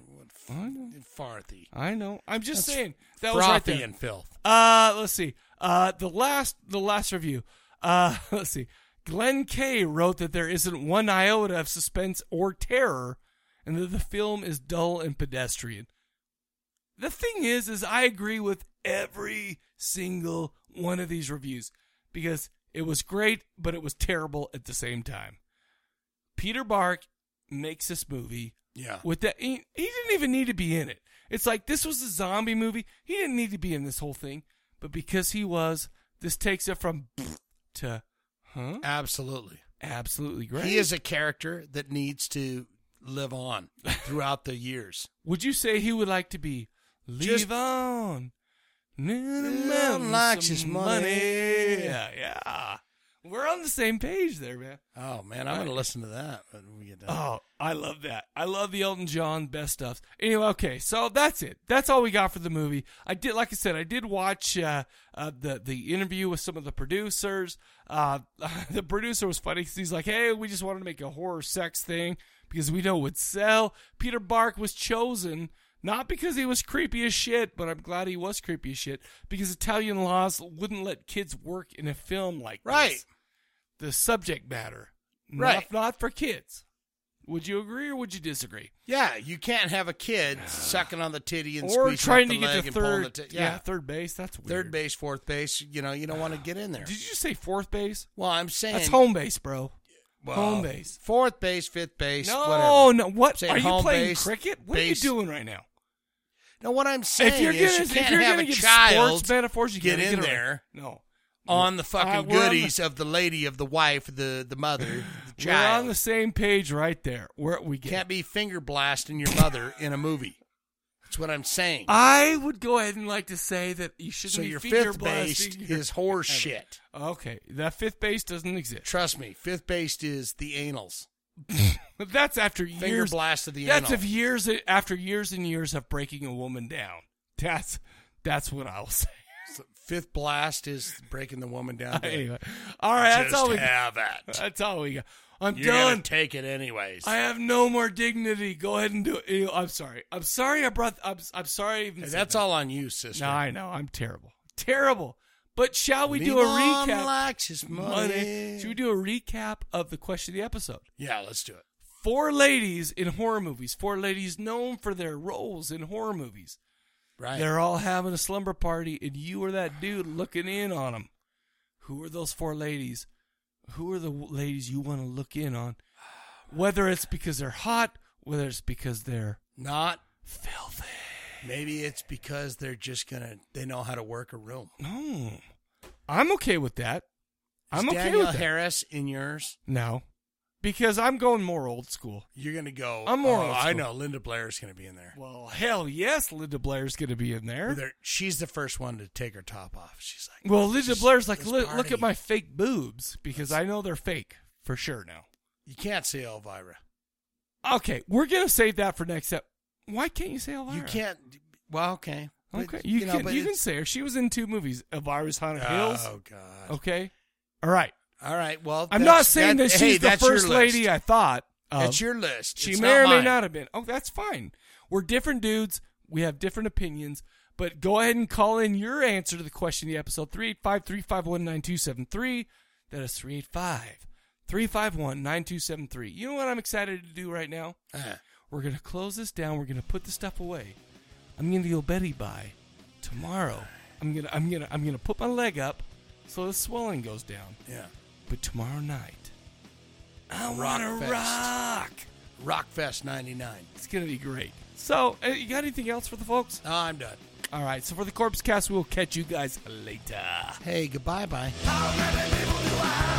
S1: I know.
S2: Farthy.
S1: I know. I'm just
S2: That's
S1: saying that was right
S2: frothy
S1: there.
S2: and filth.
S1: Uh, let's see. Uh, the last the last review. Uh, [LAUGHS] let's see. Glenn K wrote that there isn't one iota of suspense or terror, and that the film is dull and pedestrian. The thing is, is I agree with every single one of these reviews because it was great, but it was terrible at the same time. Peter Bark makes this movie.
S2: Yeah.
S1: With that, he, he didn't even need to be in it. It's like this was a zombie movie. He didn't need to be in this whole thing, but because he was, this takes it from [SNIFFS] to huh?
S2: Absolutely.
S1: Absolutely great.
S2: He is a character that needs to live on throughout the years.
S1: Would you say he would like to be leave
S2: Just-
S1: on?
S2: Man likes his money.
S1: Yeah, yeah. We're on the same page there, man.
S2: Oh man, I'm
S1: All
S2: gonna
S1: right.
S2: listen to that when we get done.
S1: Oh, I love that. I love the Elton John best stuff. Anyway, okay, so that's it. That's all we got for the movie. I did, like I said, I did watch uh, uh, the the interview with some of the producers. Uh, [LAUGHS] the producer was funny 'cause he's like, "Hey, we just wanted to make a horror sex thing because we know it would sell." Peter Bark was chosen not because he was creepy as shit, but I'm glad he was creepy as shit because Italian laws wouldn't let kids work in a film like
S2: Right.
S1: this. The subject matter Right.
S2: Right.
S1: Not, not for kids. Would you agree or would you disagree?
S2: Yeah, you can't have a kid sucking on the titty and
S1: Or
S2: squeezing
S1: trying
S2: up the
S1: to get
S2: leg
S1: to
S2: and pulling
S1: third-
S2: The ti-
S1: yeah, third base. That's weird. Ah.
S2: Third base, fourth base. You know, you don't want to get in there. Did
S1: you just say fourth base?
S2: Well, I'm saying
S1: That's home base, bro.
S2: Well,
S1: home base.
S2: fourth base, fifth base.
S1: No,
S2: whatever.
S1: no, what-
S2: Saying
S1: are you
S2: home
S1: playing
S2: base,
S1: cricket? What are you
S2: base-
S1: doing right now?
S2: No, what I'm saying
S1: you're
S2: is
S1: gonna-
S2: you
S1: if
S2: can't
S1: you're
S2: have
S1: gonna
S2: a
S1: give
S2: child
S1: sports metaphors, you
S2: get
S1: gotta
S2: in
S1: get it right.
S2: there.
S1: No.
S2: on the
S1: Uh,
S2: fucking
S1: we're on the-
S2: goodies of the lady, of the wife, the the mother, the
S1: [LAUGHS] We're
S2: child.
S1: on the same page right there. Where we get.
S2: can't be finger blasting your mother in a movie. That's what I'm saying.
S1: I would go ahead and like to say that you shouldn't
S2: So
S1: be
S2: your
S1: finger
S2: fifth base
S1: blasting [LAUGHS] your-
S2: is horse shit.
S1: Okay, that fifth base doesn't exist. [LAUGHS]
S2: Trust me, fifth base is the anals.
S1: But that's after years.
S2: Finger blast of the
S1: That's
S2: anal.
S1: if years after years and years of breaking a woman down. That's that's what I'll [LAUGHS] say.
S2: Fifth blast is breaking the woman down. to-
S1: Anyway, all right, that's
S2: Just
S1: all we
S2: have that.
S1: [LAUGHS] That's all we got. I'm
S2: You're gonna
S1: done.
S2: Take it anyways.
S1: I have no more dignity. Go ahead and do it. Ew, I'm sorry. I'm sorry. I brought. I'm, I'm sorry. I even
S2: Hey,
S1: said
S2: that's
S1: that.
S2: all on you, sister.
S1: No, I know. I'm terrible. Terrible. But shall we do a
S2: Leave on
S1: recap?
S2: likes his money.
S1: Should we do a recap of the question of the episode?
S2: Yeah, let's do it.
S1: Four ladies in horror movies. Four ladies known for their roles in horror movies.
S2: Right.
S1: [SIGHS] They're all having a slumber party, and you are that dude looking in on them. Who are those four ladies? Who are the w- ladies you want to look in on? Whether it's because they're hot, whether it's because they're
S2: not filthy. Maybe it's because they're just gonna they know how to work a room.
S1: no. I'm okay with that.
S2: Is
S1: I'm okay
S2: Danielle
S1: with that.
S2: Harris in yours.
S1: No, because I'm going more old school.
S2: You're gonna go.
S1: I'm more
S2: oh,
S1: old
S2: I
S1: school.
S2: know Linda Blair's gonna be in there.
S1: Well, hell yes, Linda Blair's going to be in there.
S2: she's the first one to take her top off. She's like,
S1: Well, Linda
S2: just-
S1: Blair's like,
S2: let's
S1: look, look at
S2: party."
S1: my fake boobs because I know they're fake for sure now.
S2: You can't say Elvira.
S1: Okay, we're gonna save that for next step. Why can't you say Elvira?
S2: You can't. Well, okay. But,
S1: Okay, you,
S2: know,
S1: can.
S2: but
S1: you can
S2: it's-
S1: say her. She was in two movies, Elvira's Haunted Hills.
S2: Oh God.
S1: Okay, all right.
S2: All right. Well,
S1: I'm
S2: that's-
S1: not saying that, she's
S2: hey,
S1: the
S2: that's your
S1: first
S2: list.
S1: lady I thought. Of.
S2: That's your list.
S1: She
S2: It's
S1: may or
S2: not
S1: may
S2: mine.
S1: not have been. Oh, that's fine. We're different dudes. We have different opinions. But go ahead and call in your answer to the question of the episode 385 351 9273. That is 385 351 9273. You know what I'm excited to do right now?
S2: Uh-huh.
S1: We're going to close this down. We're going to put the stuff away. I'm going to go Betty by tomorrow. I'm going to I'm going to I'm going to put my leg up so the swelling goes down.
S2: Yeah.
S1: But tomorrow night I
S2: Rock
S1: want to
S2: Fest.
S1: rock.
S2: Rockfest '99.
S1: It's gonna be great. So, uh, you got anything else for the folks?
S2: No, I'm done.
S1: All right. So for the Corpse Cast, we'll catch you guys later.
S2: Hey, goodbye, bye.
S12: How many people do I have?